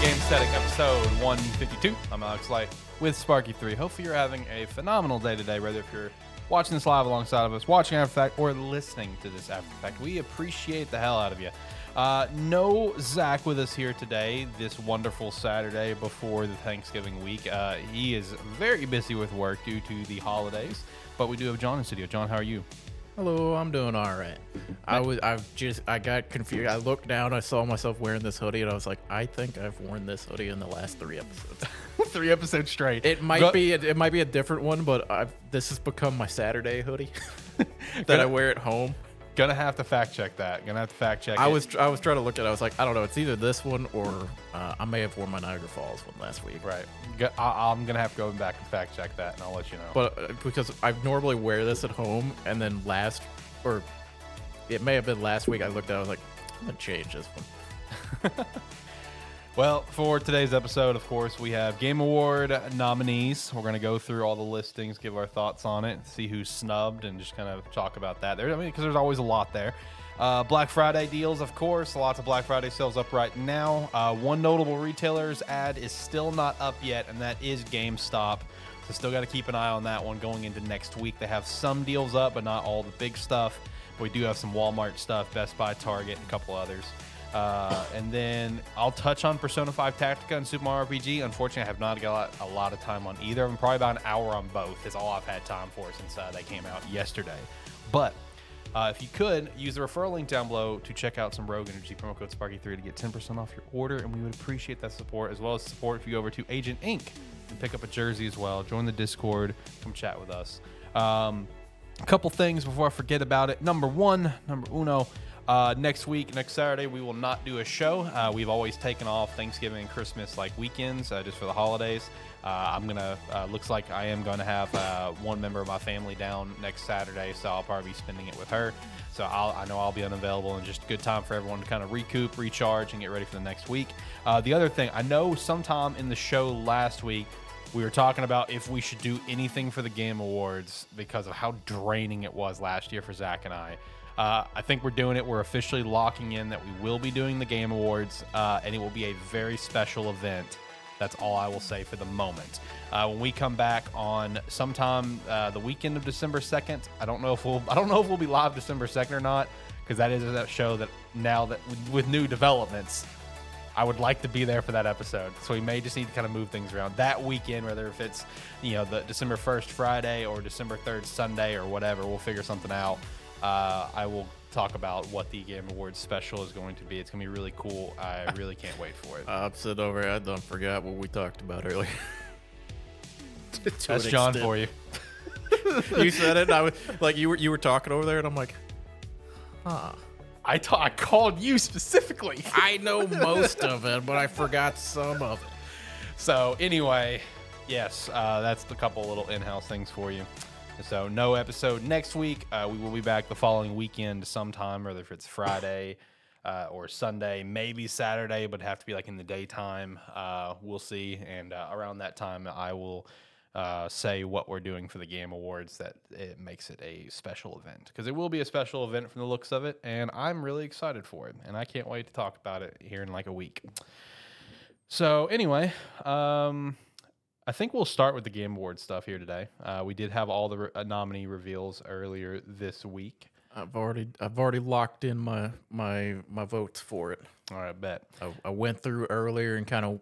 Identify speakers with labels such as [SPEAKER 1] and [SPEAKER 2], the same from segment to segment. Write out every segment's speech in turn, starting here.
[SPEAKER 1] Game Static, episode 152. I'm Alex Light with Sparky3. Hopefully, you're having a phenomenal day today, whether if you're watching this live alongside of us, watching After Fact, or listening to this After Fact. We appreciate the hell out of you. Uh, no Zach with us here today, this wonderful Saturday before the Thanksgiving week. Uh, he is very busy with work due to the holidays, but we do have John in studio. John, how are you?
[SPEAKER 2] Hello, I'm doing all right. I was, I've just, I got confused. I looked down, I saw myself wearing this hoodie, and I was like, I think I've worn this hoodie in the last three episodes.
[SPEAKER 1] Three episodes straight.
[SPEAKER 2] It might
[SPEAKER 1] Go-
[SPEAKER 2] be, it, might be a different one, but I've, this has become my Saturday hoodie that I wear at home.
[SPEAKER 1] Gonna have to fact check that. Gonna have to fact check
[SPEAKER 2] I
[SPEAKER 1] it.
[SPEAKER 2] was, tr- I was trying to look at, it. I was like, I don't know, it's either this one or uh, I may have worn my Niagara Falls one last week.
[SPEAKER 1] Right. Go- I- I'm gonna have to go back and fact check that, and I'll let you know.
[SPEAKER 2] but uh, because I normally wear this at home, and then last, or it may have been last week, I looked at, it, I was like, I'm gonna change this one.
[SPEAKER 1] well, for today's episode, of course, we have Game Award nominees. We're gonna go through all the listings, give our thoughts on it, see who's snubbed, and just kind of talk about that. There, I mean, because there's always a lot there. Uh, Black Friday deals, of course. Lots of Black Friday sales up right now. Uh, one notable retailer's ad is still not up yet, and that is GameStop. So still got to keep an eye on that one going into next week. They have some deals up, but not all the big stuff. We do have some Walmart stuff, Best Buy, Target, and a couple others. Uh, and then I'll touch on Persona 5 Tactica and Super Mario RPG. Unfortunately, I have not got a lot of time on either of them. Probably about an hour on both is all I've had time for since uh, they came out yesterday. But uh, if you could, use the referral link down below to check out some Rogue Energy promo code Sparky3 to get 10% off your order. And we would appreciate that support, as well as support if you go over to Agent Inc. and pick up a jersey as well. Join the Discord, come chat with us. Um, a couple things before I forget about it. Number one, number uno. Uh, next week, next Saturday, we will not do a show. Uh, we've always taken off Thanksgiving and Christmas like weekends uh, just for the holidays. Uh, I'm gonna. Uh, looks like I am gonna have uh, one member of my family down next Saturday, so I'll probably be spending it with her. So I'll, I know I'll be unavailable, and just a good time for everyone to kind of recoup, recharge, and get ready for the next week. Uh, the other thing, I know sometime in the show last week we were talking about if we should do anything for the game awards because of how draining it was last year for Zach and I. Uh, I think we're doing it. We're officially locking in that we will be doing the game awards, uh, and it will be a very special event. That's all I will say for the moment. Uh, when we come back on sometime uh, the weekend of December second, I don't know if we'll I don't know if we'll be live December second or not because that is that show that now that with new developments I would like to be there for that episode. So we may just need to kind of move things around that weekend, whether if it's, you know, the December 1st Friday or December 3rd Sunday or whatever, we'll figure something out. Uh, I will talk about what the Game Awards special is going to be. It's going to be really cool. I really can't wait for it.
[SPEAKER 2] I'm sitting over here. Uh, I done forgot what we talked about earlier. To an
[SPEAKER 1] That's John
[SPEAKER 2] extent.
[SPEAKER 1] for you.
[SPEAKER 2] you said it. And I was like, you were you were talking over there, and I'm like, huh.
[SPEAKER 1] I ta- I called you specifically.
[SPEAKER 2] I know most of it, but I forgot some of it.
[SPEAKER 1] So anyway, yes, uh, that's the couple little in-house things for you. So no episode next week. Uh, we will be back the following weekend sometime, whether if it's Friday uh, or Sunday, maybe Saturday, but it'd have to be like in the daytime. Uh, we'll see. And uh, around that time, I will uh, say what we're doing for the Game Awards that it makes it a special event because it will be a special event from the looks of it, and I'm really excited for it, and I can't wait to talk about it here in like a week. So anyway, um, I think we'll start with the Game Award stuff here today. Uh, we did have all the re- uh, nominee reveals earlier this week.
[SPEAKER 2] I've already I've already locked in my my my votes for it.
[SPEAKER 1] All right, bet.
[SPEAKER 2] I, I went through earlier and kind of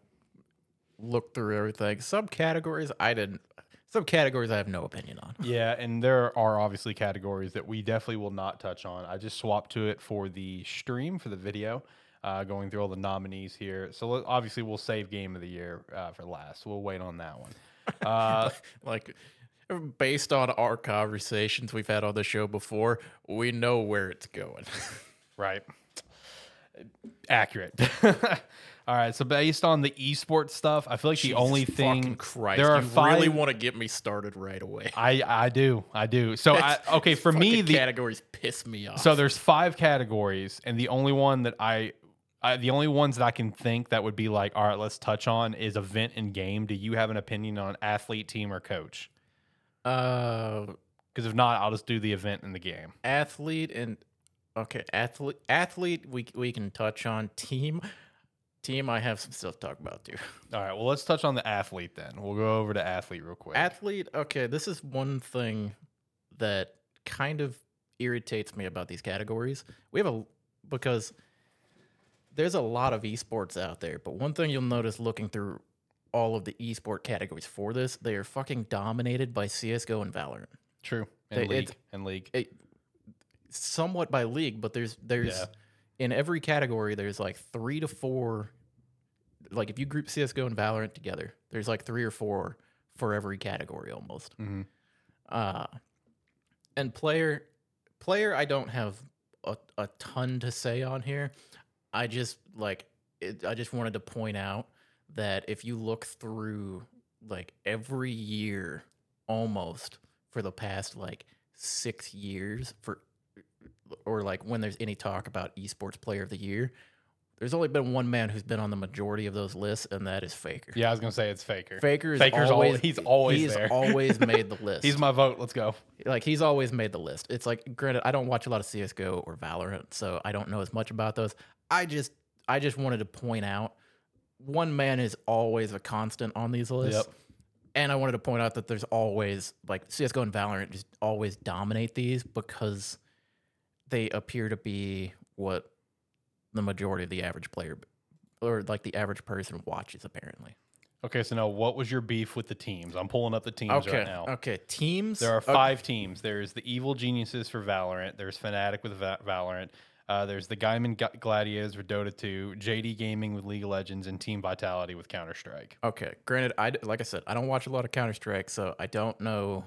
[SPEAKER 2] looked through everything. Some categories I didn't. Some categories I have no opinion on.
[SPEAKER 1] Yeah, and there are obviously categories that we definitely will not touch on. I just swapped to it for the stream for the video, uh, going through all the nominees here. So let- obviously we'll save Game of the Year uh, for last. We'll wait on that one. Uh,
[SPEAKER 2] like based on our conversations we've had on the show before, we know where it's going.
[SPEAKER 1] Right. Accurate. All right. So based on the esports stuff, I feel like the only
[SPEAKER 2] Jesus
[SPEAKER 1] thing
[SPEAKER 2] fucking Christ,
[SPEAKER 1] there are
[SPEAKER 2] you
[SPEAKER 1] five.
[SPEAKER 2] really want to get me started right away.
[SPEAKER 1] I I do I do. So I okay for me
[SPEAKER 2] Fucking
[SPEAKER 1] the
[SPEAKER 2] categories piss me off.
[SPEAKER 1] so there's five categories and the only one that I. I, the only ones that I can think that would be like, all right, let's touch on is event and game. Do you have an opinion on athlete, team, or coach?
[SPEAKER 2] uh,
[SPEAKER 1] Because if not, I'll just do the event and the game.
[SPEAKER 2] athlete and okay, athlete, athlete. We we can touch on team. Team, I have some stuff to talk about too.
[SPEAKER 1] All right. Well, let's touch on the athlete then. We'll go over to athlete real quick.
[SPEAKER 2] Athlete, okay, this is one thing that kind of irritates me about these categories. We have a because there's a lot of esports out there, but one thing you'll notice looking through all of the esport categories for this, they are fucking dominated by CS:GO and Valorant.
[SPEAKER 1] True. And
[SPEAKER 2] They-
[SPEAKER 1] league.
[SPEAKER 2] it's-
[SPEAKER 1] And league.
[SPEAKER 2] It, somewhat by league, but there's there's
[SPEAKER 1] Yeah.
[SPEAKER 2] in every category there's like 3 to 4 like if you group CS:GO and Valorant together, there's like 3 or 4 for every category almost.
[SPEAKER 1] Mhm.
[SPEAKER 2] Uh, and player, player, I don't have a, a ton to say on here. I just like, it, I just wanted to point out that if you look through like every year, almost for the past like six years, for or like when there's any talk about esports player of the year, there's only been one man who's been on the majority of those lists, and that is Faker.
[SPEAKER 1] Yeah, I was gonna say it's Faker.
[SPEAKER 2] Faker is
[SPEAKER 1] Faker's al-
[SPEAKER 2] always,
[SPEAKER 1] he's always
[SPEAKER 2] he's
[SPEAKER 1] there.
[SPEAKER 2] always made the list
[SPEAKER 1] He's my vote. Let's go.
[SPEAKER 2] like he's always made the list. It's like granted, I don't watch a lot of CS:GO or Valorant, so I don't know as much about those. I just I just wanted to point out one man is always a constant on these lists.
[SPEAKER 1] Yep.
[SPEAKER 2] And I wanted to point out that there's always like CS:GO and Valorant just always dominate these because they appear to be what the majority of the average player or like the average person watches apparently.
[SPEAKER 1] Okay, so now what was your beef with the teams? I'm pulling up the teams right now.
[SPEAKER 2] Okay, teams
[SPEAKER 1] There are
[SPEAKER 2] Okay.
[SPEAKER 1] five teams. There's the Evil Geniuses for Valorant. There's Fnatic with Va- Valorant. Uh, there's the Gaiman Ga- Gladiators with Dota 2, JD Gaming with League of Legends, and Team Vitality with Counter Strike.
[SPEAKER 2] Okay. Granted, I d- like I said, I don't watch a lot of Counter Strike, so I don't know.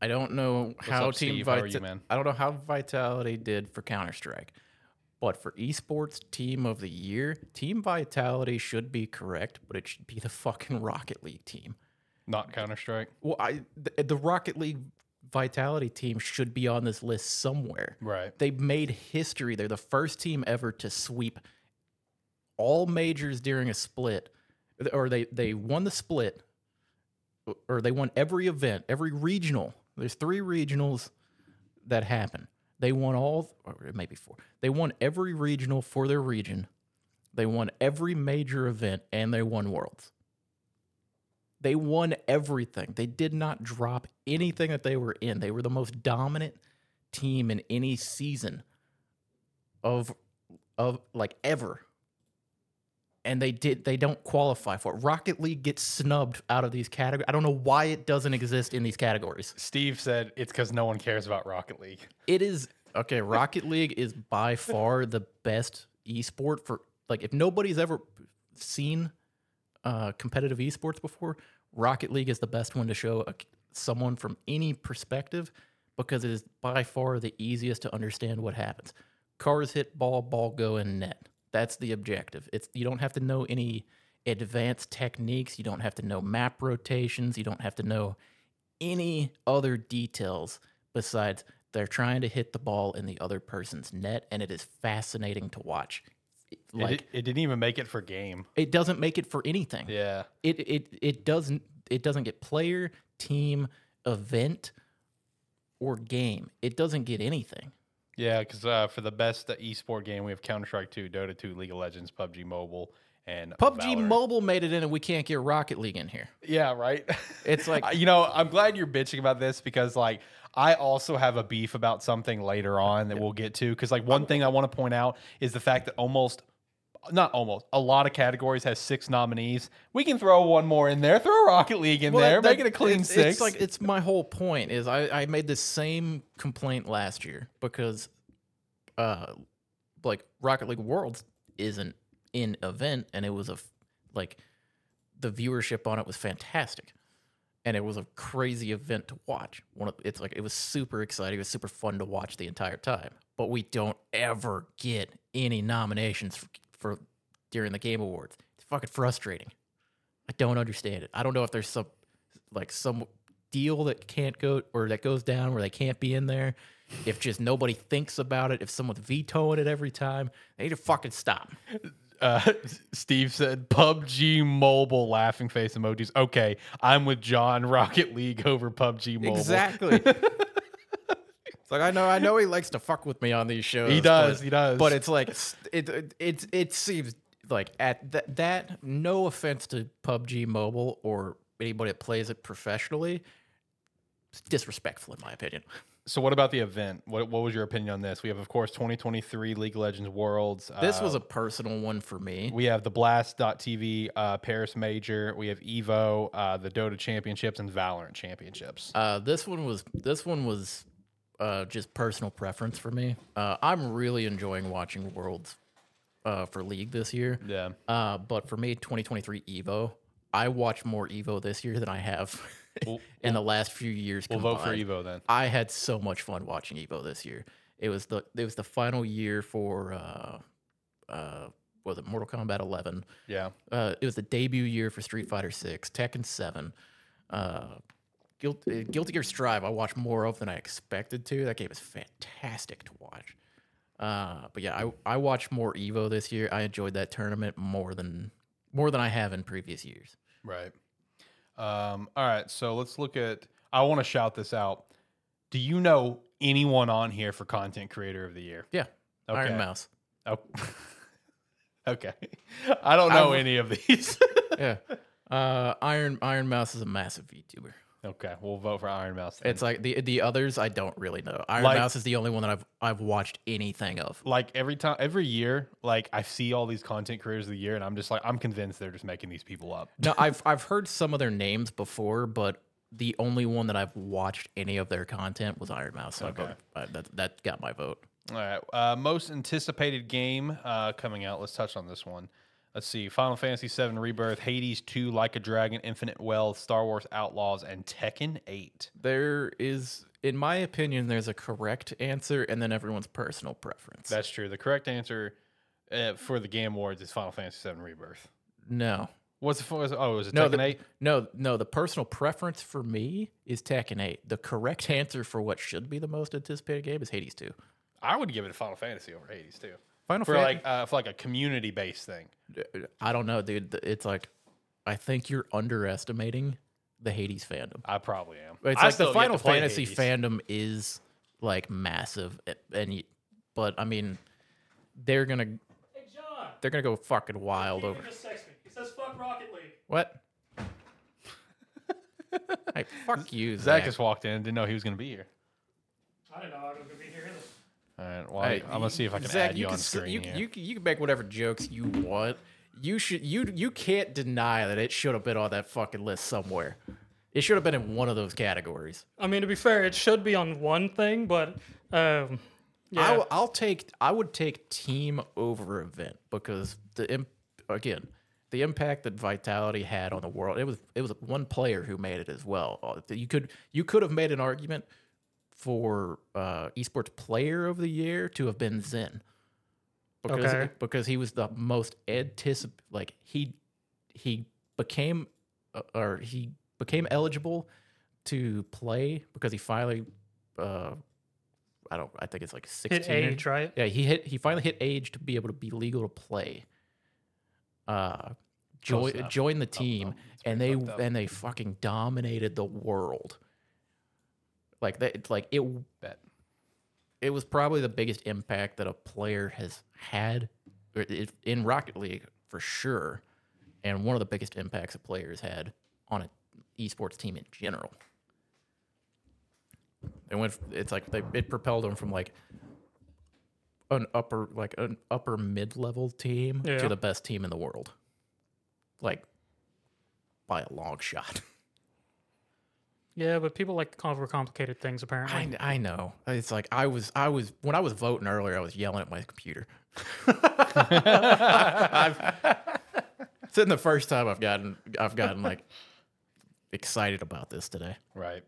[SPEAKER 2] I don't know how
[SPEAKER 1] up,
[SPEAKER 2] Team
[SPEAKER 1] Steve? How are
[SPEAKER 2] Vita-
[SPEAKER 1] you, man?
[SPEAKER 2] I don't know how Vitality did for Counter Strike, but for esports team of the year, Team Vitality should be correct, but it should be the fucking Rocket League team.
[SPEAKER 1] Not Counter Strike.
[SPEAKER 2] Well, I the, the Rocket League Vitality team should be on this list somewhere
[SPEAKER 1] Right.
[SPEAKER 2] they made history. They're the first team ever to sweep all majors during a split, or they they won the split, or they won every event, every regional. There's three regionals that happen. They won all, or maybe four. They won every regional for their region. They won every major event, and they won worlds. They won everything. They did not drop anything that they were in. They were the most dominant team in any season of of like ever. And they did they don't qualify for it. Rocket League gets snubbed out of these categories. I don't know why it doesn't exist in these categories.
[SPEAKER 1] Steve said it's because no one cares about Rocket League.
[SPEAKER 2] It is okay, Rocket League is by far the best esport for like if nobody's ever seen uh competitive esports before, Rocket League is the best one to show a, someone from any perspective because it is by far the easiest to understand what happens. Cars hit ball, ball go in net. That's the objective. It's you don't have to know any advanced techniques, you don't have to know map rotations, you don't have to know any other details besides they're trying to hit the ball in the other person's net and it is fascinating to watch.
[SPEAKER 1] It di-
[SPEAKER 2] Like
[SPEAKER 1] it, didn't even make it for game.
[SPEAKER 2] it doesn't make it for anything
[SPEAKER 1] Yeah.
[SPEAKER 2] it it it doesn't it doesn't get player, team, event, or game. It doesn't get anything.
[SPEAKER 1] Yeah, because uh, for the best uh, esport game, we have Counter Strike 2, Dota 2, League of Legends, PUBG Mobile, and
[SPEAKER 2] PUBG
[SPEAKER 1] Valorant.
[SPEAKER 2] Mobile made it in, and we can't get Rocket League in here.
[SPEAKER 1] Yeah, right.
[SPEAKER 2] It's like-
[SPEAKER 1] you know, I'm glad you're bitching about this because like I also have a beef about something later on that we'll get to because like one thing I want to point out is the fact that almost not almost a lot of categories has six nominees. We can throw one more in there. Throw Rocket League in there. make it a clean
[SPEAKER 2] it's,
[SPEAKER 1] six.
[SPEAKER 2] It's like it's my whole point is I I made the same complaint last year because, uh, like Rocket League Worlds isn't in event, and it was a f- like the viewership on it was fantastic. and it was a crazy event to watch. One of, it's like it was super exciting. It was super fun to watch the entire time. But we don't ever get any nominations for, for during the game awards. It's fucking frustrating. I don't understand it. I don't know if there's some like some deal that can't go or that goes down where they can't be in there. If just nobody thinks about it, if someone's vetoing it every time, they need to fucking stop.
[SPEAKER 1] uh, Steve said PUBG Mobile laughing face emojis. Okay, I'm with John. Rocket League over PUBG Mobile.
[SPEAKER 2] Exactly. it's like I know, I know he likes to fuck with me on these shows.
[SPEAKER 1] He does.
[SPEAKER 2] but-
[SPEAKER 1] he does.
[SPEAKER 2] but it's like s- it it it, it seems like at that that no offense to PUBG Mobile or anybody that plays it professionally, it's disrespectful in my opinion.
[SPEAKER 1] So, what about the event? What, what was your opinion on this? We have, of course, 2023 League of Legends Worlds.
[SPEAKER 2] This
[SPEAKER 1] uh,
[SPEAKER 2] was a personal one for me.
[SPEAKER 1] We have the Blast.tv uh, Paris Major. We have Evo, uh, the Dota Championships, and Valorant Championships.
[SPEAKER 2] Uh, this one was this one was uh, just personal preference for me. Uh, I'm really enjoying watching Worlds uh, for League this year.
[SPEAKER 1] yeah.
[SPEAKER 2] Uh, but for me, 2023 Evo, I watch more Evo this year than I have
[SPEAKER 1] We'll,
[SPEAKER 2] in the last few years.
[SPEAKER 1] we'll vote for
[SPEAKER 2] combined.
[SPEAKER 1] Evo then.
[SPEAKER 2] I had so much fun watching Evo this year. It was the it was the final year for uh, uh, was it Mortal Kombat 11?
[SPEAKER 1] Yeah.
[SPEAKER 2] Uh, it was the debut year for Street Fighter 6, Tekken 7. Uh, Guilty, Guilty Gear Strive, I watched more of than I expected to. That game is fantastic to watch. Uh, but yeah, I, I watched more Evo this year. I enjoyed that tournament more than more than I have in previous years.
[SPEAKER 1] Right. Um, all right. So let's look at. I want to shout this out. Do you know anyone on here for Content Creator of the Year?
[SPEAKER 2] Yeah,
[SPEAKER 1] Okay.
[SPEAKER 2] Iron Mouse.
[SPEAKER 1] Oh. okay. I don't know
[SPEAKER 2] I'm-
[SPEAKER 1] any of these.
[SPEAKER 2] Yeah, uh, Iron Iron Mouse is a massive VTuber.
[SPEAKER 1] okay. We'll vote for Iron Mouse. then.
[SPEAKER 2] It's like the the others I don't really know. Iron
[SPEAKER 1] Like-
[SPEAKER 2] Mouse is the only one that I've I've watched anything of.
[SPEAKER 1] like every time, every year, like I see all these Content Creators of the Year, and I'm just like, I'm convinced they're just making these people up.
[SPEAKER 2] No, I've I've heard some of their names before, but the only one that I've watched any of their content was Iron Mouse. So I
[SPEAKER 1] Okay.
[SPEAKER 2] voted- uh, that that got my vote.
[SPEAKER 1] All right. Uh, most anticipated game uh, coming out. Let's touch on this one. Let's see. Final Fantasy VII Rebirth, Hades 2, Like a Dragon, Infinite Wealth, Star Wars Outlaws, and Tekken 8.
[SPEAKER 2] There is, in my opinion, there's a correct answer, and then everyone's personal preference.
[SPEAKER 1] That's true. The correct answer uh, for the Game Awards is Final Fantasy VII Rebirth.
[SPEAKER 2] no,
[SPEAKER 1] What's the was, oh, it was it
[SPEAKER 2] No,
[SPEAKER 1] Tekken
[SPEAKER 2] the-
[SPEAKER 1] 8?
[SPEAKER 2] no, no. The personal preference for me is Tekken Eight. The correct answer for what should be the most anticipated game is Hades Two.
[SPEAKER 1] I would give it Final Fantasy over Hades too.
[SPEAKER 2] Final
[SPEAKER 1] For
[SPEAKER 2] Fan-
[SPEAKER 1] like uh, for like a community based thing.
[SPEAKER 2] I don't know, dude. Th- It's like I think you're underestimating the Hades fandom.
[SPEAKER 1] I probably am.
[SPEAKER 2] It's
[SPEAKER 1] I
[SPEAKER 2] like
[SPEAKER 1] still
[SPEAKER 2] the
[SPEAKER 1] get
[SPEAKER 2] Final
[SPEAKER 1] to play
[SPEAKER 2] Fantasy
[SPEAKER 1] Hades.
[SPEAKER 2] fandom is like massive, a- and y but I mean, they're gonna
[SPEAKER 3] Hey, John.
[SPEAKER 2] they're gonna go fucking wild over
[SPEAKER 3] Peter just texted me. He says, fuck Rocket League.
[SPEAKER 2] what? hey, fuck you, Zach.
[SPEAKER 1] Zach just walked in, didn't know he was gonna be here.
[SPEAKER 3] I didn't know I was going to be here
[SPEAKER 1] All
[SPEAKER 3] either.
[SPEAKER 1] right. Well,
[SPEAKER 2] Hey,
[SPEAKER 1] I'm gonna see if I can
[SPEAKER 2] Zach,
[SPEAKER 1] add you, on
[SPEAKER 2] s-
[SPEAKER 1] screen.
[SPEAKER 2] You,
[SPEAKER 1] here.
[SPEAKER 2] you can- you can make whatever jokes you want. You should you you can't deny that it should have been on that fucking list somewhere. It should have been in one of those categories.
[SPEAKER 3] I mean, to be fair, it should be on one thing, but um,
[SPEAKER 2] I
[SPEAKER 3] yeah,
[SPEAKER 2] w- I'll take I would take team over event because the imp- again the impact that Vitality had on the world it was it was one player who made it as well. Uh, You could you could have made an argument for uh, esports player of the year to have been Zen because
[SPEAKER 3] Okay.
[SPEAKER 2] because he was the most anticip like he he became uh, or he became eligible to play because he finally uh I don't I think it's like 16
[SPEAKER 3] hit
[SPEAKER 2] or-
[SPEAKER 3] age, right?
[SPEAKER 2] yeah, he hit. He finally hit age to be able to be legal to play. Uh, join
[SPEAKER 1] enough.
[SPEAKER 2] join the team,
[SPEAKER 1] It's
[SPEAKER 2] and they
[SPEAKER 1] pretty fucked up.
[SPEAKER 2] and they fucking dominated the world. Like that, it's like it.
[SPEAKER 1] Bet.
[SPEAKER 2] It was probably the biggest impact that a player has had or it- in Rocket League for sure, and one of the biggest impacts a player has had on an esports team in general. They went. It's like they it propelled them from like an upper like an upper mid level team
[SPEAKER 3] Yeah.
[SPEAKER 2] to the best team in the world, like by a long shot.
[SPEAKER 3] Yeah, but people like to overcomplicate things, apparently.
[SPEAKER 2] I, I know. It's like I was I was when I was voting earlier, I was yelling at my computer. I've, it's been the first time I've gotten I've gotten like excited about this today.
[SPEAKER 1] Right.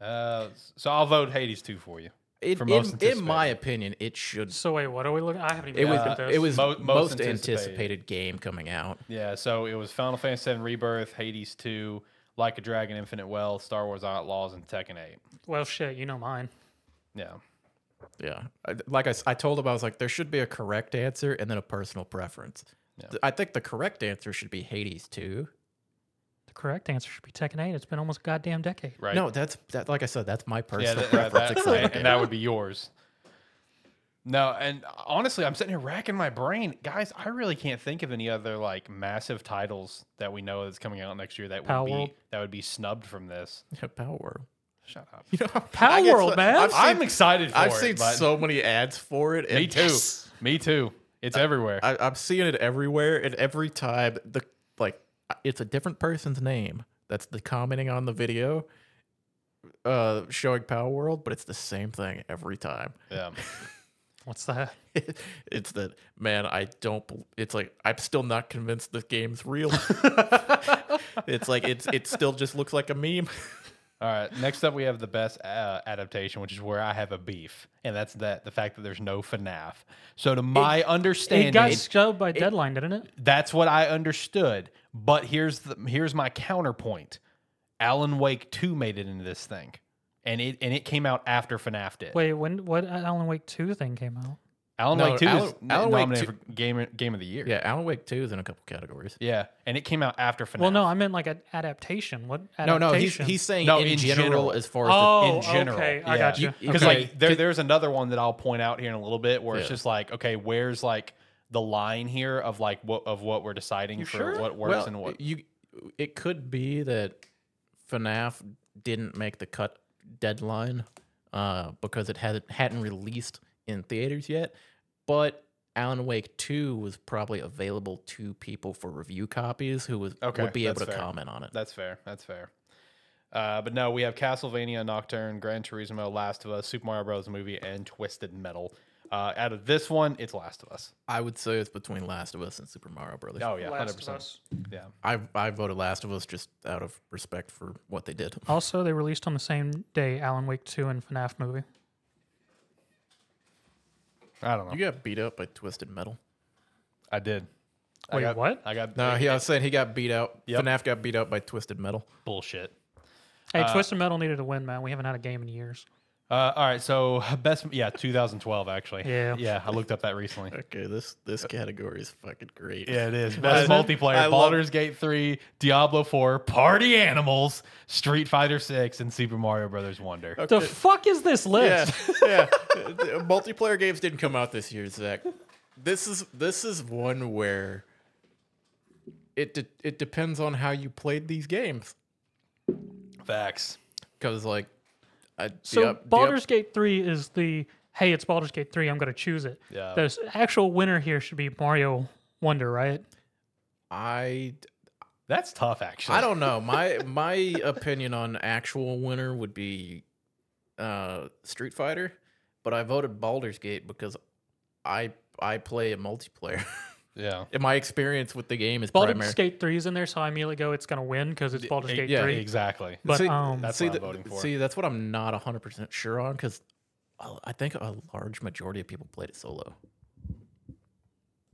[SPEAKER 1] Uh, so I'll vote Hades two for you.
[SPEAKER 2] It,
[SPEAKER 1] For most
[SPEAKER 2] in, in my opinion, it should.
[SPEAKER 3] So wait, what are we looking? I haven't even
[SPEAKER 2] It was
[SPEAKER 3] looked at this.
[SPEAKER 2] it was
[SPEAKER 1] Mo- most
[SPEAKER 2] most,
[SPEAKER 1] anticipated.
[SPEAKER 2] anticipated. game coming out.
[SPEAKER 1] Yeah. So it was Final Fantasy VII Rebirth, Hades two, Like a Dragon, Infinite Well, Star Wars Outlaws, and Tekken eight.
[SPEAKER 3] well, shit, you know mine.
[SPEAKER 1] Yeah.
[SPEAKER 2] Yeah, I- like I, s- I told him I was like there should be a correct answer and then a personal preference. Th- I think the correct answer should be Hades too.
[SPEAKER 3] The correct answer should be Tekken 8. It's been almost a goddamn decade.
[SPEAKER 1] Right.
[SPEAKER 2] No, that's that. Like I said, that's my
[SPEAKER 1] yeah.
[SPEAKER 2] personal
[SPEAKER 1] That, that,
[SPEAKER 2] preference.
[SPEAKER 1] that-
[SPEAKER 2] except for
[SPEAKER 1] and, and that would be yours. No, and honestly, I'm sitting here racking my brain, guys. I really can't think of any other like massive titles that we know that's coming out next year that
[SPEAKER 3] Power
[SPEAKER 1] would be
[SPEAKER 3] World?
[SPEAKER 1] that would be snubbed from this.
[SPEAKER 2] Yeah, Power World.
[SPEAKER 1] Shut up.
[SPEAKER 2] You know,
[SPEAKER 3] Power
[SPEAKER 2] I get
[SPEAKER 3] World,
[SPEAKER 2] so-
[SPEAKER 3] man.
[SPEAKER 2] I've seen,
[SPEAKER 1] I'm excited for
[SPEAKER 2] I've
[SPEAKER 1] it.
[SPEAKER 2] seen
[SPEAKER 1] but
[SPEAKER 2] so many ads for it.
[SPEAKER 1] me
[SPEAKER 2] and
[SPEAKER 1] too. Me too. It's everywhere.
[SPEAKER 2] I, I'm seeing it everywhere, and every time the like, it's a different person's name that's the commenting on the video, uh, showing Power World, but it's the same thing every time.
[SPEAKER 1] yeah.
[SPEAKER 3] What's that?
[SPEAKER 2] it's that man. I don't. bel- It's like I'm still not convinced this game's real. it's like it's it still just looks like a meme.
[SPEAKER 1] All right. Next up, we have the best uh, adaptation, which is where I have a beef, and that's that the fact that there's no FNAF. So, to my understanding,
[SPEAKER 3] It got shoved by deadline, didn't it?
[SPEAKER 1] That's what I understood. But here's the here's my counterpoint. Alan Wake 2 made it into this thing. And it and it came out after FNAF did.
[SPEAKER 3] Wait, when what uh, Alan Wake two thing came out?
[SPEAKER 1] Alan
[SPEAKER 2] No,
[SPEAKER 1] Wake 2
[SPEAKER 2] Alan-
[SPEAKER 1] is n-
[SPEAKER 2] Alan Wake
[SPEAKER 1] nominated
[SPEAKER 2] 2
[SPEAKER 1] for game game of the year.
[SPEAKER 2] Yeah, Alan Wake Two is in a couple categories.
[SPEAKER 1] Yeah. And it came out after FNAF.
[SPEAKER 3] Well, no, I meant like an adaptation. What
[SPEAKER 2] No,
[SPEAKER 3] adaptation?
[SPEAKER 2] no, he's he's saying
[SPEAKER 1] No,
[SPEAKER 2] in,
[SPEAKER 1] in
[SPEAKER 2] general,
[SPEAKER 1] general.
[SPEAKER 2] as far as the-
[SPEAKER 3] oh,
[SPEAKER 1] in general.
[SPEAKER 3] okay, I
[SPEAKER 1] Yeah.
[SPEAKER 3] got you.
[SPEAKER 2] You-
[SPEAKER 1] Because
[SPEAKER 2] Okay.
[SPEAKER 1] like there, there's another one that I'll point out here in a little bit where it's
[SPEAKER 2] Yeah.
[SPEAKER 1] just like, okay, where's like the line here of like what of what we're deciding
[SPEAKER 3] You
[SPEAKER 1] for
[SPEAKER 3] sure?
[SPEAKER 1] what works and what
[SPEAKER 2] you it could be that FNAF didn't make the cut deadline uh, because it hadn't hadn't released in theaters yet, but Alan Wake Two was probably available to people for review copies who was
[SPEAKER 1] Okay,
[SPEAKER 2] would be able
[SPEAKER 1] that's
[SPEAKER 2] to
[SPEAKER 1] fair.
[SPEAKER 2] comment on it.
[SPEAKER 1] That's fair. That's fair. Uh, but no, we have Castlevania, Nocturne, Gran Turismo, Last of Us, Super Mario Bros. movie, and Twisted Metal. Uh, out of this one, it's Last of Us.
[SPEAKER 2] I would say it's between Last of Us and Super Mario Brothers.
[SPEAKER 1] Oh yeah,
[SPEAKER 3] Last
[SPEAKER 1] hundred
[SPEAKER 3] of
[SPEAKER 1] percent.
[SPEAKER 3] Us.
[SPEAKER 1] Yeah,
[SPEAKER 2] I I voted Last of Us just out of respect for what they did.
[SPEAKER 3] Also, they released on the same day Alan Wake two and FNAF movie.
[SPEAKER 1] I don't know.
[SPEAKER 2] You got beat up by Twisted Metal.
[SPEAKER 1] I did. I
[SPEAKER 3] Wait,
[SPEAKER 1] got,
[SPEAKER 3] what?
[SPEAKER 1] I got
[SPEAKER 2] No, he, I was saying he got beat out.
[SPEAKER 1] Yep.
[SPEAKER 2] FNAF got beat up by Twisted Metal.
[SPEAKER 1] bullshit.
[SPEAKER 3] Hey,
[SPEAKER 2] Uh,
[SPEAKER 3] Twisted Metal needed a win, man. We haven't had a game in years.
[SPEAKER 1] Uh, all right, so best yeah, 2012 actually.
[SPEAKER 3] Yeah.
[SPEAKER 1] yeah, I looked up that recently.
[SPEAKER 2] Okay, this this category is fucking great.
[SPEAKER 1] Yeah, it is. Best
[SPEAKER 2] What?
[SPEAKER 1] multiplayer:
[SPEAKER 2] I love-
[SPEAKER 1] Baldur's Gate 3, Diablo 4, Party Animals, Street Fighter 6, and Super Mario Brothers Wonder.
[SPEAKER 3] The fuck is this
[SPEAKER 2] Yeah,
[SPEAKER 3] list?
[SPEAKER 2] yeah. The Multiplayer games didn't come out this year, Zach. This is this is one where it de- it depends on how you played these games.
[SPEAKER 1] Facts.
[SPEAKER 2] Because like, I,
[SPEAKER 3] So
[SPEAKER 2] Diab- Diab-
[SPEAKER 3] Baldur's Gate 3 is the hey, it's Baldur's Gate 3, I'm going to choose it.
[SPEAKER 1] Yeah.
[SPEAKER 2] Oh.
[SPEAKER 3] The s- actual winner here should be Mario Wonder, right?
[SPEAKER 2] I
[SPEAKER 1] That's tough actually.
[SPEAKER 2] I don't know. My my opinion on actual winner would be uh Street Fighter, but I voted Baldur's Gate because I I play a multiplayer.
[SPEAKER 1] Yeah.
[SPEAKER 2] And my experience with the game is
[SPEAKER 3] Baldur's
[SPEAKER 2] primary.
[SPEAKER 3] Gate 3 is in there, so I immediately go, it's going to win because it's Baldur's Gate
[SPEAKER 2] yeah,
[SPEAKER 3] 3.
[SPEAKER 1] Exactly.
[SPEAKER 3] But
[SPEAKER 2] see,
[SPEAKER 3] um,
[SPEAKER 1] that's
[SPEAKER 2] see,
[SPEAKER 1] what I'm
[SPEAKER 2] th-
[SPEAKER 1] voting for.
[SPEAKER 2] see, that's what I'm not 100% sure on because I think a large majority of people played it solo.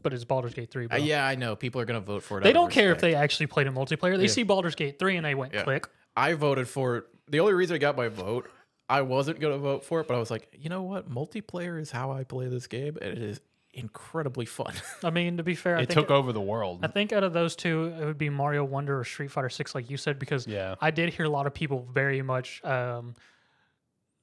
[SPEAKER 3] but it's Baldur's Gate 3.
[SPEAKER 2] Uh,
[SPEAKER 3] Bro.
[SPEAKER 2] yeah, I know. People are going to vote for it. out
[SPEAKER 3] They
[SPEAKER 2] of
[SPEAKER 3] don't care if
[SPEAKER 2] respect.
[SPEAKER 3] they actually played a multiplayer. They
[SPEAKER 2] Yeah.
[SPEAKER 3] see Baldur's Gate 3 and they went
[SPEAKER 2] Yeah.
[SPEAKER 3] click.
[SPEAKER 2] I voted for it. The only reason I got my vote, I wasn't going to vote for it, but I was like, you know what? Multiplayer is how I play this game, and it is incredibly fun.
[SPEAKER 3] I mean, to be fair, I
[SPEAKER 1] it
[SPEAKER 3] think,
[SPEAKER 1] took over the world.
[SPEAKER 3] I think out of those two, it would be Mario Wonder or Street Fighter 6, like you said, because
[SPEAKER 1] Yeah.
[SPEAKER 3] I did hear a lot of people very much um,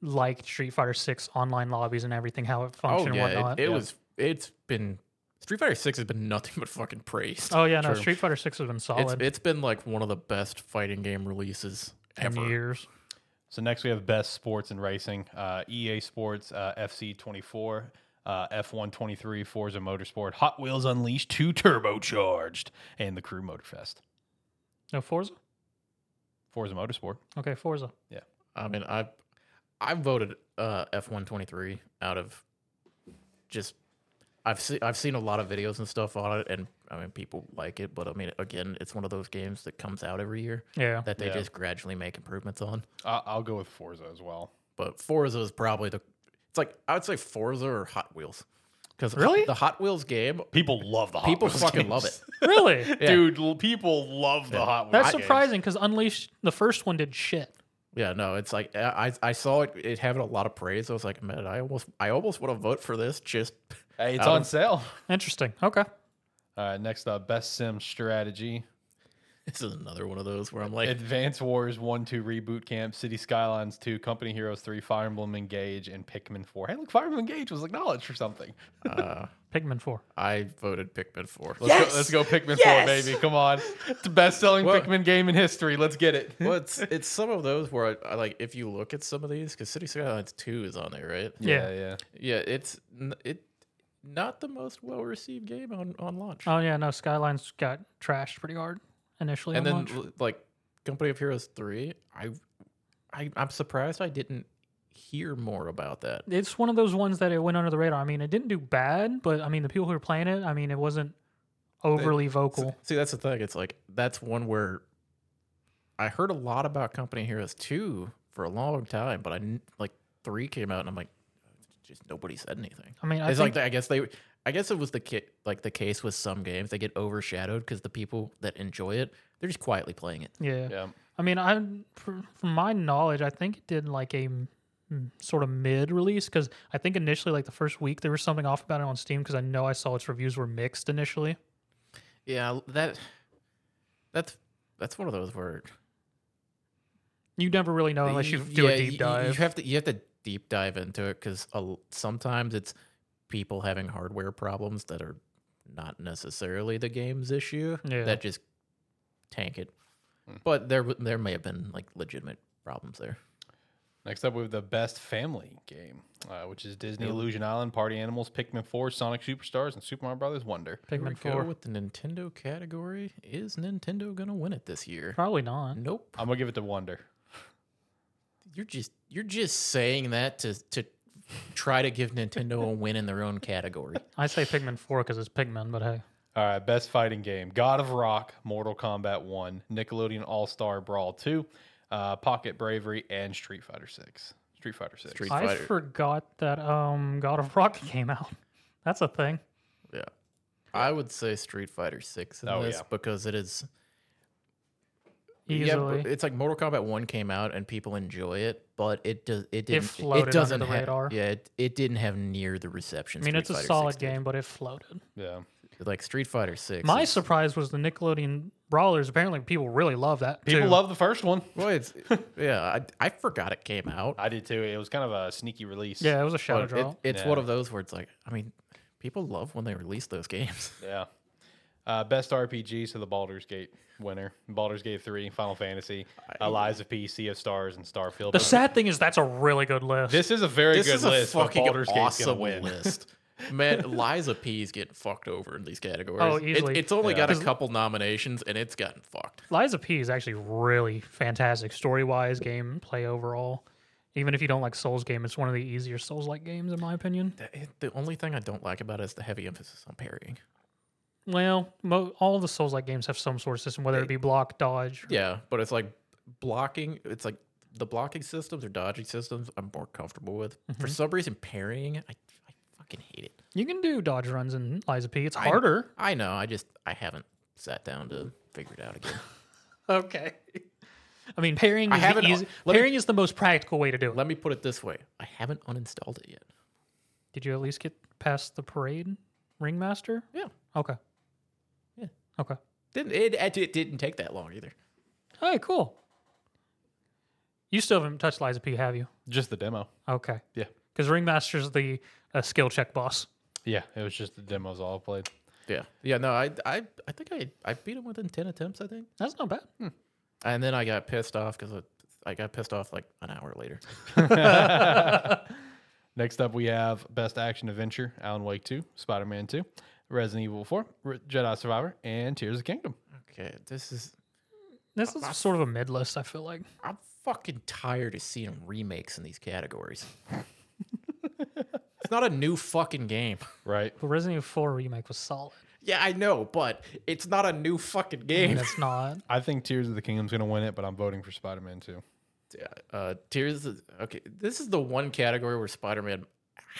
[SPEAKER 3] like Street Fighter 6 online lobbies and everything, how it functioned and
[SPEAKER 2] Oh, yeah.
[SPEAKER 3] whatnot.
[SPEAKER 2] It, it was, it's been, Street Fighter 6 has been nothing but fucking praised.
[SPEAKER 3] Oh yeah, no.
[SPEAKER 1] True.
[SPEAKER 3] Street Fighter Six has been
[SPEAKER 2] it's,
[SPEAKER 3] solid
[SPEAKER 2] it's been like one of the best fighting game releases
[SPEAKER 3] in
[SPEAKER 2] ever.
[SPEAKER 3] years.
[SPEAKER 1] So next we have best sports and racing: uh, EA Sports, uh, FC 24, uh, F1 23, Forza Motorsport, Hot Wheels Unleashed 2 Turbocharged, and the Crew Motorfest.
[SPEAKER 3] No Forza.
[SPEAKER 1] Forza Motorsport.
[SPEAKER 3] Okay, Forza.
[SPEAKER 2] I mean, I I voted uh, F123 out of just I've seen I've seen a lot of videos and stuff on it, and I mean people like it, but I mean again, it's one of those games that comes out every year
[SPEAKER 3] Yeah.
[SPEAKER 2] that they
[SPEAKER 1] Yeah.
[SPEAKER 2] just gradually make improvements on.
[SPEAKER 1] I- I'll go with Forza as well.
[SPEAKER 2] But Forza is probably the it's like I would say Forza or Hot Wheels because
[SPEAKER 3] Really?
[SPEAKER 2] the Hot Wheels game
[SPEAKER 1] People love the Hot
[SPEAKER 2] people
[SPEAKER 1] Wheels games.
[SPEAKER 2] fucking love it.
[SPEAKER 3] really?
[SPEAKER 2] Yeah.
[SPEAKER 1] dude. l- People love the Hot Wheels.
[SPEAKER 3] That's
[SPEAKER 1] games.
[SPEAKER 3] surprising because Unleashed, the first one did shit.
[SPEAKER 2] Yeah, no, it's like I I I saw it, it having a lot of praise. I was like, man, I almost I almost want to vote for this just
[SPEAKER 1] Hey, it's
[SPEAKER 2] Out
[SPEAKER 1] on sale.
[SPEAKER 3] Interesting. Okay.
[SPEAKER 1] All right, next up, best sim strategy:
[SPEAKER 2] This is another one of those where I'm like,
[SPEAKER 1] Advance Wars 1, 2, Reboot Camp, City Skylines 2, Company Heroes 3, Fire Emblem Engage, and Pikmin 4. Hey, look, Fire Emblem Engage was acknowledged for something.
[SPEAKER 2] uh,
[SPEAKER 3] Pikmin 4.
[SPEAKER 2] I voted Pikmin 4.
[SPEAKER 1] Let's, go, let's go Pikmin 4,
[SPEAKER 4] Yes!
[SPEAKER 1] baby. Come on. It's the best selling
[SPEAKER 2] What?
[SPEAKER 1] Pikmin game in history. Let's get it.
[SPEAKER 2] well, it's it's some of those where I, I like if you look at some of these because City Skylines Two is on there, right?
[SPEAKER 1] Yeah,
[SPEAKER 3] Yeah.
[SPEAKER 1] yeah.
[SPEAKER 2] Yeah, it's n- it not the most well received game on on launch,
[SPEAKER 3] Oh, yeah, no, Skylines got trashed pretty hard initially.
[SPEAKER 2] and
[SPEAKER 3] on
[SPEAKER 2] then
[SPEAKER 3] launch.
[SPEAKER 2] l- like Company of Heroes Three, I, I I'm surprised I didn't hear more about that.
[SPEAKER 3] it's one of those ones that it went under the radar. I mean, it didn't do bad, but I mean, the people who were playing it, I mean, it wasn't overly
[SPEAKER 2] So-
[SPEAKER 3] vocal.
[SPEAKER 2] see, that's the thing. It's like that's one where I heard a lot about Company of Heroes Two for a long time, but I kn- like three came out, and I'm like, just nobody said anything.
[SPEAKER 3] I mean, I
[SPEAKER 2] it's
[SPEAKER 3] think
[SPEAKER 2] like that- I guess they. I guess it was the ki- like the case with some games they get overshadowed because the people that enjoy it they're just quietly playing it.
[SPEAKER 3] yeah.
[SPEAKER 1] Yeah.
[SPEAKER 3] I mean, I fr- from my knowledge, I think it did like a m- m- sort of mid release because I think initially, like the first week, there was something off about it on Steam because I know I saw its reviews were mixed initially.
[SPEAKER 2] Yeah, that that's that's one of those where
[SPEAKER 3] You never really know unless you
[SPEAKER 2] y-
[SPEAKER 3] do
[SPEAKER 2] yeah,
[SPEAKER 3] a
[SPEAKER 2] y-
[SPEAKER 3] deep dive.
[SPEAKER 2] You have to you have to deep dive into it because sometimes it's people having hardware problems that are not necessarily the game's issue
[SPEAKER 3] Yeah.
[SPEAKER 2] that just tank it. But there w- there may have been like legitimate problems there.
[SPEAKER 1] Next up, we have the best family game, uh, which is Disney Illusion Island, Party Animals, Pikmin 4, Sonic Superstars, and Super Mario Brothers Wonder.
[SPEAKER 2] Here we
[SPEAKER 3] Pikmin
[SPEAKER 2] go
[SPEAKER 3] four,
[SPEAKER 2] with the Nintendo category. Is Nintendo gonna win it this year?
[SPEAKER 3] probably not.
[SPEAKER 2] Nope.
[SPEAKER 1] I'm going to give it to Wonder.
[SPEAKER 2] You're just you're just saying that to to try to give Nintendo a win in their own category.
[SPEAKER 3] I say Pikmin four because it's Pikmin, but hey,
[SPEAKER 1] All right, best fighting game: God of Rock, Mortal Kombat One, Nickelodeon All Star Brawl Two, uh, Pocket Bravery, and Street Fighter Six. Street Fighter Six.
[SPEAKER 2] Street-
[SPEAKER 3] I
[SPEAKER 2] Fighter.
[SPEAKER 3] forgot that um God of Rock came out. That's a thing.
[SPEAKER 2] Yeah. I would say Street Fighter 6 in
[SPEAKER 1] Oh,
[SPEAKER 2] this
[SPEAKER 1] yeah.
[SPEAKER 2] because it is yeah,
[SPEAKER 3] Easily,
[SPEAKER 2] but it's like Mortal Kombat 1 came out and people enjoy it, but it does it didn't
[SPEAKER 3] floated under
[SPEAKER 2] doesn't
[SPEAKER 3] the
[SPEAKER 2] have
[SPEAKER 3] radar.
[SPEAKER 2] yeah, it, it didn't have near the reception.
[SPEAKER 3] I mean,
[SPEAKER 2] Street
[SPEAKER 3] it's a
[SPEAKER 2] Fighter 6
[SPEAKER 3] solid
[SPEAKER 2] did.
[SPEAKER 3] game, but it floated.
[SPEAKER 1] Yeah,
[SPEAKER 2] Like Street Fighter 6.
[SPEAKER 3] My
[SPEAKER 2] is-
[SPEAKER 3] surprise was the Nickelodeon Brawlers. Apparently, people really love that.
[SPEAKER 1] people
[SPEAKER 3] too.
[SPEAKER 1] love the first one.
[SPEAKER 2] well, it's yeah, I, I forgot it came out.
[SPEAKER 1] I did too. It was kind of a sneaky release.
[SPEAKER 3] Yeah, it was a shadow
[SPEAKER 2] but it-
[SPEAKER 3] draw.
[SPEAKER 2] it's
[SPEAKER 1] Yeah.
[SPEAKER 2] one of those where it's like, I mean, people love when they release those games.
[SPEAKER 1] yeah. Uh, best RPG: so the Baldur's Gate winner, Baldur's Gate Three, Final Fantasy, uh, Lies of P, Sea of Stars, and Starfield.
[SPEAKER 3] the sad thing is that's a really good list.
[SPEAKER 1] this is a very
[SPEAKER 2] this
[SPEAKER 1] good
[SPEAKER 2] is
[SPEAKER 1] list.
[SPEAKER 2] a
[SPEAKER 1] but
[SPEAKER 2] fucking
[SPEAKER 1] Baldur's Gate's gonna
[SPEAKER 2] awesome
[SPEAKER 1] win.
[SPEAKER 2] list. Man, Liza P is getting fucked over in these categories.
[SPEAKER 3] Oh,
[SPEAKER 2] It-
[SPEAKER 3] easily.
[SPEAKER 2] it's only
[SPEAKER 1] Yeah.
[SPEAKER 2] got a couple nominations and it's gotten fucked.
[SPEAKER 3] Liza P is actually really fantastic story wise, game play overall. Even if you don't like Souls game, it's one of the easier Souls like games in my opinion.
[SPEAKER 2] The- it- The only thing I don't like about it is the heavy emphasis on parrying.
[SPEAKER 3] Well, mo- all the Souls like games have some sort of system, whether it be block, dodge.
[SPEAKER 2] Yeah, but it's like blocking. It's like the blocking systems or dodging systems I'm more comfortable with. For some reason, parrying, I, I fucking hate it.
[SPEAKER 3] You can do dodge runs in Liza P. It's harder.
[SPEAKER 2] I know. I just I haven't sat down to figure it out again.
[SPEAKER 3] okay. I mean, pairing
[SPEAKER 2] I
[SPEAKER 3] is, the
[SPEAKER 2] haven't-
[SPEAKER 3] easy-
[SPEAKER 2] let me-
[SPEAKER 3] pairing is the most practical way to do it.
[SPEAKER 2] Let me put it this way: I haven't uninstalled it yet.
[SPEAKER 3] Did you at least get past the parade ringmaster?
[SPEAKER 2] Yeah,
[SPEAKER 3] Okay.
[SPEAKER 2] Yeah.
[SPEAKER 3] Okay.
[SPEAKER 2] didn't it, it, it didn't take that long either.
[SPEAKER 3] Hey, cool. You still haven't touched Liza P, have you?
[SPEAKER 1] Just the demo.
[SPEAKER 3] Okay.
[SPEAKER 1] Yeah.
[SPEAKER 3] Because Ringmaster's the uh, skill check boss.
[SPEAKER 1] Yeah, it was just the demos all played.
[SPEAKER 2] Yeah, yeah. No, I I I think I I beat him within ten attempts. I think,
[SPEAKER 3] That's not bad.
[SPEAKER 2] and then I got pissed off because I got pissed off like an hour later.
[SPEAKER 1] Next up, we have Best Action Adventure: Alan Wake 2, Spider Man 2, Resident Evil 4, Re- Jedi Survivor, and Tears of the Kingdom.
[SPEAKER 2] Okay, this is
[SPEAKER 3] This is sort of a mid list, I feel like.
[SPEAKER 2] I'm fucking tired of seeing remakes in these categories. it's not a new fucking game.
[SPEAKER 1] Right?
[SPEAKER 3] But Resident Evil 4 remake was solid.
[SPEAKER 2] Yeah, I know, but it's not a new fucking game.
[SPEAKER 3] That's not.
[SPEAKER 1] I think Tears of the Kingdom's going to win it, but I'm voting for Spider Man 2.
[SPEAKER 2] Uh, Tears. Of, okay, this is the one category where Spider-Man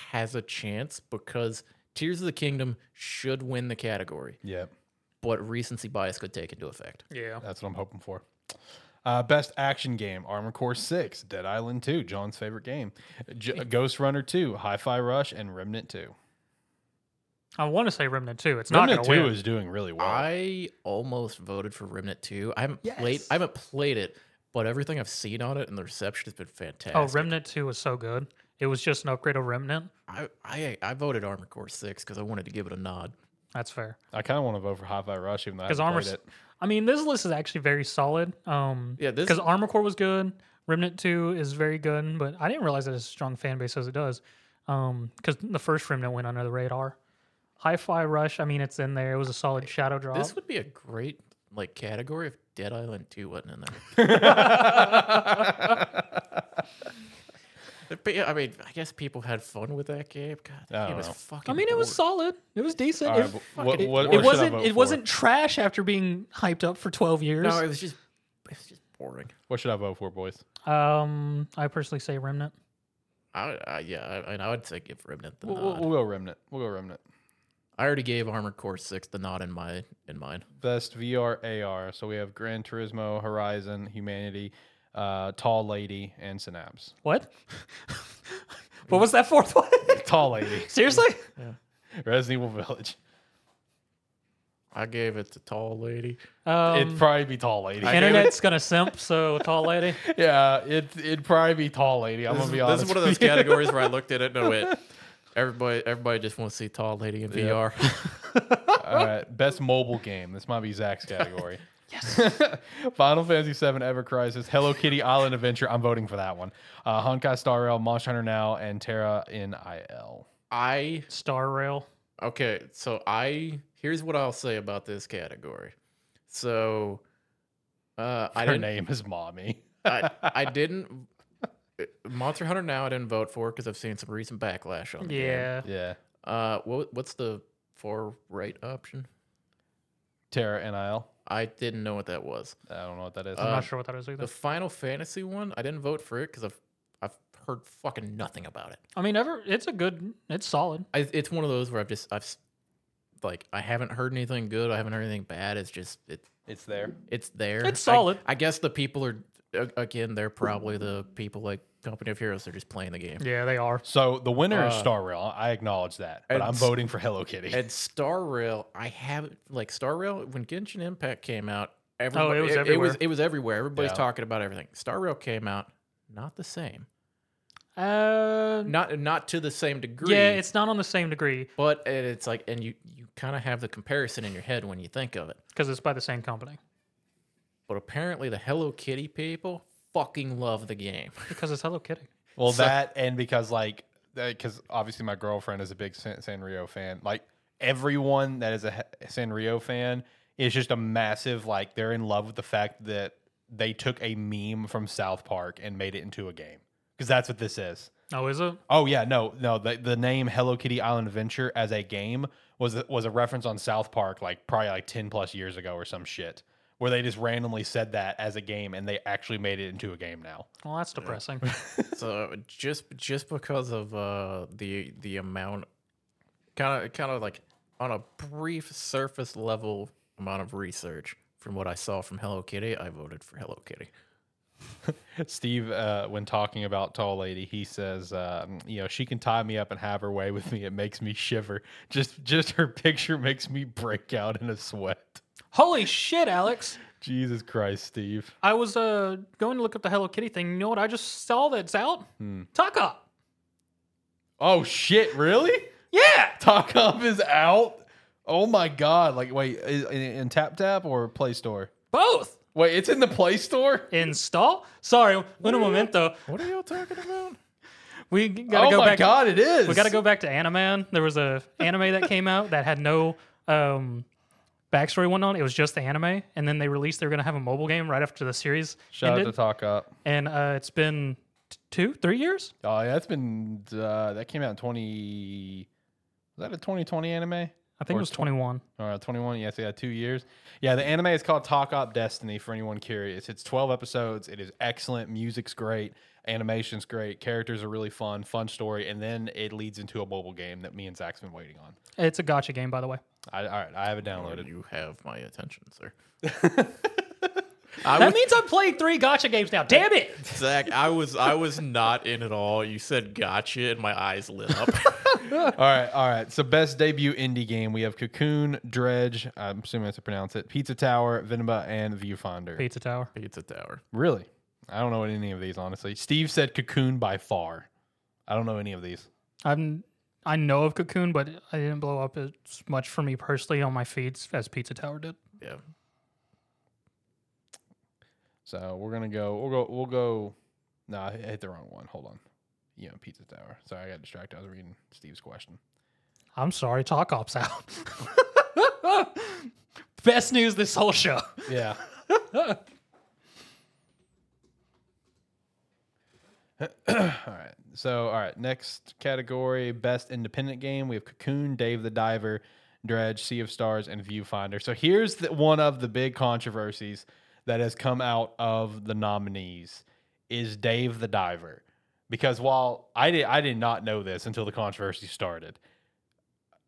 [SPEAKER 2] has a chance because Tears of the Kingdom should win the category,
[SPEAKER 1] Yep,
[SPEAKER 2] but recency bias could take into effect.
[SPEAKER 3] Yeah.
[SPEAKER 1] that's what I'm hoping for. Uh, best Action Game: Armored Core 6, Dead Island 2, John's favorite game, J- Ghost Runner 2, Hi-Fi Rush, and Remnant 2.
[SPEAKER 3] I want to say Remnant Two. It's
[SPEAKER 1] Remnant
[SPEAKER 3] not going
[SPEAKER 1] 2
[SPEAKER 3] to win.
[SPEAKER 1] is doing really well.
[SPEAKER 2] I almost voted for Remnant 2. I haven't played I haven't played it, but everything I've seen on it and the reception has been fantastic.
[SPEAKER 3] Oh, Remnant Two was so good. It was just an upgrade of Remnant.
[SPEAKER 2] I, I I voted Armor Core 6 because I wanted to give it a nod.
[SPEAKER 3] That's fair.
[SPEAKER 1] I kind of want to vote for High Five Rush, even though I
[SPEAKER 3] Because
[SPEAKER 1] haven't
[SPEAKER 3] armor,
[SPEAKER 1] played it.
[SPEAKER 3] I mean, this list is actually very solid. Um,
[SPEAKER 2] Yeah, this
[SPEAKER 3] because Armor Core was good. Remnant Two is very good, but I didn't realize it has a strong fan base as it does. Um, because the first Remnant went under the radar. Hi-Fi Rush, I mean, it's in there. It was a solid shadow drop.
[SPEAKER 2] this would be a great like category if Dead Island 2 wasn't in there. But yeah, I mean, I guess people had fun with that game. God,
[SPEAKER 1] I
[SPEAKER 2] that
[SPEAKER 1] don't
[SPEAKER 2] game was
[SPEAKER 1] know.
[SPEAKER 2] fucking
[SPEAKER 3] I mean, it was
[SPEAKER 2] boring.
[SPEAKER 3] solid. It was decent.
[SPEAKER 1] All right,
[SPEAKER 3] It-
[SPEAKER 1] but what-
[SPEAKER 2] it-
[SPEAKER 1] what- what
[SPEAKER 2] it
[SPEAKER 1] should I
[SPEAKER 3] it wasn't.
[SPEAKER 1] vote
[SPEAKER 3] It
[SPEAKER 1] for?
[SPEAKER 3] wasn't trash after being hyped up for twelve years.
[SPEAKER 2] No, it was just it was just boring.
[SPEAKER 1] What should I vote for, boys?
[SPEAKER 3] um, I personally say Remnant.
[SPEAKER 2] I, I yeah, I, I mean, I would say give Remnant the
[SPEAKER 1] We'll,
[SPEAKER 2] nod.
[SPEAKER 1] we'll, we'll go Remnant. We'll go Remnant.
[SPEAKER 2] I already gave Armored Core Six the nod in my in mine.
[SPEAKER 1] Best VR AR. So we have Gran Turismo, Horizon, Humanity, uh, Tall Lady, and Synapse.
[SPEAKER 3] What? what was that fourth one?
[SPEAKER 1] Tall Lady,
[SPEAKER 3] Seriously?
[SPEAKER 1] Resident Evil Village.
[SPEAKER 2] I gave it to Tall Lady.
[SPEAKER 3] Um,
[SPEAKER 1] it'd probably be Tall Lady.
[SPEAKER 2] gave it-
[SPEAKER 3] internet's gonna simp. So tall lady.
[SPEAKER 1] yeah, it it'd probably be Tall Lady. I'm
[SPEAKER 2] This,
[SPEAKER 1] gonna
[SPEAKER 2] is,
[SPEAKER 1] be
[SPEAKER 2] this
[SPEAKER 1] honest.
[SPEAKER 2] is one of those categories where I looked at it and I went, everybody, everybody just wants to see Tall Lady in VR.
[SPEAKER 1] All right, best mobile game. This might be Zach's category. yes. Final Fantasy VII Ever Crisis, Hello Kitty Island Adventure. I'm voting for that one. Uh, Honkai Star Rail, Monster Hunter Now, and Terra in IL.
[SPEAKER 2] I
[SPEAKER 3] Star Rail.
[SPEAKER 2] okay, so I here's what I'll say about this category. So, uh, I
[SPEAKER 1] Her
[SPEAKER 2] didn't
[SPEAKER 1] name is Mommy.
[SPEAKER 2] I, I didn't. uh, Monster Hunter now I didn't vote for because I've seen some recent backlash on the game.
[SPEAKER 3] Yeah.
[SPEAKER 1] Yeah,
[SPEAKER 2] Uh, what, what's the far right option?
[SPEAKER 1] Terra in IL.
[SPEAKER 2] I didn't know what that was.
[SPEAKER 1] I don't know what that is.
[SPEAKER 3] I'm
[SPEAKER 2] Uh,
[SPEAKER 3] not sure what that is either.
[SPEAKER 2] The Final Fantasy one I didn't vote for it because I've I've heard fucking nothing about it.
[SPEAKER 3] I mean, ever. It's a good. It's solid.
[SPEAKER 2] I, it's one of those where I've just I've s- like I haven't heard anything good. I haven't heard anything bad. It's just it
[SPEAKER 1] it's there.
[SPEAKER 2] it's there.
[SPEAKER 3] It's
[SPEAKER 2] I-
[SPEAKER 3] solid.
[SPEAKER 2] I, guess the people are a- again they're probably the people like Company of Heroes. They're just playing the game.
[SPEAKER 3] Yeah, they are.
[SPEAKER 1] So the winner is
[SPEAKER 2] Uh,
[SPEAKER 1] Star Rail. I acknowledge that, but
[SPEAKER 2] and
[SPEAKER 1] I'm
[SPEAKER 2] s-
[SPEAKER 1] voting for Hello Kitty.
[SPEAKER 2] And Star Rail, I haven't like Star Rail when Genshin Impact came out. Every,
[SPEAKER 3] Oh, it was
[SPEAKER 2] It was
[SPEAKER 3] everywhere.
[SPEAKER 2] it was everywhere. Everybody's
[SPEAKER 1] Yeah.
[SPEAKER 2] talking about everything. Star Rail came out, not the same,
[SPEAKER 3] Uh,
[SPEAKER 2] not not to the same degree.
[SPEAKER 3] yeah, it's not on the same degree
[SPEAKER 2] but it- it's like, and you you kind of have the comparison in your head when you think of it.
[SPEAKER 3] because it's by the same company.
[SPEAKER 2] But apparently, the Hello Kitty people fucking love the game.
[SPEAKER 3] Because it's Hello Kitty.
[SPEAKER 1] Well,
[SPEAKER 2] So-
[SPEAKER 1] that and because like because obviously my girlfriend is a big San, Sanrio fan. Like everyone that is a he- Sanrio fan is just a massive like they're in love with the fact that they took a meme from South Park and made it into a game because that's what this is.
[SPEAKER 3] Oh, is it?
[SPEAKER 1] Oh yeah, no, no. The, the name Hello Kitty Island Adventure as a game was a- was a reference on South Park, like probably like ten plus years ago or some shit, where they just randomly said that as a game, and they actually made it into a game now.
[SPEAKER 3] Well, that's depressing.
[SPEAKER 2] so just just because of uh, the the amount, kind of kind of like on a brief surface level amount of research from what I saw from Hello Kitty, I voted for Hello Kitty.
[SPEAKER 1] Steve, uh, when talking about Tall Lady, he says, um, you know, she can tie me up and have her way with me. It makes me shiver. Just, just her picture makes me break out in a sweat.
[SPEAKER 3] Holy shit, Alex.
[SPEAKER 1] Jesus Christ, Steve.
[SPEAKER 3] I was uh going to look up the Hello Kitty thing. You know what I just saw that's out? Tuck Up.
[SPEAKER 1] Oh shit, really?
[SPEAKER 3] Yeah.
[SPEAKER 1] Talk Up is out. Oh my god! Like, wait, is, in, in Tap Tap or Play Store?
[SPEAKER 3] Both.
[SPEAKER 1] Wait, it's in the Play Store.
[SPEAKER 3] Install? Sorry, un momento.
[SPEAKER 2] What are y'all talking about?
[SPEAKER 3] We g- gotta
[SPEAKER 1] oh
[SPEAKER 3] go
[SPEAKER 1] my
[SPEAKER 3] back.
[SPEAKER 1] god, it is.
[SPEAKER 3] We gotta go back to Animan. There was a anime that came out that had no um, backstory went on. It was just the anime, and then they released they were gonna have a mobile game right after the series
[SPEAKER 1] Shout out
[SPEAKER 3] ended.
[SPEAKER 1] to Talk Up.
[SPEAKER 3] and uh, it's been t- two, three years.
[SPEAKER 1] Oh yeah, that's been uh, that came out in twenty. Was that a twenty twenty anime?
[SPEAKER 3] I think
[SPEAKER 1] Or
[SPEAKER 3] it was twenty one.
[SPEAKER 1] Uh, 21, yes, yeah, two years. Yeah, the anime is called Talk Up Destiny for anyone curious. It's 12 episodes. It is excellent. Music's great. Animation's great. Characters are really fun. Fun story. And then it leads into a mobile game that me and Zach's been waiting on.
[SPEAKER 3] It's a gotcha game, by the way.
[SPEAKER 1] I, all right, I have it downloaded.
[SPEAKER 2] You have my attention, sir.
[SPEAKER 3] that
[SPEAKER 2] I was,
[SPEAKER 3] means I'm playing three gotcha games now. Damn it!
[SPEAKER 2] Zach, I was I was not in at all. You said gotcha, and my eyes lit up.
[SPEAKER 1] All right, all right. So best debut indie game we have Cocoon, Dredge. I'm assuming that's how to pronounce it. Pizza Tower, Venba, and Viewfinder.
[SPEAKER 3] Pizza Tower.
[SPEAKER 2] Pizza Tower.
[SPEAKER 1] Really? I don't know any of these honestly. Steve said Cocoon by far. I don't know any of these.
[SPEAKER 3] I'm. I know of Cocoon, but I didn't blow up as much for me personally on my feeds as Pizza Tower did.
[SPEAKER 2] Yeah.
[SPEAKER 1] So we're gonna go. We'll go. We'll go. No, I hit the wrong one. Hold on. Yeah, Pizza Tower. Sorry, I got distracted. I was reading Steve's question.
[SPEAKER 3] I'm sorry, Talk Ops out. Best news this whole show.
[SPEAKER 1] Yeah. all right. So, all right. Next category best independent game. We have Cocoon, Dave the Diver, Dredge, Sea of Stars, and Viewfinder. So, here's the, one of the big controversies that has come out of the nominees is Dave the Diver. Because while I did, I did not know this until the controversy started.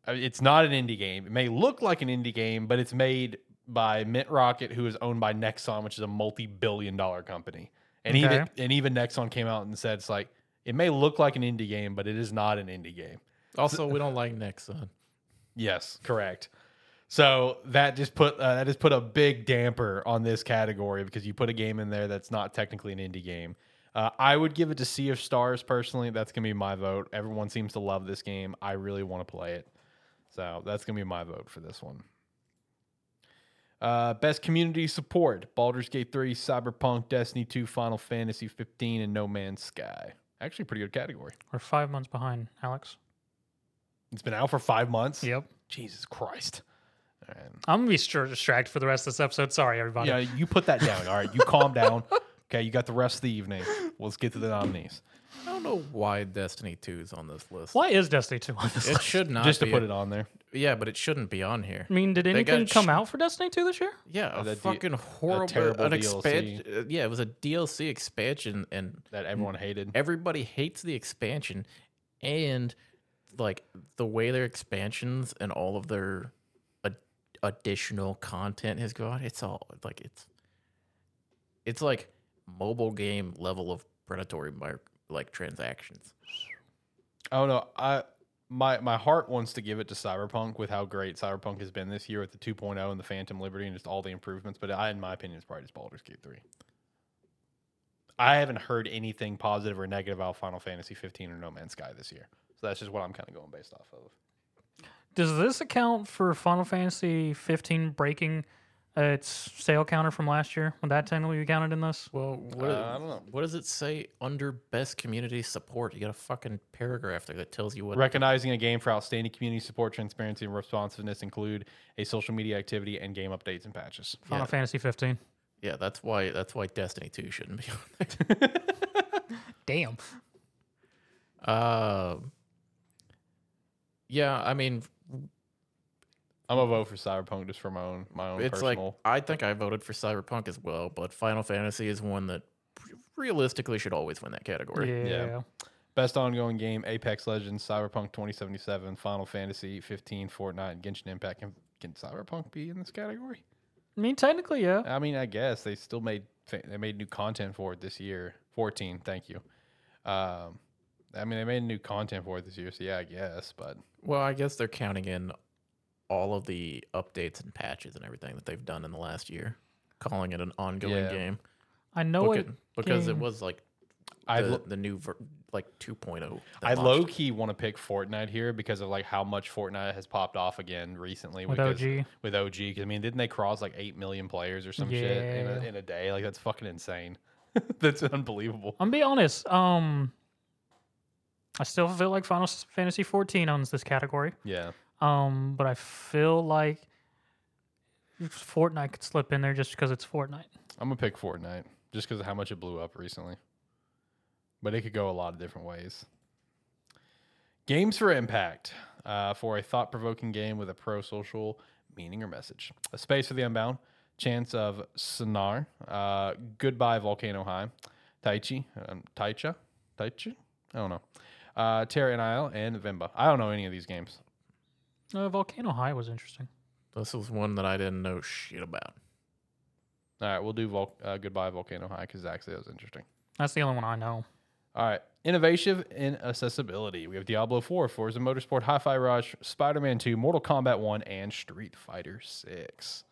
[SPEAKER 1] Uh, It's not an indie game. It may look like an indie game, but it's made by Mint Rocket, who is owned by Nexon, which is a multi-billion-dollar company. And
[SPEAKER 3] Okay.
[SPEAKER 1] even and even Nexon came out and said it's like it may look like an indie game, but it is not an indie game.
[SPEAKER 2] Also, we don't like Nexon.
[SPEAKER 1] Yes, correct. So that just put uh, that just put a big damper on this category because you put a game in there that's not technically an indie game. Uh, I would give it to Sea of Stars personally. That's gonna be my vote. Everyone seems to love this game. I really want to play it, so that's gonna be my vote for this one. Uh, best community support: Baldur's Gate 3, Cyberpunk, Destiny 2, Final Fantasy 15, and No Man's Sky. Actually, pretty good category.
[SPEAKER 3] We're five months behind, Alex.
[SPEAKER 1] It's been out for five months.
[SPEAKER 3] Yep.
[SPEAKER 1] Jesus Christ. All right.
[SPEAKER 3] I'm gonna be sure distracted for the rest of this episode. Sorry, everybody.
[SPEAKER 1] Yeah, you put that down. All right, you calm down. Okay, you got the rest of the evening. Let's get to the nominees.
[SPEAKER 2] I don't know why Destiny 2 is on this list.
[SPEAKER 3] Why is Destiny 2 on this
[SPEAKER 2] It
[SPEAKER 3] list?
[SPEAKER 2] should not
[SPEAKER 1] Just to
[SPEAKER 2] be
[SPEAKER 1] put it on there.
[SPEAKER 2] Yeah, but it shouldn't be on here.
[SPEAKER 3] I mean, did
[SPEAKER 2] They got
[SPEAKER 3] anything
[SPEAKER 2] sh-
[SPEAKER 3] come out for Destiny 2 this year?
[SPEAKER 2] Yeah, a
[SPEAKER 1] that D-
[SPEAKER 2] fucking horrible,
[SPEAKER 1] terrible
[SPEAKER 2] an
[SPEAKER 1] DLC.
[SPEAKER 2] expansion. uh, Yeah, it was a DLC expansion, and
[SPEAKER 1] That everyone hated.
[SPEAKER 2] everybody hates the expansion, and like the way their expansions and all of their ad- additional content has gone. It's all like it's, it's like mobile game level of predatory mar- like transactions.
[SPEAKER 1] Oh no, I my my heart wants to give it to Cyberpunk with how great Cyberpunk has been this year with the 2.0 and the Phantom Liberty and just all the improvements. But I, in my opinion, it's probably just Baldur's Gate 3. I haven't heard anything positive or negative about Final Fantasy 15 or No Man's Sky this year. So that's just what I'm kind of going based off of.
[SPEAKER 3] Does this account for Final Fantasy 15 breaking uh, its sale counter from last year? Would that technically be counted in this?
[SPEAKER 2] Well, what,
[SPEAKER 1] Uh, I don't know.
[SPEAKER 2] what does it say under best community support? You got a fucking paragraph there that tells you what
[SPEAKER 1] Recognizing a game for outstanding community support, transparency, and responsiveness include a social media activity and game updates and patches.
[SPEAKER 3] Final
[SPEAKER 2] Yeah.
[SPEAKER 3] Fantasy 15.
[SPEAKER 2] Yeah, that's why that's why Destiny 2 shouldn't be on there.
[SPEAKER 3] Damn.
[SPEAKER 2] Uh, yeah, I mean,
[SPEAKER 1] I'm a vote for Cyberpunk just for my own my own
[SPEAKER 2] it's
[SPEAKER 1] personal.
[SPEAKER 2] like I think I voted for Cyberpunk as well, but Final Fantasy is one that realistically should always win that
[SPEAKER 3] Yeah.
[SPEAKER 2] category.
[SPEAKER 1] Best ongoing game: Apex Legends, Cyberpunk 2077, Final Fantasy 15, Fortnite, Genshin Impact. Can, can Cyberpunk be in this category?
[SPEAKER 3] I mean, technically, yeah.
[SPEAKER 1] I mean, I guess they still made fa- they made new content for it this year. 14, thank you. Um, I mean, they made new content for it this year, so yeah, I guess. But
[SPEAKER 2] Well, I guess they're counting in all of the updates and patches and everything that they've done in the last year, calling it an ongoing
[SPEAKER 1] Yeah.
[SPEAKER 2] game.
[SPEAKER 3] I know
[SPEAKER 2] Book
[SPEAKER 3] it.
[SPEAKER 2] it- because it
[SPEAKER 3] game-
[SPEAKER 2] was like
[SPEAKER 1] I
[SPEAKER 2] the,
[SPEAKER 1] lo-
[SPEAKER 2] the new ver- like 2.0. that
[SPEAKER 1] I
[SPEAKER 2] launched.
[SPEAKER 1] low key want to pick Fortnite here because of like how much Fortnite has popped off again recently
[SPEAKER 3] With
[SPEAKER 1] because-
[SPEAKER 3] OG.
[SPEAKER 1] With OG, 'cause, I mean, didn't they cross like eight million players or some shit in
[SPEAKER 3] Yeah.
[SPEAKER 1] a, in a day? Like that's fucking insane. that's unbelievable.
[SPEAKER 3] I'm be honest. Um, I still feel like Final S- Fantasy 14 owns this category.
[SPEAKER 1] Yeah,
[SPEAKER 3] Um, but I feel like Fortnite could slip in there just because it's Fortnite.
[SPEAKER 1] I'm gonna pick Fortnite just because of how much it blew up recently. But it could go a lot of different ways. Games for impact uh, for a thought provoking game with a pro social meaning or message. A space for the unbound. Chance of Sonar. Uh, goodbye Volcano High. Taichi. Um, Taicha. Taichi. I don't know. Uh, Terra and Isle and Vimba. I don't know any of these games.
[SPEAKER 3] Uh, Volcano High was interesting.
[SPEAKER 2] This was one that I didn't know shit about.
[SPEAKER 1] All right, we'll do Vol- uh, goodbye Volcano High because actually that was interesting.
[SPEAKER 3] That's the only one I know.
[SPEAKER 1] All right, innovative in accessibility. We have Diablo 4, Forza Motorsport, Hi-Fi Rush, Spider-Man 2, Mortal Kombat 1, and Street Fighter 6.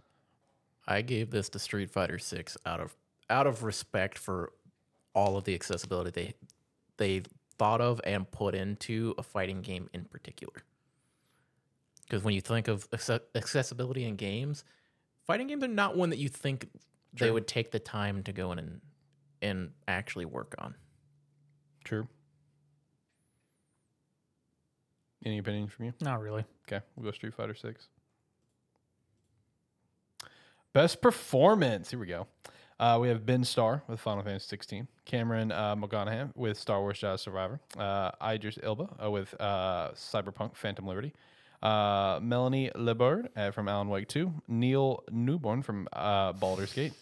[SPEAKER 2] I gave this to Street Fighter Six out of out of respect for all of the accessibility they they thought of and put into a fighting game in particular. Because when you think of acce- accessibility in games, fighting games are not one that you think they would take the time to go in and and actually work on.
[SPEAKER 1] True. Any opinion from you?
[SPEAKER 3] Not really.
[SPEAKER 1] Okay, we'll go Street Fighter Six. Best performance. Here we go. Uh, we have Ben Starr with Final Fantasy 16, Cameron uh, McGonaghan with Star Wars Jedi Survivor, uh, Idris Elba uh, with uh, Cyberpunk Phantom Liberty, uh, Melanie Lebard uh, from Alan Wake 2, Neil Newborn from uh, Baldur's Gate,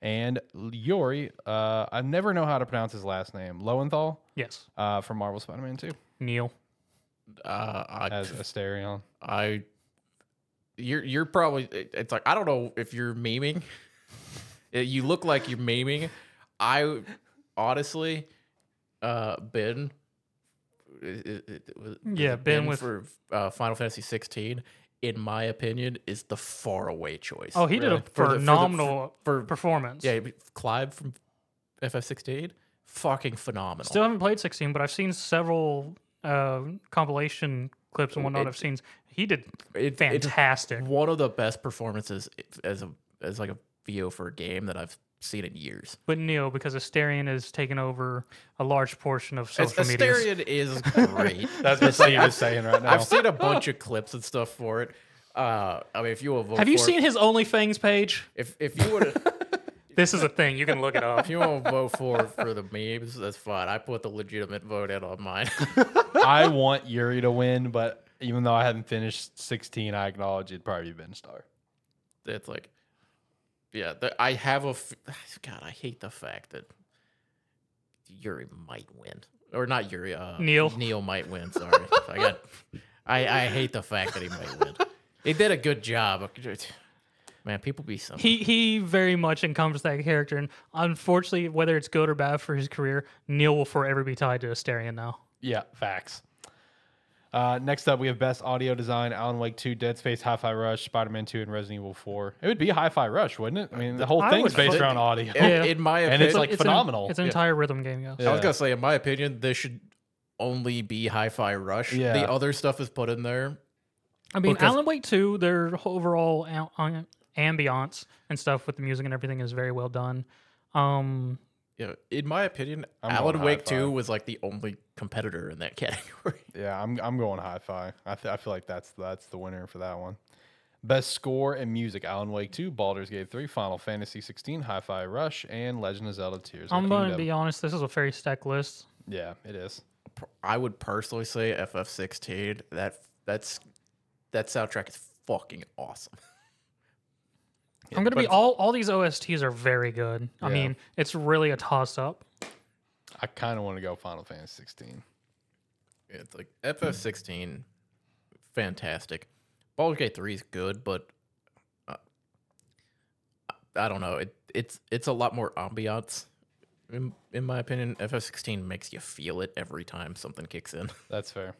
[SPEAKER 1] and Yori, uh, I never know how to pronounce his last name, Lowenthal
[SPEAKER 3] Yes.
[SPEAKER 1] uh, from Marvel Spider Man 2
[SPEAKER 3] Neil.
[SPEAKER 2] Uh, I,
[SPEAKER 1] as Asterion.
[SPEAKER 2] I you're you're probably it- it's like I don't know if you're memeing. Uh, you look like you're memeing. I honestly uh Ben it- it- it was-
[SPEAKER 3] Yeah, Ben with-
[SPEAKER 2] for uh, Final Fantasy 16 in my opinion is the faraway choice.
[SPEAKER 3] Oh, he
[SPEAKER 1] Really?
[SPEAKER 3] did
[SPEAKER 2] For the-
[SPEAKER 3] a
[SPEAKER 2] for the-
[SPEAKER 3] phenomenal
[SPEAKER 2] for-
[SPEAKER 3] performance.
[SPEAKER 2] yeah, Clive from FF16 fucking phenomenal.
[SPEAKER 3] Still haven't played 16, but I've seen several uh, compilation clips and whatnot.
[SPEAKER 2] It-
[SPEAKER 3] I've seen he did
[SPEAKER 2] It- it's
[SPEAKER 3] fantastic.
[SPEAKER 2] one of the best performances as a as like a VO for a game that I've seen in years.
[SPEAKER 3] but Neil, because Asterion has taken over a large portion of
[SPEAKER 2] As-
[SPEAKER 3] social media.
[SPEAKER 2] Asterion is great.
[SPEAKER 1] That's what Steve is saying right now.
[SPEAKER 2] I've seen a bunch of clips and stuff for it. Uh, I mean, if you will vote
[SPEAKER 3] Have you
[SPEAKER 2] for it-
[SPEAKER 3] seen his OnlyFans page?
[SPEAKER 2] if if you would if
[SPEAKER 3] This is a thing. You can look it up.
[SPEAKER 2] you want to vote for it for the memes, that's fine. I put the legitimate vote in on mine.
[SPEAKER 1] I want Yuri to win, but even though I haven't finished 16, I acknowledge it'd probably be Ben Star.
[SPEAKER 2] it's like, yeah, the, I have a f- God. I hate the fact that Yuri might win, or not Yuri. Uh,
[SPEAKER 3] Neil.
[SPEAKER 2] Neil might win. Sorry, I got. I I hate the fact that he might win. He did a good job. Man, people be something.
[SPEAKER 3] He he very much encompassed that character, and unfortunately, whether it's good or bad for his career, Neil will forever be tied to Asterion now.
[SPEAKER 1] Yeah, facts. Uh, next up, we have Best Audio Design, Alan Wake 2, Dead Space, Hi Fi Rush, Spider Man 2, and Resident Evil 4. It would be Hi Fi Rush, wouldn't it? I mean, the whole
[SPEAKER 3] I
[SPEAKER 1] thing's
[SPEAKER 3] would
[SPEAKER 1] based
[SPEAKER 3] fuck-
[SPEAKER 1] around audio.
[SPEAKER 2] In,
[SPEAKER 3] Yeah.
[SPEAKER 2] in my opinion,
[SPEAKER 1] And it's like
[SPEAKER 3] an-
[SPEAKER 1] phenomenal.
[SPEAKER 3] it's an entire rhythm game, yes.
[SPEAKER 2] I was
[SPEAKER 1] Yeah.
[SPEAKER 2] gonna say, in my opinion, this should only be Hi-Fi Rush.
[SPEAKER 1] Yeah.
[SPEAKER 2] The other stuff is put in there.
[SPEAKER 3] I mean,
[SPEAKER 2] Because-
[SPEAKER 3] Alan Wake 2, their whole overall am- am- ambiance and stuff with the music and everything is very well done. Um,
[SPEAKER 2] You know, in my opinion,
[SPEAKER 1] I'm
[SPEAKER 2] Alan
[SPEAKER 1] going
[SPEAKER 2] Wake
[SPEAKER 1] Hi-Fi.
[SPEAKER 2] 2 was like the only competitor in that category.
[SPEAKER 1] Yeah, I'm, I'm going Hi Fi. I, th- I feel like that's, that's the winner for that one. Best Score and Music, Alan Wake 2, Baldur's Gate 3, Final Fantasy 16, Hi Fi Rush, and Legend of Zelda Tears. of the
[SPEAKER 3] I'm going to
[SPEAKER 1] Kingdom.
[SPEAKER 3] be honest, this is a very stacked list.
[SPEAKER 1] Yeah, it is.
[SPEAKER 2] I would personally say FF16. That that's that soundtrack is fucking awesome.
[SPEAKER 3] I'm going to be
[SPEAKER 2] but-
[SPEAKER 3] all all these OSTs are very good. I
[SPEAKER 1] Yeah.
[SPEAKER 3] mean, it's really a toss up.
[SPEAKER 1] I kind of want to go Final Fantasy 16.
[SPEAKER 2] It's like FF16, fantastic. Baldur's Gate 3 is good, but uh, I don't know. It it's it's a lot more ambiance. In, in my opinion, FF16 makes you feel it every time something kicks in.
[SPEAKER 1] That's fair.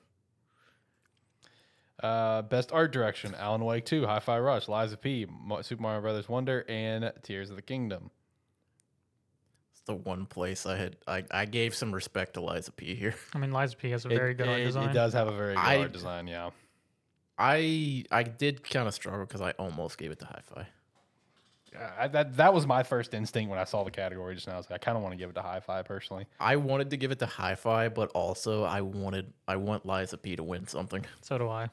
[SPEAKER 1] Uh, best art direction: Alan Wake Two, Hi Fi Rush, Liza P, Mo- Super Mario Brothers Wonder, and Tears of the Kingdom.
[SPEAKER 2] It's the one place I had I, I gave some respect to Liza P here.
[SPEAKER 3] I mean, Liza P has a
[SPEAKER 1] It-
[SPEAKER 3] very good
[SPEAKER 1] it,
[SPEAKER 3] art design.
[SPEAKER 1] It does have a very good
[SPEAKER 2] I-
[SPEAKER 1] art design. Yeah,
[SPEAKER 2] I I did kind of struggle because I almost gave it to Hi-Fi.
[SPEAKER 1] I, that that was my first instinct when I saw the category just now. I was like, I kind of want to give it to Hi Fi personally.
[SPEAKER 2] I wanted to give it to Hi-Fi, but also I wanted I want Liza P to win something.
[SPEAKER 3] So do I.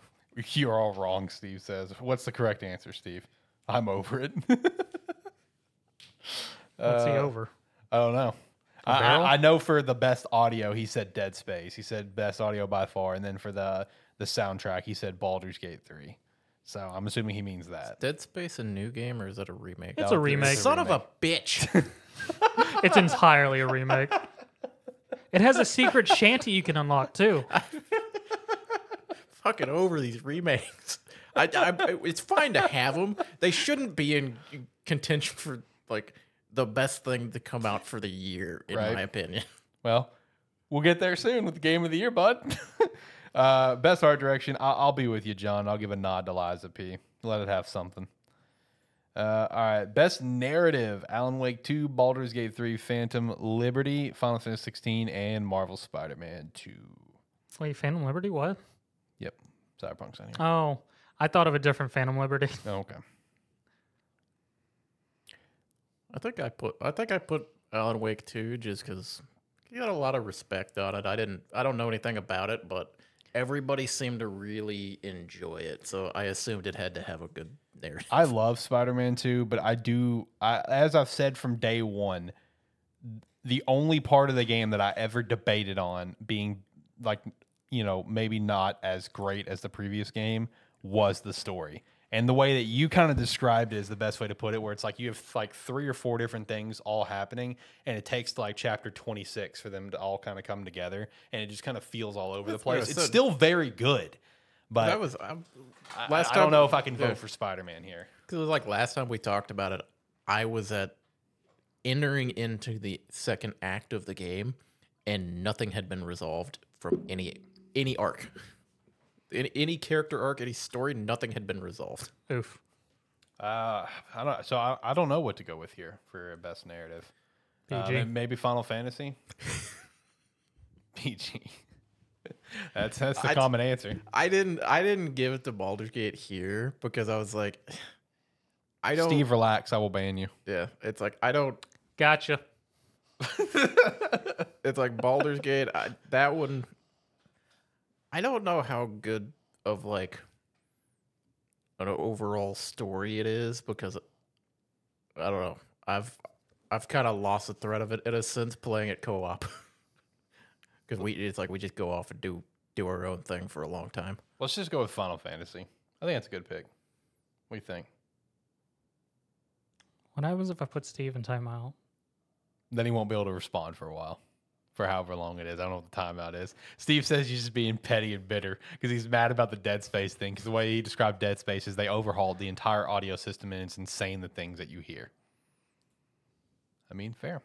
[SPEAKER 1] You're all wrong, Steve says. What's the correct answer, Steve? I'm over it.
[SPEAKER 3] What's
[SPEAKER 1] Uh,
[SPEAKER 3] he over?
[SPEAKER 1] I don't know. Oh, I,
[SPEAKER 3] barrel?
[SPEAKER 1] I, I know for the best audio, he said Dead Space. He said best audio by far, and then for the the soundtrack, he said Baldur's Gate Three. So I'm assuming he means that.
[SPEAKER 2] Dead Space a new game or is that a remake?
[SPEAKER 3] It's a remake.
[SPEAKER 2] Son of a bitch.
[SPEAKER 3] It's entirely a remake. It has a secret shanty you can unlock too.
[SPEAKER 2] Fucking over these remakes. I, I, it's fine to have them. They shouldn't be in contention for like the best thing to come out for the year, in
[SPEAKER 1] Right.
[SPEAKER 2] my opinion.
[SPEAKER 1] Well, we'll get there soon with the game of the year, bud. uh, best art direction. I'll, I'll be with you, John. I'll give a nod to Liza P. Let it have something. Uh, all right. Best narrative: Alan Wake Two, Baldur's Gate Three, Phantom Liberty, Final Fantasy Sixteen, and Marvel Spider-Man Two.
[SPEAKER 3] Wait, Phantom Liberty? What?
[SPEAKER 1] Yep, Cyberpunk's on here.
[SPEAKER 3] Oh, I thought of a different Phantom Liberty.
[SPEAKER 1] Oh, okay.
[SPEAKER 2] I think I put I think I put Alan Wake two just because he got a lot of respect on it. I didn't I don't know anything about it, but everybody seemed to really enjoy it, so I assumed it had to have a good narrative.
[SPEAKER 1] I love Spider Man 2, but I do, I, as I've said from day one, the only part of the game that I ever debated on being like, you know, maybe not as great as the previous game was the story. And the way that you kind of described it is the best way to put it, where it's like you have like three or four different things all happening, and it takes like chapter 26 for them to all kind of come together, and it just kind of feels all over the
[SPEAKER 2] what I
[SPEAKER 1] place. It's
[SPEAKER 2] said.
[SPEAKER 1] still very good, but
[SPEAKER 2] that was I'm,
[SPEAKER 1] I,
[SPEAKER 2] last
[SPEAKER 1] I don't
[SPEAKER 2] time-
[SPEAKER 1] know if I can
[SPEAKER 2] yeah.
[SPEAKER 1] vote for Spider Man here.
[SPEAKER 2] Because it was like last time we talked about it, I was at entering into the second act of the game, and nothing had been resolved from any any arc, any, any character arc, any story. Nothing had been resolved.
[SPEAKER 3] Oof.
[SPEAKER 1] Uh, I don't. So I, I don't know what to go with here for best narrative. Uh,
[SPEAKER 3] PG.
[SPEAKER 1] may- maybe Final Fantasy. PG. that's that's the
[SPEAKER 2] I'd-
[SPEAKER 1] common answer.
[SPEAKER 2] I didn't I didn't give it to Baldur's Gate here because I was like, I don't.
[SPEAKER 1] Steve, relax. I will ban you.
[SPEAKER 2] Yeah, it's like I don't.
[SPEAKER 3] Gotcha.
[SPEAKER 2] It's like Baldur's Gate. I, that one. I don't know how good of like an overall story it is because I don't know. I've I've kind of lost the thread of it in a sense playing it co-op because we it's like we just go off and do do our own thing for a long time.
[SPEAKER 1] Let's just go with Final Fantasy. I think that's a good pick. What do you think?
[SPEAKER 3] What happens if I put Steve in timeout?
[SPEAKER 1] Then he won't be able to respond for a while, for however long it is. I don't know what the timeout is. Steve says he's just being petty and bitter because he's mad about the Dead Space thing. Because the way he described Dead Space is they overhauled the entire audio system and it's insane the things that you hear. I mean, fair.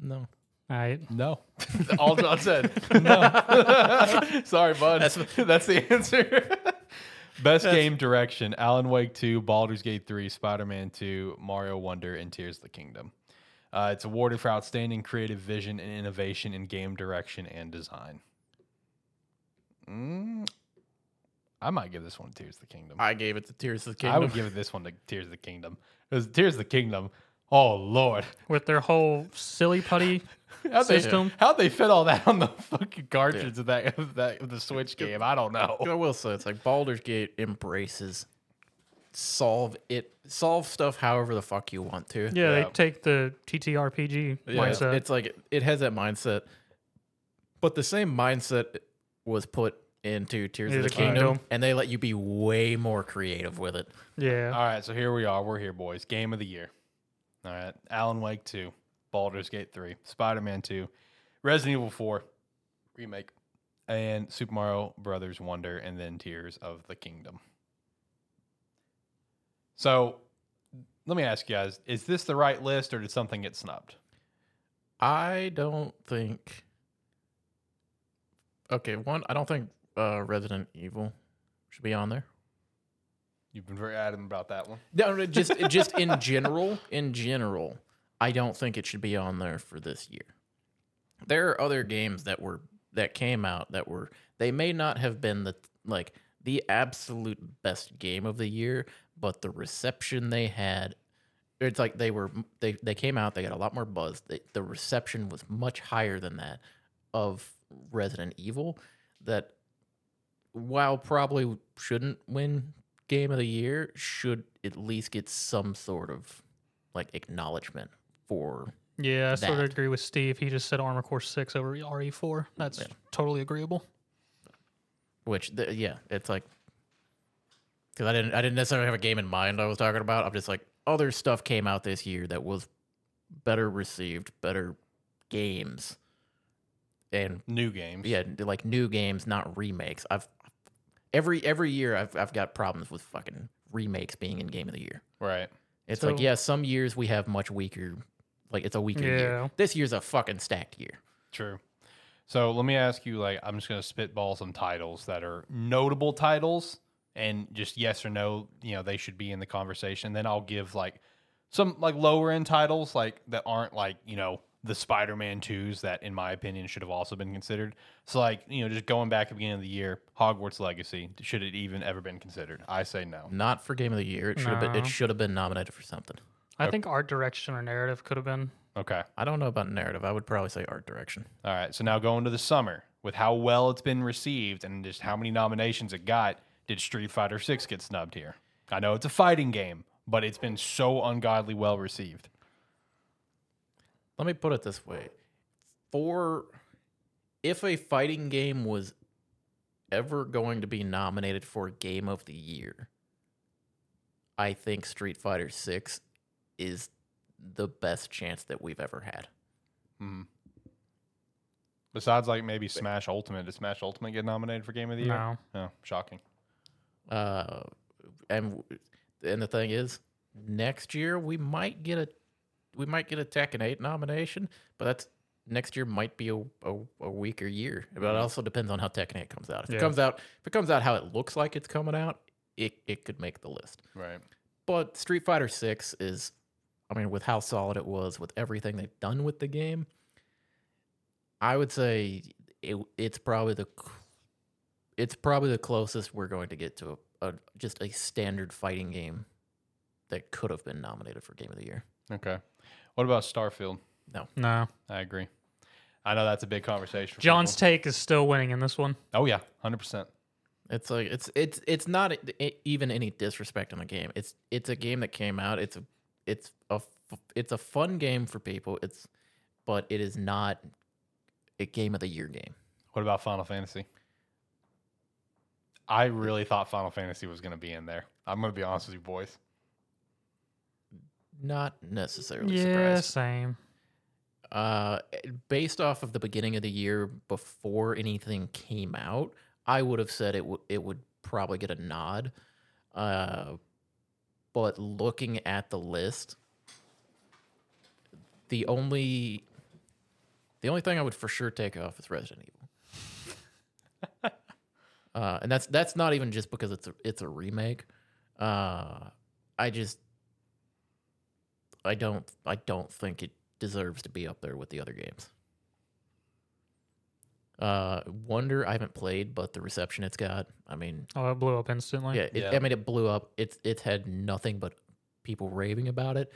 [SPEAKER 2] No,
[SPEAKER 3] All right.
[SPEAKER 1] No. All John said. No. Sorry, bud. That's, the answer. Best game direction Alan Wake 2, Baldur's Gate 3, Spider Man 2, Mario Wonder, and Tears of the Kingdom. Uh, it's awarded for outstanding creative vision and innovation in game direction and design. Mm, I might give this one to Tears of the Kingdom.
[SPEAKER 2] I gave it to Tears of the Kingdom.
[SPEAKER 1] I would give it this one to Tears of the Kingdom. Because Tears of the Kingdom, oh, Lord.
[SPEAKER 3] With their whole silly putty.
[SPEAKER 1] How'd they,
[SPEAKER 3] system.
[SPEAKER 1] how'd they fit all that on the fucking cartridge of that of that of the Switch game? I don't know.
[SPEAKER 2] I will say it's like Baldur's Gate embraces solve it solve stuff however the fuck you want to.
[SPEAKER 3] Yeah,
[SPEAKER 1] Yeah.
[SPEAKER 3] they take the TTRPG
[SPEAKER 2] it's,
[SPEAKER 3] mindset.
[SPEAKER 2] it's like it, has that mindset. But the same mindset was put into Tears of the
[SPEAKER 3] Tears of the
[SPEAKER 2] Kingdom,
[SPEAKER 3] Kingdom.
[SPEAKER 2] and they let you be way more creative with it.
[SPEAKER 3] yeah.
[SPEAKER 1] All right, so here we are. We're here, boys. Game of the year. All right, Alan Wake two, Baldur's Gate three, Spider Man two, Resident Evil four remake, and Super Mario Brothers Wonder, and then Tears of the Kingdom. So, let me ask you guys: Is this the right list, or did something get snubbed?
[SPEAKER 2] I don't think. Okay, one. I don't think uh, Resident Evil should be on there.
[SPEAKER 1] You've been very adamant about that one.
[SPEAKER 2] No, no, just just in general, in general, I don't think it should be on there for this year. There are other games that were that came out that were they may not have been the like the absolute best game of the year, but the reception they had it's like they were they they came out, they got a lot more buzz. They, the reception was much higher than that of Resident Evil that while probably shouldn't win game of the year should at least get some sort of like acknowledgement for
[SPEAKER 3] Yeah, I sort of
[SPEAKER 2] that.
[SPEAKER 3] agree with Steve. He just said Armor Core 6 over RE4. That's totally agreeable.
[SPEAKER 2] which th- yeah it's like because i didn't i didn't necessarily have a game in mind i was talking about i'm just like other stuff came out this year that was better received better games and
[SPEAKER 1] New games.
[SPEAKER 2] yeah like new games not remakes i've every every year i've, I've got problems with fucking remakes being in game of the year
[SPEAKER 1] Right.
[SPEAKER 2] It's like
[SPEAKER 3] So-
[SPEAKER 2] yeah, some years we have much weaker, like it's a weaker
[SPEAKER 3] Yeah.
[SPEAKER 2] year. This year's a fucking stacked year.
[SPEAKER 1] True. So let me ask you, like, I'm just gonna spitball some titles that are notable titles, and just yes or no, you know, they should be in the conversation. Then I'll give like some like lower end titles, like that aren't like you know the Spider-Man twos that, in my opinion, should have also been considered. So like you know, just going back at the beginning of the year, Hogwarts Legacy should it even ever been considered? I say no.
[SPEAKER 2] Not for game of the year. It should have been.
[SPEAKER 3] No.
[SPEAKER 2] It should have been nominated for something.
[SPEAKER 3] I think art direction or narrative could have been.
[SPEAKER 1] Okay.
[SPEAKER 2] I don't know about narrative. I would probably say art direction.
[SPEAKER 1] All right. So now going to the summer with how well it's been received and just how many nominations it got, did Street Fighter 6 get snubbed here? I know it's a fighting game, but it's been so ungodly well received.
[SPEAKER 2] Let me put it this way. For if a fighting game was ever going to be nominated for game of the year, I think Street Fighter 6 is the best chance that we've ever had.
[SPEAKER 1] Mhm. Besides, like maybe Smash Ultimate. Did Smash Ultimate get nominated for Game of the Year?
[SPEAKER 3] No.
[SPEAKER 1] Oh, shocking.
[SPEAKER 2] Uh and and the thing is, next year we might get a we might get a Tekken 8 nomination, but that's next year might be a, a, a weaker year. But it also depends on how Tekken 8 comes out. If
[SPEAKER 3] Yeah.
[SPEAKER 2] it comes out if it comes out how it looks like it's coming out, it, it could make the list.
[SPEAKER 1] Right.
[SPEAKER 2] But Street Fighter 6 is I mean, with how solid it was, with everything they've done with the game, I would say it, it's probably the cl- it's probably the closest we're going to get to a, a just a standard fighting game that could have been nominated for Game of the Year.
[SPEAKER 1] Okay. What about Starfield?
[SPEAKER 3] No.
[SPEAKER 1] I agree. I know that's a big conversation. For
[SPEAKER 3] John's
[SPEAKER 1] people.
[SPEAKER 3] take is still winning in this one.
[SPEAKER 1] oh yeah, hundred percent.
[SPEAKER 2] It's like it's it's it's not e- e- even any disrespect on the game. It's it's a game that came out. It's a it's a f- it's a fun game for people. It's but it is not a game of the year game.
[SPEAKER 1] What about Final Fantasy? I really thought Final Fantasy was going to be in there. I'm going to be honest with you, boys.
[SPEAKER 2] Not necessarily
[SPEAKER 3] Yeah,
[SPEAKER 2] surprised.
[SPEAKER 3] same.
[SPEAKER 2] Uh, based off of the beginning of the year before anything came out, I would have said it would it would probably get a nod. Uh, but looking at the list, the only the only thing I would for sure take off is Resident Evil. Uh, and that's that's not even just because it's a it's a remake. Uh, I just I don't I don't think it deserves to be up there with the other games. Uh, Wonder I haven't played, but the reception it's got. I mean,
[SPEAKER 3] Oh, it blew up instantly.
[SPEAKER 2] yeah, it,
[SPEAKER 1] Yeah.
[SPEAKER 2] I mean it blew up. It's it's had nothing but people raving about it.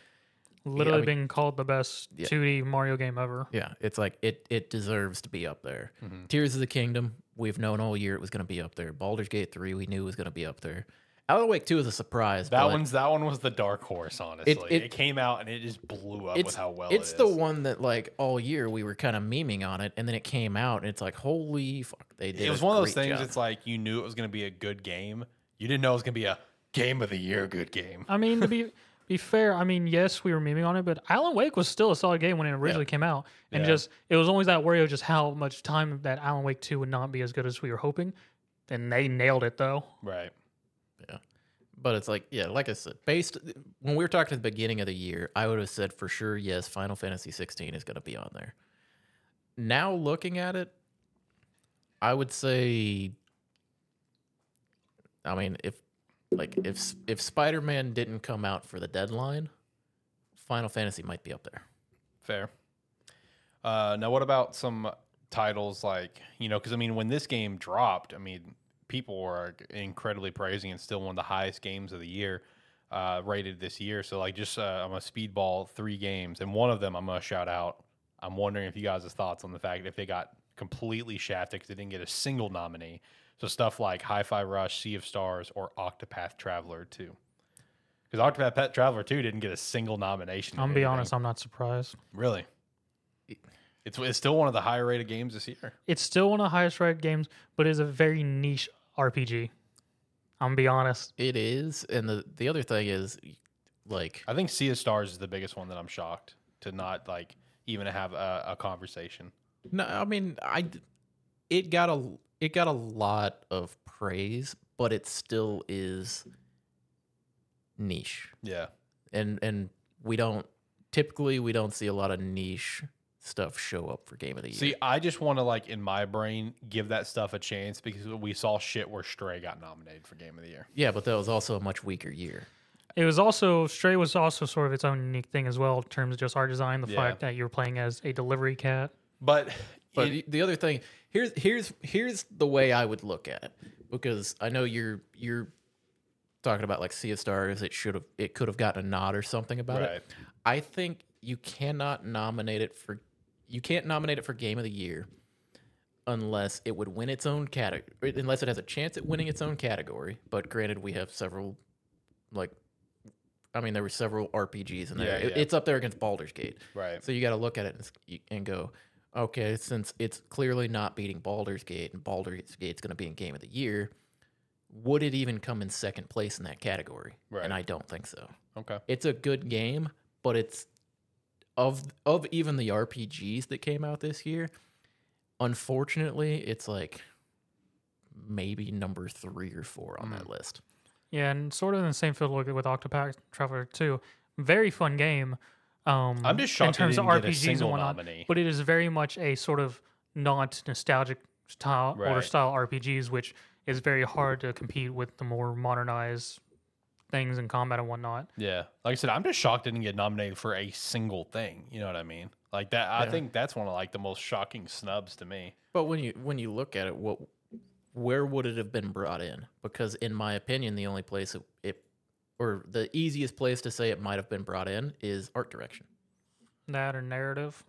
[SPEAKER 3] Literally
[SPEAKER 2] mean-
[SPEAKER 3] being called the best
[SPEAKER 2] Yeah.
[SPEAKER 3] 2D Mario game ever.
[SPEAKER 2] Yeah, it's like it it deserves to be up there.
[SPEAKER 1] Mhm.
[SPEAKER 2] Tears of the Kingdom, we've known all year it was going to be up there. Baldur's Gate three, we knew was going to be up there. Alan Wake two is a surprise.
[SPEAKER 1] That
[SPEAKER 2] but
[SPEAKER 1] one's that one was the dark horse. Honestly, it,
[SPEAKER 2] it-
[SPEAKER 1] came out and it just blew up with
[SPEAKER 2] it's
[SPEAKER 1] how well
[SPEAKER 2] it's
[SPEAKER 1] it
[SPEAKER 2] the
[SPEAKER 1] is.
[SPEAKER 2] one that like all year we were kind of memeing on it, and then it came out, and it's like holy fuck, they did.
[SPEAKER 1] It was
[SPEAKER 2] a
[SPEAKER 1] one of those
[SPEAKER 2] great
[SPEAKER 1] things.
[SPEAKER 2] job.
[SPEAKER 1] It's like you knew it was going to be a good game. You didn't know it was going to be a game of the year good game.
[SPEAKER 3] I mean, to be be fair, I mean, yes, we were memeing on it, but Alan Wake was still a solid game when it originally came out, and
[SPEAKER 1] Yeah.
[SPEAKER 3] just it was always that worry of just how much time that Alan Wake Two would not be as good as we were hoping. And they nailed it though.
[SPEAKER 1] Right.
[SPEAKER 2] But it's like, yeah, like I said, based when we were talking at the beginning of the year, I would have said for sure, yes, Final Fantasy 16 is going to be on there. Now looking at it, I would say, I mean, if like if if Spider Man didn't come out for the deadline, Final Fantasy might be up there.
[SPEAKER 1] Fair. Uh, now, what about some titles like you know? Because I mean, when this game dropped, I mean, people were incredibly praising and still one of the highest games of the year uh, rated this year. So, like, just uh, I'm gonna speedball three games, and one of them I'm gonna shout out. I'm wondering if you guys' thoughts on the fact if they got completely shafted because they didn't get a single nominee. So stuff like Hi-Fi Rush, Sea of Stars, or Octopath Traveler 2. Because Octopath Pet Traveler 2 didn't get a single nomination. or
[SPEAKER 3] I'm gonna be
[SPEAKER 1] anything.
[SPEAKER 3] honest, I'm not surprised.
[SPEAKER 1] Really? It's, it's still one of the higher rated games this year.
[SPEAKER 3] It's still one of the highest rated games, but it's a very niche RPG. I'm gonna be honest.
[SPEAKER 2] It is, and the the other thing is, like,
[SPEAKER 1] I think Sea of Stars is the biggest one that I'm shocked to not like even have a, a conversation.
[SPEAKER 2] No, I mean, I d- it got a it got a lot of praise, but it still is niche.
[SPEAKER 1] Yeah.
[SPEAKER 2] and and we don't typically we don't see a lot of niche stuff show up for game of the year.
[SPEAKER 1] See, I just want to like in my brain give that stuff a chance because we saw shit where Stray got nominated for Game of the Year.
[SPEAKER 2] yeah, but that was also a much weaker year.
[SPEAKER 3] It was also Stray was also sort of its own unique thing as well in terms of just art design. The
[SPEAKER 1] Yeah.
[SPEAKER 3] fact that you were playing as a delivery cat.
[SPEAKER 1] But,
[SPEAKER 2] But
[SPEAKER 1] it-
[SPEAKER 2] the- the other thing here's here's here's the way I would look at it because I know you're you're talking about like Sea of Stars. It should have it could have gotten a nod or something about
[SPEAKER 1] Right.
[SPEAKER 2] it. I think you cannot nominate it for you can't nominate it for Game of the Year unless it would win its own category unless it has a chance at winning its own category. But granted, we have several like. I mean, there were several RPGs in there.
[SPEAKER 1] Yeah,
[SPEAKER 2] It-
[SPEAKER 1] yeah.
[SPEAKER 2] It's up there against Baldur's Gate.
[SPEAKER 1] right.
[SPEAKER 2] So you got to look at it and, s- and go, okay, since it's clearly not beating Baldur's Gate and Baldur's Gate's going to be in game of the year, would it even come in second place in that category?
[SPEAKER 1] Right.
[SPEAKER 2] And I don't think so.
[SPEAKER 1] Okay.
[SPEAKER 2] It's a good game, but it's of of even the RPGs that came out this year, unfortunately, it's like maybe number 3 or 4 on
[SPEAKER 1] Hmm.
[SPEAKER 2] that list.
[SPEAKER 3] Yeah, and sort of in the same field with with Octopath Traveler 2. Very fun game. Um,
[SPEAKER 1] I'm just shocked
[SPEAKER 3] in terms
[SPEAKER 1] it didn't
[SPEAKER 3] of
[SPEAKER 1] get a
[SPEAKER 3] RPGs and
[SPEAKER 1] single
[SPEAKER 3] whatnot,
[SPEAKER 1] nominee.
[SPEAKER 3] but it is very much a sort of not nostalgic style older
[SPEAKER 1] Right.
[SPEAKER 3] style RPGs, which is very hard to compete with the more modernized things in combat and whatnot.
[SPEAKER 1] Yeah. Like I said, I'm just shocked it didn't get nominated for a single thing. You know what I mean? Like that. I
[SPEAKER 2] Yeah.
[SPEAKER 1] think that's one of like the most shocking snubs to me.
[SPEAKER 2] But when you when you look at it, what where would it have been brought in? Because in my opinion, the only place it, it or the easiest place to say it might have been brought in is art direction.
[SPEAKER 3] That or narrative.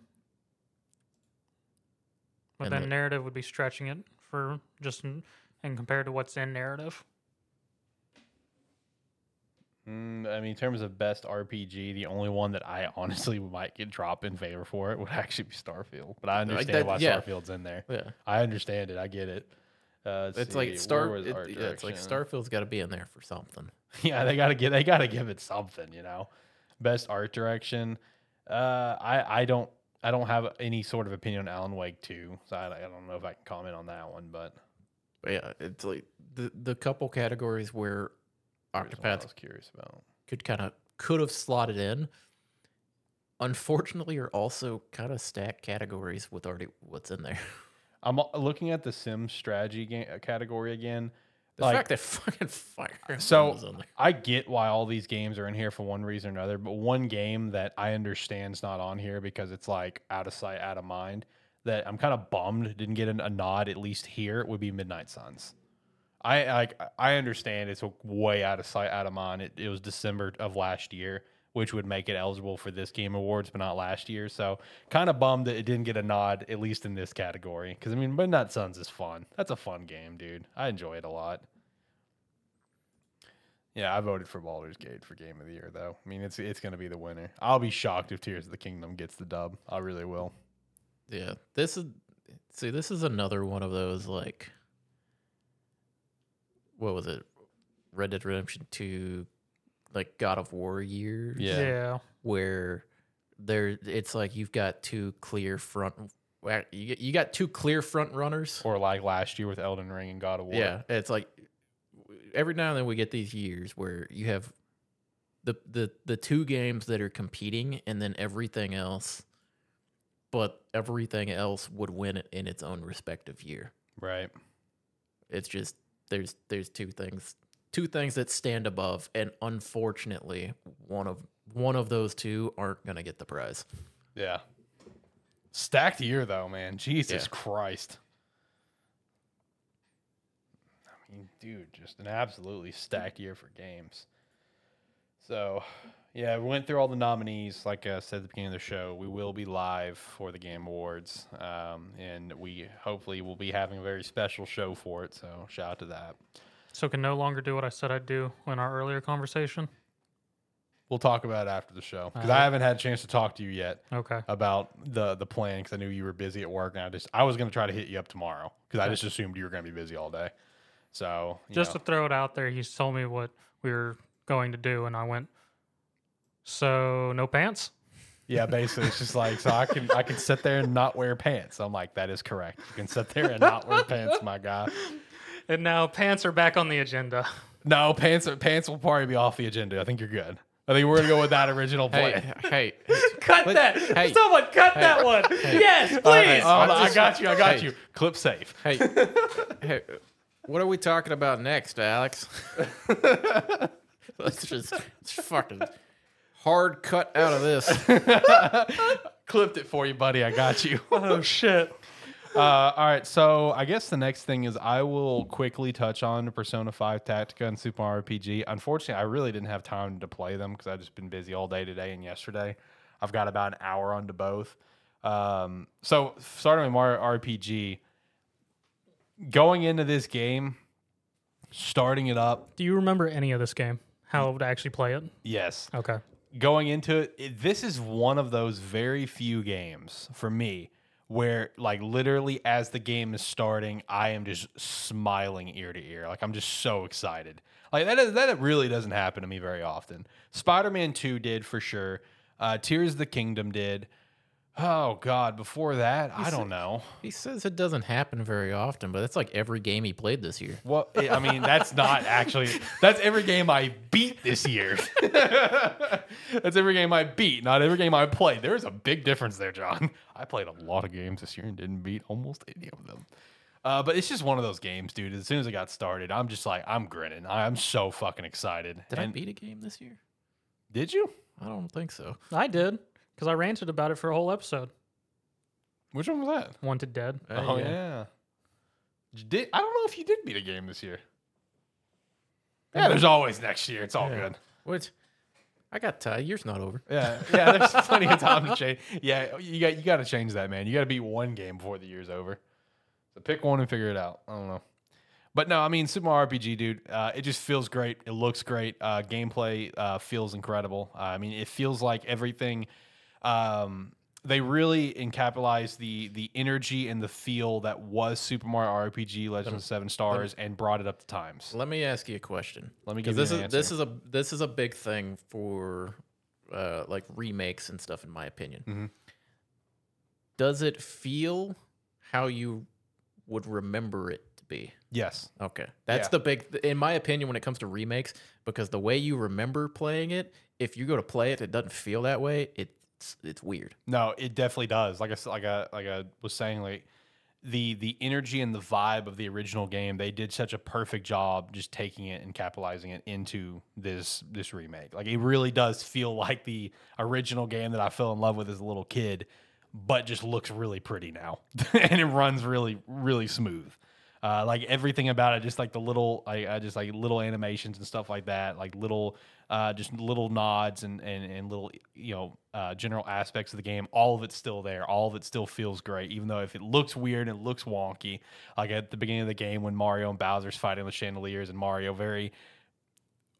[SPEAKER 3] But
[SPEAKER 2] And
[SPEAKER 3] then
[SPEAKER 2] the-
[SPEAKER 3] narrative would be stretching it for just n- and compared to what's in narrative.
[SPEAKER 1] Mm, I mean, in terms of best RPG, the only one that I honestly might get drop in favor for it would actually be Starfield. But I understand
[SPEAKER 2] that-
[SPEAKER 1] why
[SPEAKER 2] yeah.
[SPEAKER 1] Starfield's in there.
[SPEAKER 2] Yeah,
[SPEAKER 1] I understand it. I get it. Uh, let's
[SPEAKER 2] it's
[SPEAKER 1] see,
[SPEAKER 2] like
[SPEAKER 1] where
[SPEAKER 2] Star.
[SPEAKER 1] was
[SPEAKER 2] it-
[SPEAKER 1] Art
[SPEAKER 2] yeah, it's like
[SPEAKER 1] Direction?
[SPEAKER 2] Starfield's got to be in there for something.
[SPEAKER 1] yeah, they gotta get they gotta give it something, you know. Best art direction. Uh, I I don't I don't have any sort of opinion on Alan Wake two, so I, I don't know if I can comment on that one. But
[SPEAKER 2] But yeah, it's like the the couple categories where
[SPEAKER 1] here's one I
[SPEAKER 2] Octopath
[SPEAKER 1] was curious about.
[SPEAKER 2] could kind of could have slotted in. Unfortunately, are also kind of stacked categories with already what's in there.
[SPEAKER 1] I'm uh, looking at the Sims strategy game category again.
[SPEAKER 2] The
[SPEAKER 1] Like-
[SPEAKER 2] fact that fucking fire Emblem
[SPEAKER 1] So-
[SPEAKER 2] was on there.
[SPEAKER 1] I get why all these games are in here for one reason or another, but one game that I understand is not on here because it's like out of sight, out of mind. That I'm kind of bummed didn't get an- a nod at least here would be Midnight Suns. I like I understand it's way out of sight, out of mind. It, it was December of last year, which would make it eligible for this game awards, but not last year. So kind of bummed that it didn't get a nod at least in this category. Because I mean, Midnight Suns is fun. That's a fun game, dude. I enjoy it a lot. Yeah, I voted for Baldur's Gate for Game of the Year, though. I mean, it's it's going to be the winner. I'll be shocked if Tears of the Kingdom gets the dub. I really will.
[SPEAKER 2] Yeah, this is see, this is another one of those like, what was it, Red Dead Redemption Two, like God of War years,
[SPEAKER 1] Yeah.
[SPEAKER 2] where there it's like you've got two clear front, well, you get- you got two clear front runners.
[SPEAKER 1] Or like last year with Elden Ring and God of War.
[SPEAKER 2] Yeah, it's like every now and then we get these years where you have the the the two games that are competing, and then everything else. But everything else would win it in its own respective year.
[SPEAKER 1] Right.
[SPEAKER 2] It's just there's there's two things two things that stand above, and unfortunately, one of one of those two aren't gonna get the prize.
[SPEAKER 1] Yeah. Stacked year though, man. Jesus
[SPEAKER 2] Yeah.
[SPEAKER 1] Christ. I mean, dude, just an absolutely stacked year for games. So, yeah, we went through all the nominees. Like I said at the beginning of the show, we will be live for the Game Awards, um, and we hopefully will be having a very special show for it. So, shout out to that.
[SPEAKER 3] So can no longer do what I said I'd do in our earlier conversation.
[SPEAKER 1] We'll talk about it after the show because I
[SPEAKER 3] Alright.
[SPEAKER 1] haven't had a chance to talk to you yet.
[SPEAKER 3] Okay.
[SPEAKER 1] about the the plan because I knew you were busy at work, and I just I was gonna try to hit you up tomorrow because I
[SPEAKER 3] Okay.
[SPEAKER 1] just assumed you were gonna be busy all day. So you
[SPEAKER 3] Just
[SPEAKER 1] know,
[SPEAKER 3] to throw it out there, he told me what we were going to do, and I went, "So no pants."
[SPEAKER 1] yeah, basically it's just like so I can I can sit there and not wear pants. I'm like that is correct. You can sit there and not wear pants, my guy.
[SPEAKER 3] And now pants are back on the agenda.
[SPEAKER 1] No pants are- pants will probably be off the agenda. I think you're good. I think we're gonna go with that original plan.
[SPEAKER 2] Hey, hey,
[SPEAKER 3] Cut that!
[SPEAKER 2] hey.
[SPEAKER 3] Someone cut that one! Yes, please!
[SPEAKER 1] Hey, hold on, Oh, I
[SPEAKER 2] just-
[SPEAKER 1] got you. I got
[SPEAKER 2] hey.
[SPEAKER 1] you. Clip safe.
[SPEAKER 2] hey, hey, what are we talking about next, Alex? let's just let's fucking hard cut out of this.
[SPEAKER 1] Clipped it for you, buddy. I got you.
[SPEAKER 3] Oh shit!
[SPEAKER 1] Uh, all right, so I guess the next thing is I will quickly touch on Persona 5 Tactica and Super Mario RPG. Unfortunately, I really didn't have time to play them because I've just been busy all day today and yesterday. I've got about an hour onto both. Um, so, starting with Mario RPG, going into this game, starting it up,
[SPEAKER 3] Do you remember any of this game? How to actually play it?
[SPEAKER 1] yes,
[SPEAKER 3] Okay.
[SPEAKER 1] going into it, it, this is one of those very few games for me where, like, literally as the game is starting, I am just smiling ear to ear. Like, I'm just so excited. Like, that, is- that really doesn't happen to me very often. Spider Man 2 did for sure. Uh, Tears of the Kingdom did. Oh, God. Before that, I don't know.
[SPEAKER 2] He says it doesn't happen very often, but that's like every game he played this year.
[SPEAKER 1] Well, I I mean, that's not actually. That's every game I beat this year. that's every game I beat, not every game I played. There is a big difference there, John. I played a lot of games this year and didn't beat almost any of them. Uh, but it's just one of those games, dude. As soon as it got started, I'm just like, I'm grinning. I'm so fucking excited.
[SPEAKER 2] Did I
[SPEAKER 1] And-
[SPEAKER 2] beat a game this year?
[SPEAKER 1] Did you?
[SPEAKER 2] I don't think so.
[SPEAKER 3] I did because I ranted about it for a whole episode.
[SPEAKER 1] Which one was that?
[SPEAKER 3] Wanted Dead.
[SPEAKER 1] oh yeah. You Did I don't know if you did beat a game this year. Yeah, there's always next year. It's all
[SPEAKER 2] Yeah.
[SPEAKER 1] good.
[SPEAKER 2] What? I got tired. Year's not over.
[SPEAKER 1] Yeah, yeah. There's plenty of time to change. Yeah, you got you got to change that, man. You got to beat one game before the year's over. So pick one and figure it out. I don't know, but no, I mean Super Mario RPG, dude. Uh, it just feels great. It looks great. Uh, gameplay uh, feels incredible. Uh, I mean, it feels like everything. Um, they really encapsulized the the energy and the feel that was Super Mario RPG Legend of Seven Stars and brought it up to times.
[SPEAKER 2] Let me ask you a question.
[SPEAKER 1] Let me give
[SPEAKER 2] Because this
[SPEAKER 1] you
[SPEAKER 2] is
[SPEAKER 1] an
[SPEAKER 2] this
[SPEAKER 1] answer.
[SPEAKER 2] is a this is a big thing for uh, like remakes and stuff, in my opinion.
[SPEAKER 1] Mhm.
[SPEAKER 2] Does it feel how you would remember it to be?
[SPEAKER 1] yes.
[SPEAKER 2] Okay, that's
[SPEAKER 1] Yeah.
[SPEAKER 2] the big, in my opinion, when it comes to remakes, because the way you remember playing it, if you go to play it, it doesn't feel that way. It's it's weird.
[SPEAKER 1] No, it definitely does. Like I s- like I like I was saying, like the the energy and the vibe of the original game, they did such a perfect job just taking it and capitalizing it into this this remake. Like it really does feel like the original game that I fell in love with as a little kid, but just looks really pretty now, and it runs really really smooth. Uh, like everything about it, just like the little, I, I just like little animations and stuff like that, like little, uh, just little nods and and and little, you know, uh, general aspects of the game. All of it's still there. All of it still feels great, even though if it looks weird and it looks wonky, like at the beginning of the game when Mario and Bowser's fighting with chandeliers and Mario very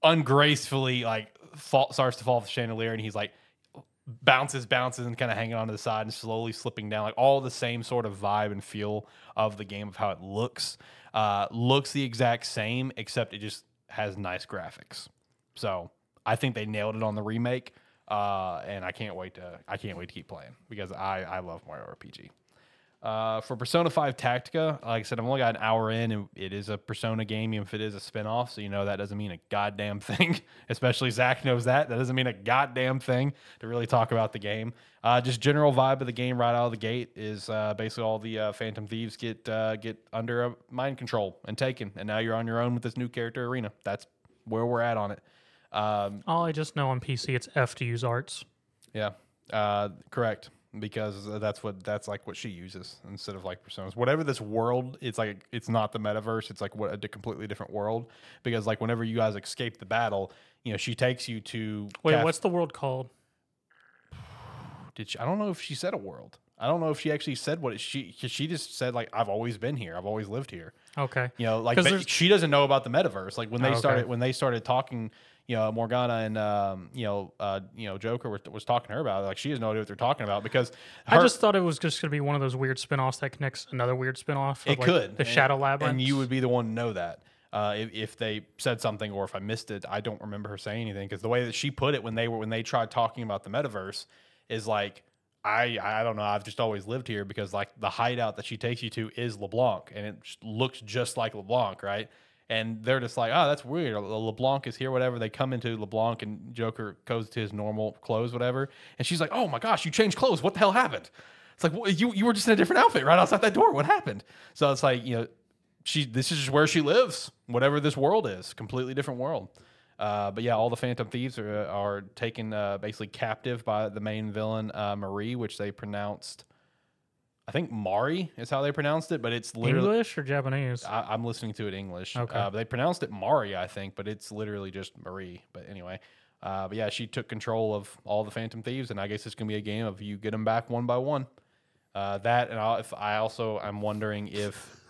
[SPEAKER 1] ungracefully like fall, starts to fall off the chandelier and he's like bounces bounces and kind of hanging onto the side and slowly slipping down like all the same sort of vibe and feel of the game of how it looks uh, looks the exact same except it just has nice graphics so i think they nailed it on the remake uh, and i can't wait to i can't wait to keep playing because i i love mario rpg uh, for Persona 5 Tactica, like I said, I've only got an hour in, and it is a Persona game, even if it is a spinoff. So, you know, that doesn't mean a goddamn thing, especially Zach knows that. That doesn't mean a goddamn thing to really talk about the game. Uh, just general vibe of the game right out of the gate is uh, basically all the uh, Phantom Thieves get uh, get under uh, mind control and taken, and now you're on your own with this new character arena. That's where we're at on it. Um,
[SPEAKER 3] All I just know on PC, it's F to use arts.
[SPEAKER 1] yeah, uh, correct. Because that's what that's like what she uses instead of like personas. Whatever this world, it's like it's not the metaverse. It's like what a di- completely different world. Because like whenever you guys escape the battle, you know she takes you to.
[SPEAKER 3] Wait,
[SPEAKER 1] Caf-
[SPEAKER 3] what's the world called?
[SPEAKER 1] did she? I don't know if she said a world. I don't know if she actually said what it, she. Cause she just said like I've always been here. I've always lived here.
[SPEAKER 3] Okay.
[SPEAKER 1] You know, like
[SPEAKER 3] 'Cause
[SPEAKER 1] but
[SPEAKER 3] there's-
[SPEAKER 1] she doesn't know about the metaverse. Like when they
[SPEAKER 3] Oh, okay.
[SPEAKER 1] started when they started talking, you know, Morgana and um, you know, uh, you know, Joker were, was talking to her about it. Like she has no idea what they're talking about because
[SPEAKER 3] I
[SPEAKER 1] her-
[SPEAKER 3] just thought it was just going to be one of those weird spin-offs that connects another weird spin-off. of,
[SPEAKER 1] it
[SPEAKER 3] like,
[SPEAKER 1] could
[SPEAKER 3] The
[SPEAKER 1] and-
[SPEAKER 3] Shadow Labyrinth.
[SPEAKER 1] and you would be the one to know that. Uh, if, if they said something or if I missed it, I don't remember her saying anything because the way that she put it when they were when they tried talking about the metaverse is like I I don't know I've just always lived here because like the hideout that she takes you to is LeBlanc and it just looks just like LeBlanc right and they're just like, oh, that's weird. Le- LeBlanc is here, whatever. They come into LeBlanc and Joker goes to his normal clothes, whatever. And she's like, oh my gosh, you changed clothes. What the hell happened? It's like well, you you were just in a different outfit right outside that door. What happened? So it's like you know, she this is just where she lives. Whatever this world is, completely different world. Uh, but yeah, all the Phantom Thieves are are taken uh, basically captive by the main villain uh, Marie, which they pronounced, I think Mari is how they pronounced it, but it's literally
[SPEAKER 3] English or Japanese?
[SPEAKER 1] I, I'm listening to it English.
[SPEAKER 3] Okay.
[SPEAKER 1] Uh, but they pronounced it Mari, I think, but it's literally just Marie. But anyway, uh, but yeah, she took control of all the Phantom Thieves, and I guess it's gonna be a game of you get them back one by one. Uh, that and i if I also I'm wondering if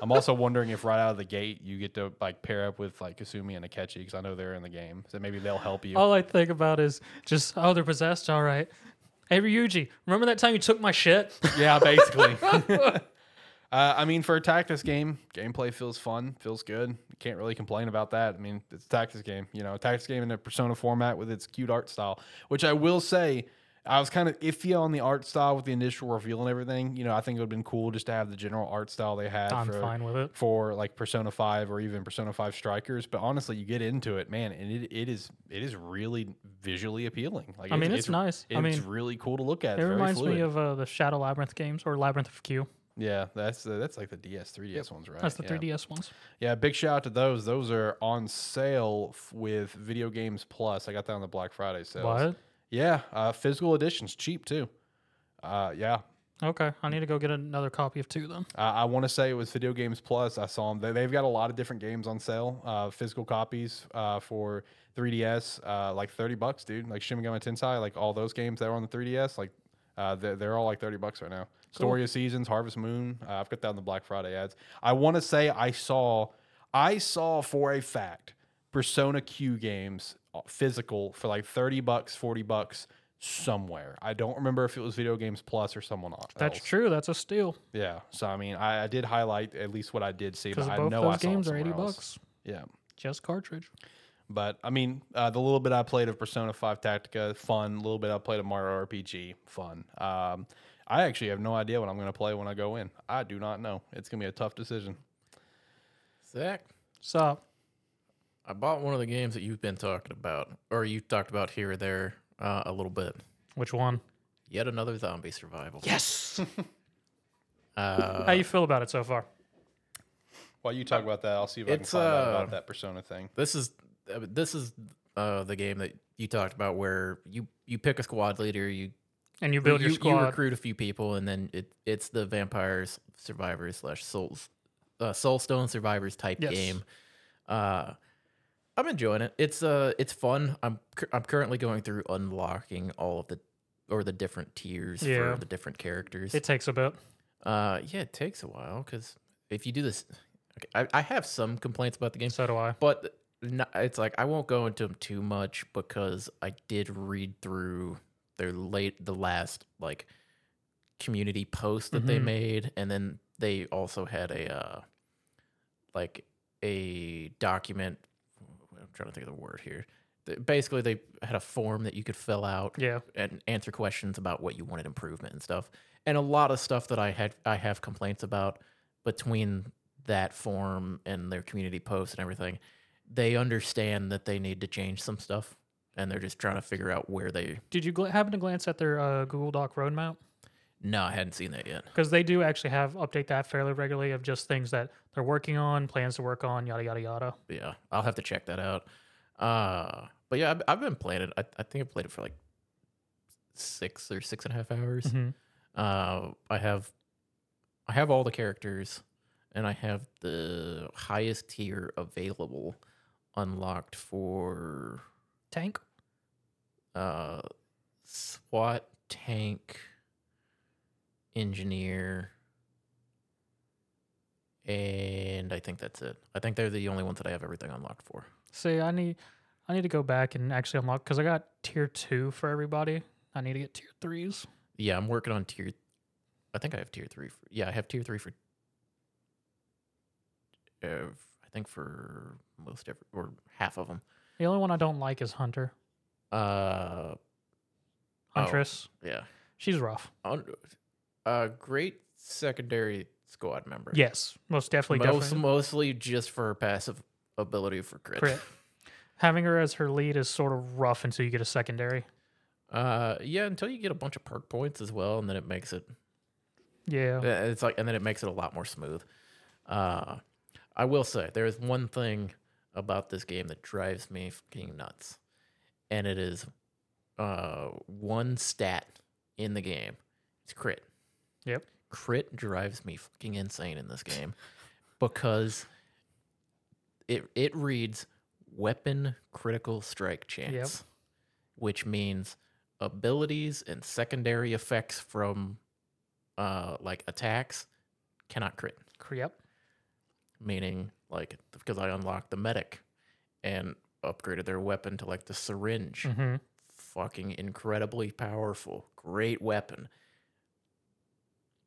[SPEAKER 1] I'm also wondering if right out of the gate you get to like pair up with like Kasumi and Akechi because I know they're in the game, so maybe they'll help you.
[SPEAKER 3] All I think about is just, oh, they're possessed. All right. Hey, Ryuji, remember that time you took my shit?
[SPEAKER 1] Yeah, basically. uh, I mean, for a tactics game, gameplay feels fun, feels good. You can't really complain about that. I mean, it's a tactics game, you know, a tactics game in a persona format with its cute art style, which I will say, I was kind of iffy on the art style with the initial reveal and everything. You know, I think it would have been cool just to have the general art style they had
[SPEAKER 3] I'm
[SPEAKER 1] for
[SPEAKER 3] fine with it.
[SPEAKER 1] for like Persona 5 or even Persona 5 Strikers, but honestly, you get into it, man, and it, it is it is really visually appealing. Like
[SPEAKER 3] I mean, it's nice.
[SPEAKER 1] It's
[SPEAKER 3] I mean,
[SPEAKER 1] really cool to look at.
[SPEAKER 3] It
[SPEAKER 1] It's very
[SPEAKER 3] reminds
[SPEAKER 1] fluid.
[SPEAKER 3] me of uh, the Shadow Labyrinth games or Labyrinth of Q.
[SPEAKER 1] Yeah, that's uh, that's like the DS, 3DS ones, right?
[SPEAKER 3] That's the
[SPEAKER 1] yeah.
[SPEAKER 3] 3DS ones.
[SPEAKER 1] Yeah, big shout out to those. Those are on sale f- with Video Games Plus. I got that on the Black Friday sales.
[SPEAKER 3] What?
[SPEAKER 1] Yeah, uh, physical editions, cheap too. Uh, yeah,
[SPEAKER 3] Okay, I need to go get another copy of two then.
[SPEAKER 1] I, I want to say it was Video Games Plus. I saw them. They, they've got a lot of different games on sale. Uh, physical copies uh, for 3DS, uh, like 30 bucks, dude. Like Shin Megami Tensei, like all those games that were on the 3DS, like uh, they're, they're all like 30 bucks right now. Story of Seasons, Harvest Moon. Uh, I've got that on the Black Friday ads. I want to say I saw, I saw for a fact Persona Q games uh, physical for like 30 bucks, 40 bucks somewhere. I don't remember if it was Video Games Plus or someone else.
[SPEAKER 3] That's true. That's a steal
[SPEAKER 1] Yeah. So I mean, I, I did highlight at least what I did see,
[SPEAKER 3] because
[SPEAKER 1] but I
[SPEAKER 3] both
[SPEAKER 1] know I
[SPEAKER 3] those
[SPEAKER 1] saw it
[SPEAKER 3] games are
[SPEAKER 1] somewhere
[SPEAKER 3] eighty
[SPEAKER 1] else.
[SPEAKER 3] bucks.
[SPEAKER 1] Yeah.
[SPEAKER 3] Just cartridge.
[SPEAKER 1] But I mean, uh, the little bit I played of Persona Five Tactica, fun. A little bit I played of Mario RPG, fun. Um, I actually have no idea what I'm going to play when I go in. I do not know. It's going to be a tough decision.
[SPEAKER 2] Zach,
[SPEAKER 3] So
[SPEAKER 2] I bought one of the games that you've been talking about, or you talked about here or there uh, a little bit.
[SPEAKER 3] which one?
[SPEAKER 2] Yet another zombie survival.
[SPEAKER 3] Yes.
[SPEAKER 2] Uh,
[SPEAKER 3] How you feel about it so far?
[SPEAKER 1] While you talk about that, I'll see if I can
[SPEAKER 2] It's,
[SPEAKER 1] find out
[SPEAKER 2] uh,
[SPEAKER 1] about that Persona thing.
[SPEAKER 2] This is uh, this is uh, the game that you talked about where you you pick a squad leader, you
[SPEAKER 3] And you build
[SPEAKER 2] you,
[SPEAKER 3] your
[SPEAKER 2] you
[SPEAKER 3] squad.
[SPEAKER 2] recruit a few people, and then it it's the vampires survivors slash souls uh, soulstone survivors type
[SPEAKER 3] Yes.
[SPEAKER 2] game. Uh, I'm enjoying it. It's uh it's fun. I'm cur- I'm currently going through unlocking all of the or the different tiers
[SPEAKER 3] Yeah.
[SPEAKER 2] for the different characters.
[SPEAKER 3] it takes a bit.
[SPEAKER 2] uh, yeah, it takes a while because if you do this, okay, I, I have some complaints about the game
[SPEAKER 3] So do I.
[SPEAKER 2] but no- it's like I won't go into them too much because I did read through their late the last like community post that they
[SPEAKER 3] Mhm.
[SPEAKER 2] made, and then they also had a uh, like a document. I'm trying to think of the word here. Th- Basically, they had a form that you could fill out
[SPEAKER 3] Yeah.
[SPEAKER 2] and answer questions about what you wanted improvement and stuff. And a lot of stuff that I had I have complaints about between that form and their community posts and everything. They understand that they need to change some stuff and they're just trying to figure out where they
[SPEAKER 3] Did you gl- happen to glance at their uh, Google Doc roadmap?
[SPEAKER 2] No, I hadn't seen that yet.
[SPEAKER 3] Because they do actually have update that fairly regularly of just things that they're working on, plans to work on, yada yada yada.
[SPEAKER 2] Yeah, I'll have to check that out. Uh but yeah, I've, I've been playing it. I, I think I played it for like six or six and a half hours.
[SPEAKER 3] Mhm.
[SPEAKER 2] Uh, I have, I have all the characters, and I have the highest tier available unlocked for
[SPEAKER 3] Tank.
[SPEAKER 2] uh, SWAT tank engineer, and I think that's it. I think they're the only ones that I have everything unlocked for.
[SPEAKER 3] See, I need I need to go back and actually unlock because I got tier two for everybody. I need to get tier threes.
[SPEAKER 2] Yeah, I'm working on tier. I think I have tier three. For, yeah, I have tier three for. Uh, I think for most every or half of them.
[SPEAKER 3] The only one I don't like is Hunter.
[SPEAKER 2] Uh, Oh.
[SPEAKER 3] Huntress.
[SPEAKER 2] yeah.
[SPEAKER 3] She's rough.
[SPEAKER 2] Un- uh, great secondary squad member.
[SPEAKER 3] Yes, most definitely.
[SPEAKER 2] Most,
[SPEAKER 3] definitely.
[SPEAKER 2] mostly just for her passive ability for crit.
[SPEAKER 3] Crit. Having her as her lead is sort of rough until you get a secondary.
[SPEAKER 2] Uh, yeah, until you get a bunch of perk points as well, and then it makes it
[SPEAKER 3] Yeah.
[SPEAKER 2] Uh, It's like, and then it makes it a lot more smooth. Uh, I will say there is one thing about this game that drives me fucking nuts, and it is uh, one stat in the game. It's crit.
[SPEAKER 3] Yep.
[SPEAKER 2] Crit drives me fucking insane in this game because it it reads weapon critical strike chance, which means abilities and secondary effects from uh like attacks cannot crit
[SPEAKER 3] Cr- Yep.
[SPEAKER 2] meaning like because i unlocked the medic and upgraded their weapon to like the syringe
[SPEAKER 3] Mm-hmm.
[SPEAKER 2] fucking incredibly powerful great weapon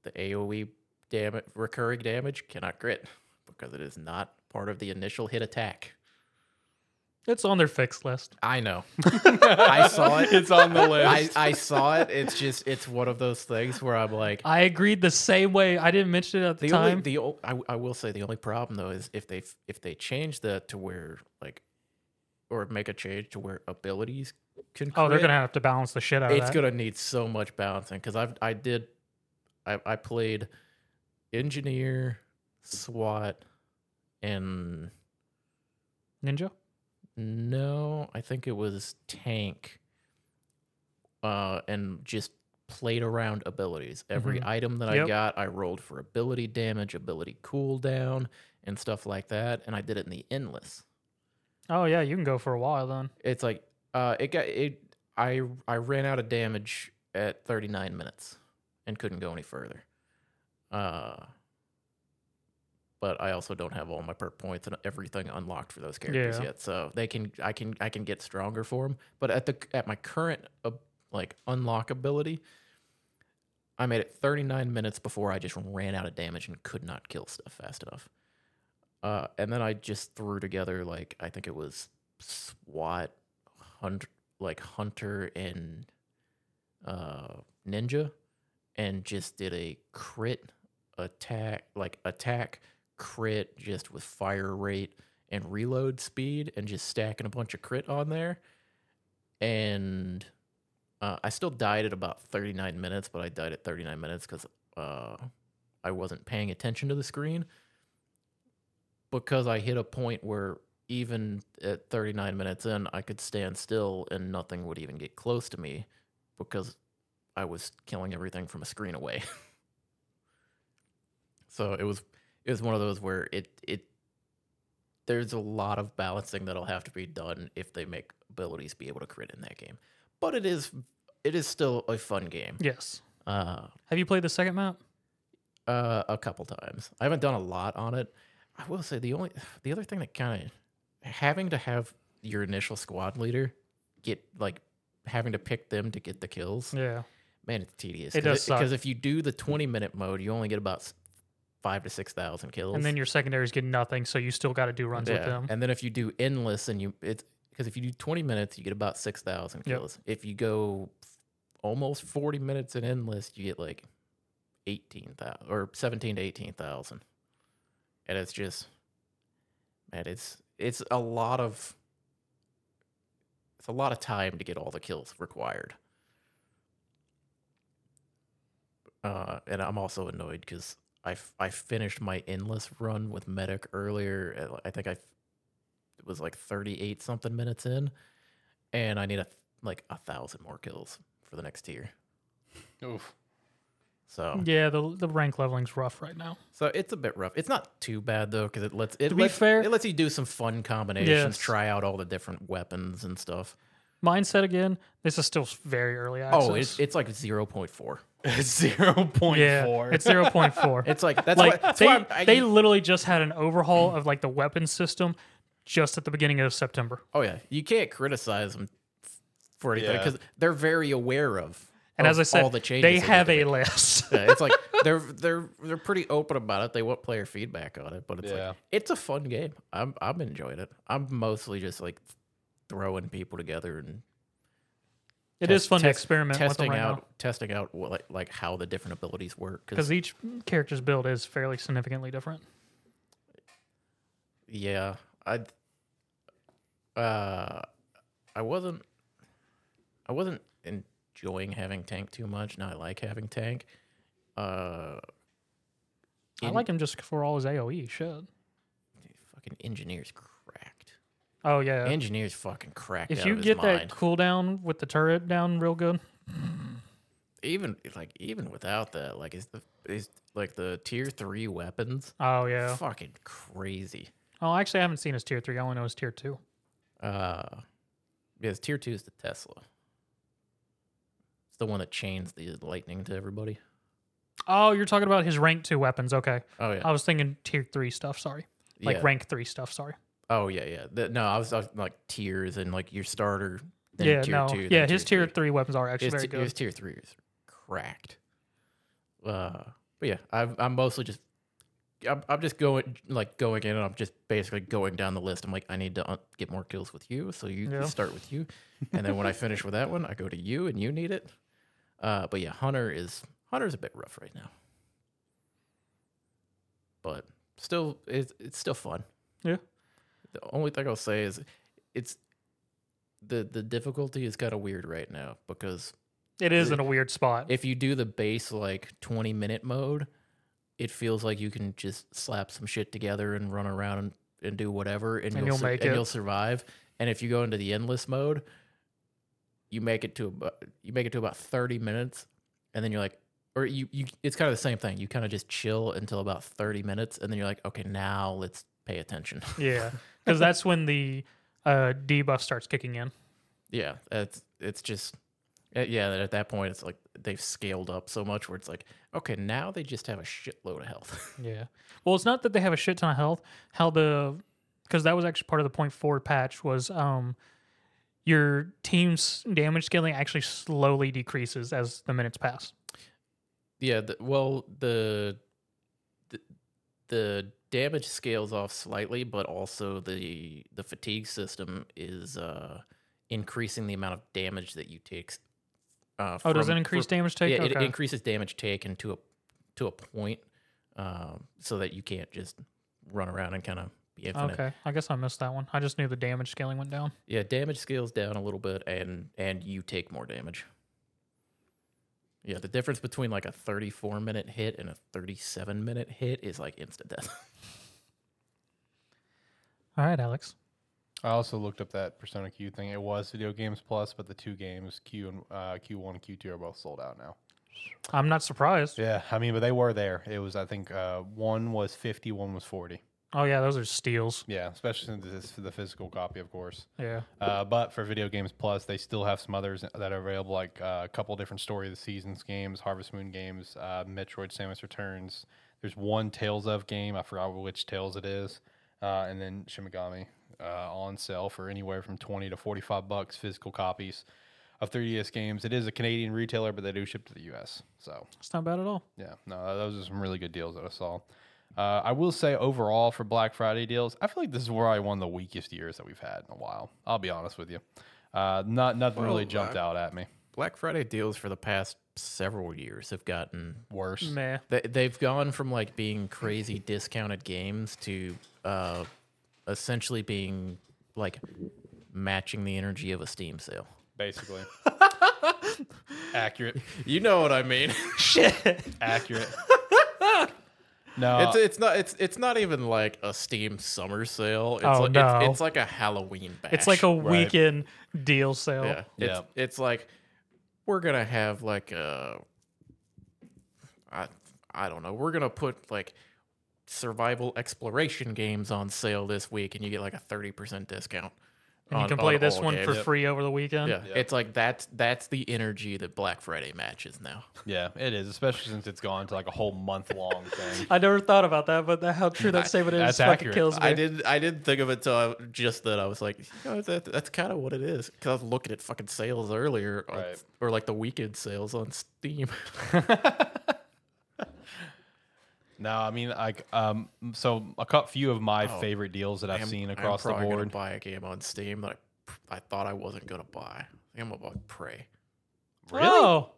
[SPEAKER 2] the aoe damage recurring damage cannot crit because it is not part of the initial hit attack
[SPEAKER 3] It's on their fixed list.
[SPEAKER 2] i know i saw it
[SPEAKER 1] It's on the list.
[SPEAKER 2] I, I saw it it's just it's one of those things where i'm like
[SPEAKER 3] I agreed the same way. I didn't mention it at the,
[SPEAKER 2] The
[SPEAKER 3] Uh, time.
[SPEAKER 2] only the ol- I, w- I will say the only problem though is if they f- if they change that to where like or make a change to where abilities can
[SPEAKER 3] oh, they're
[SPEAKER 2] crit,
[SPEAKER 3] gonna have to balance the shit out of
[SPEAKER 2] it's
[SPEAKER 3] that.
[SPEAKER 2] gonna need so much balancing because I've I did I I played engineer SWAT and
[SPEAKER 3] Ninja.
[SPEAKER 2] no I think it was tank uh and just played around abilities every
[SPEAKER 3] Mhm.
[SPEAKER 2] item that I
[SPEAKER 3] Yep.
[SPEAKER 2] got, I rolled for ability damage, ability cooldown, and stuff like that. And I did it in the endless.
[SPEAKER 3] Oh yeah, you can go for a while then.
[SPEAKER 2] It's like uh, it got it. I I ran out of damage at 39 minutes and couldn't go any further. Uh, but I also don't have all my perk points and everything unlocked for those characters
[SPEAKER 3] Yeah.
[SPEAKER 2] yet, so they can I can I can get stronger for them. But at the at my current uh, like unlock ability, I made it 39 minutes before I just ran out of damage and could not kill stuff fast enough. Uh, and then I just threw together like I think it was SWAT, hunter, like hunter and uh, ninja, and just did a crit attack, like attack crit, just with fire rate and reload speed, and just stacking a bunch of crit on there. And uh, I still died at about 39 minutes, but I died at 39 minutes because uh, I wasn't paying attention to the screen because I hit a point where even at 39 minutes in, I could stand still and nothing would even get close to me because I was killing everything from a screen away. so it was it was one of those where it it there's a lot of balancing that'll have to be done if they make abilities be able to crit in that game. But it is it is still a fun game.
[SPEAKER 3] Yes.
[SPEAKER 2] Uh
[SPEAKER 3] Have you played the second map?
[SPEAKER 2] uh, a couple times. I haven't done a lot on it. I will say the only the other thing that kind of having to have your initial squad leader get like having to pick them to get the kills.
[SPEAKER 3] Yeah.
[SPEAKER 2] Man, it's tedious.
[SPEAKER 3] It does suck.
[SPEAKER 2] because if you do the twenty minute mode, you only get about s- five to six thousand kills.
[SPEAKER 3] And then your secondaries get nothing, so you still got to do runs with them.
[SPEAKER 2] And then if you do endless and you it's because if you do 20 minutes, you get about 6,000
[SPEAKER 3] Yep.
[SPEAKER 2] kills. If you go almost 40 minutes in endless, you get like 18,000 or 17 to 18,000. And it's just man, it's it's a lot of it's a lot of time to get all the kills required. Uh, and I'm also annoyed because I, f- I finished my endless run with medic earlier. at, like- I think I f- it was like 38 something minutes in, and I need a th- like a thousand more kills for the next tier.
[SPEAKER 1] Oof.
[SPEAKER 2] So
[SPEAKER 3] Yeah, the the rank leveling's rough right now.
[SPEAKER 2] so it's a bit rough. It's not too bad though because it lets it
[SPEAKER 3] To be
[SPEAKER 2] lets-
[SPEAKER 3] fair-
[SPEAKER 2] it lets you do some fun combinations,
[SPEAKER 3] Yes.
[SPEAKER 2] try out all the different weapons and stuff.
[SPEAKER 3] Mindset again. This is still very early access.
[SPEAKER 2] Oh, it's it's like 0.4.
[SPEAKER 1] It's 0.4.
[SPEAKER 3] yeah, it's zero point four.
[SPEAKER 2] It's like that's why,
[SPEAKER 3] like
[SPEAKER 2] that's
[SPEAKER 3] they
[SPEAKER 2] why I'm- I-
[SPEAKER 3] they literally just had an overhaul of like the weapon system just at the beginning of September,
[SPEAKER 2] Oh yeah, you can't criticize them f- for anything
[SPEAKER 1] Yeah.
[SPEAKER 2] because they're very aware of.
[SPEAKER 3] and
[SPEAKER 2] of
[SPEAKER 3] as I said,
[SPEAKER 2] all the changes
[SPEAKER 3] they
[SPEAKER 2] that
[SPEAKER 3] have
[SPEAKER 2] they're
[SPEAKER 3] a
[SPEAKER 2] making.
[SPEAKER 3] list.
[SPEAKER 2] Yeah, it's like they're they're they're pretty open about it. They want player feedback on it, but it's
[SPEAKER 1] Yeah.
[SPEAKER 2] like it's a fun game. I'm I'm enjoying it. I'm mostly just like throwing people together and
[SPEAKER 3] It is
[SPEAKER 2] test-
[SPEAKER 3] fun to
[SPEAKER 2] test-
[SPEAKER 3] experiment with them
[SPEAKER 2] testing
[SPEAKER 3] right
[SPEAKER 2] out
[SPEAKER 3] now
[SPEAKER 2] testing out what, like like how the different abilities work. Because
[SPEAKER 3] because each character's build is fairly significantly different.
[SPEAKER 2] yeah, I uh I wasn't I wasn't enjoying having tank too much. Now I like having tank. Uh,
[SPEAKER 3] I
[SPEAKER 2] In-
[SPEAKER 3] like him just for all his AOE shit.
[SPEAKER 2] fucking engineers cracked.
[SPEAKER 3] Oh yeah.
[SPEAKER 2] Engineers fucking cracked.
[SPEAKER 3] if
[SPEAKER 2] out
[SPEAKER 3] you
[SPEAKER 2] of
[SPEAKER 3] get
[SPEAKER 2] his mind.
[SPEAKER 3] that cooldown with the turret down real good,
[SPEAKER 2] even like even without that, like is the is like the tier three weapons
[SPEAKER 3] oh yeah.
[SPEAKER 2] fucking crazy.
[SPEAKER 3] Oh, actually, I haven't seen his tier three. I only know his tier two.
[SPEAKER 2] Uh because tier two is the Tesla. It's the one that chains the lightning to everybody.
[SPEAKER 3] Oh, you're talking about his rank two weapons. Okay,
[SPEAKER 2] Oh yeah.
[SPEAKER 3] I was thinking tier three stuff. Sorry, like
[SPEAKER 2] yeah.
[SPEAKER 3] rank three stuff. Sorry.
[SPEAKER 2] Oh yeah, yeah. The- no, I was, I was like tiers and like your starter. Then
[SPEAKER 3] yeah,
[SPEAKER 2] tier
[SPEAKER 3] no,
[SPEAKER 2] two.
[SPEAKER 3] yeah.
[SPEAKER 2] then
[SPEAKER 3] His tier three. weapons are actually
[SPEAKER 2] His,
[SPEAKER 3] very
[SPEAKER 2] ti-
[SPEAKER 3] good.
[SPEAKER 2] his tier three is cracked. Uh, but yeah, I've, I'm mostly just. I'm, I'm just going like going in and I'm just basically going down the list. I'm like, I need to un- get more kills with you, so you
[SPEAKER 3] Yeah.
[SPEAKER 2] start with you, and then when I finish with that one, I go to you, and you need it. Uh, but yeah, Hunter is Hunter's a bit rough right now, but still, it's it's still fun.
[SPEAKER 3] Yeah.
[SPEAKER 2] The only thing I'll say is, it's the the difficulty is kind of weird right now because
[SPEAKER 3] It is in a weird spot.
[SPEAKER 2] if you do the base like 20 minute mode, it feels like you can just slap some shit together and run around and, and do whatever and,
[SPEAKER 3] And
[SPEAKER 2] you'll,
[SPEAKER 3] you'll
[SPEAKER 2] sur-
[SPEAKER 3] make
[SPEAKER 2] and
[SPEAKER 3] it.
[SPEAKER 2] you'll survive. And if you go into the endless mode, you make it to about, you make it to about 30 minutes and then you're like or you, you it's kind of the same thing. You kind of just chill until about 30 minutes and then you're like, "Okay, now let's pay attention."
[SPEAKER 3] yeah, because that's when the uh, debuff starts kicking in.
[SPEAKER 2] yeah, it's it's just uh, yeah, at that point it's like they've scaled up so much where it's like, "Okay, now they just have a shitload of health."
[SPEAKER 3] Yeah. Well, it's not that they have a shit ton of health. How the because that was actually part of the point four patch was um your team's damage scaling actually slowly decreases as the minutes pass.
[SPEAKER 2] Yeah, the, well, the, the the damage scales off slightly, but also the the fatigue system is uh, increasing the amount of damage that you take. Uh,
[SPEAKER 3] Oh, does
[SPEAKER 2] from-
[SPEAKER 3] it increase
[SPEAKER 2] fr-
[SPEAKER 3] damage take?
[SPEAKER 2] Yeah, it
[SPEAKER 3] Okay.
[SPEAKER 2] increases damage taken to a to a point, um, so that you can't just run around and kind of be infinite.
[SPEAKER 3] Okay, I guess I missed that one. I just knew the damage scaling went down.
[SPEAKER 2] Yeah, damage scales down a little bit, and and you take more damage. Yeah, the difference between like a 34 minute hit and a 37 minute hit is like instant death.
[SPEAKER 3] All right, Alex.
[SPEAKER 1] I also looked up that Persona Q thing. It was Video Games Plus, but the two games Q and uh, Q1 and Q2 are both sold out now.
[SPEAKER 3] I'm not surprised.
[SPEAKER 1] Yeah, I mean, but they were there. It was I think uh, one was 50, one was 40.
[SPEAKER 3] Oh yeah, those are steals.
[SPEAKER 1] Yeah, especially since it's the physical copy, of course.
[SPEAKER 3] Yeah.
[SPEAKER 1] Uh, but for Video Games Plus, they still have some others that are available, like uh, a couple different Story of the Seasons games, Harvest Moon games, uh, Metroid Samus Returns. There's one Tales of game. I forgot which Tales it is. Uh, and then Shimigami uh, on sale for anywhere from 20 to 45 bucks physical copies of 3DS games. It is a Canadian retailer, but they do ship to the US. So
[SPEAKER 3] It's not bad at all.
[SPEAKER 1] yeah, no, th- those are some really good deals that I saw. Uh, I will say overall for Black Friday deals, I feel like this is where I one of the weakest years that we've had in a while. I'll be honest with you, uh, not nothing really
[SPEAKER 2] Well,
[SPEAKER 1] jumped
[SPEAKER 2] uh,
[SPEAKER 1] out at me.
[SPEAKER 2] Black Friday deals for the past several years have gotten
[SPEAKER 1] Worse,
[SPEAKER 3] Meh.
[SPEAKER 2] they, they've gone from like being crazy discounted games to uh, essentially being like matching the energy of a Steam sale.
[SPEAKER 1] basically. accurate,
[SPEAKER 2] You know what I mean?
[SPEAKER 3] Shit.
[SPEAKER 1] accurate. no,
[SPEAKER 3] Uh,
[SPEAKER 2] It's it's not it's it's not even like a Steam summer sale. It's
[SPEAKER 3] Oh,
[SPEAKER 2] like
[SPEAKER 3] no.
[SPEAKER 2] it's, it's like a Halloween bash.
[SPEAKER 3] It's like a
[SPEAKER 1] Right.
[SPEAKER 3] weekend deal sale.
[SPEAKER 2] yeah. It's,
[SPEAKER 1] Yeah.
[SPEAKER 2] it's like we're gonna have like a I I don't know. We're gonna put like survival exploration games on sale this week, and you get like a thirty percent discount.
[SPEAKER 3] And you
[SPEAKER 2] on-
[SPEAKER 3] can play
[SPEAKER 2] on
[SPEAKER 3] this
[SPEAKER 2] all
[SPEAKER 3] one for
[SPEAKER 2] games.
[SPEAKER 3] free over the weekend.
[SPEAKER 2] Yeah. it's like that's that's the energy that Black Friday matches now.
[SPEAKER 1] yeah, it is, especially since it's gone to like a whole month long thing.
[SPEAKER 3] I never thought about that, but that, how true that statement is
[SPEAKER 1] that's
[SPEAKER 3] fucking
[SPEAKER 1] accurate.
[SPEAKER 3] kills me.
[SPEAKER 2] I did. I didn't think of it till I, just then. I was like, you know, that, that's kind of what it is. Because I was looking at fucking sales earlier, on-
[SPEAKER 1] Right.
[SPEAKER 2] or like the weekend sales on Steam.
[SPEAKER 1] No, I mean like um, so a cut few of my favorite deals that I've
[SPEAKER 2] Oh, I'm-
[SPEAKER 1] seen
[SPEAKER 2] I'm
[SPEAKER 1] across the
[SPEAKER 2] probably gonna
[SPEAKER 1] board.
[SPEAKER 2] buy a game on Steam that I, I thought I wasn't gonna buy. I think I'm about to pray.
[SPEAKER 3] Oh,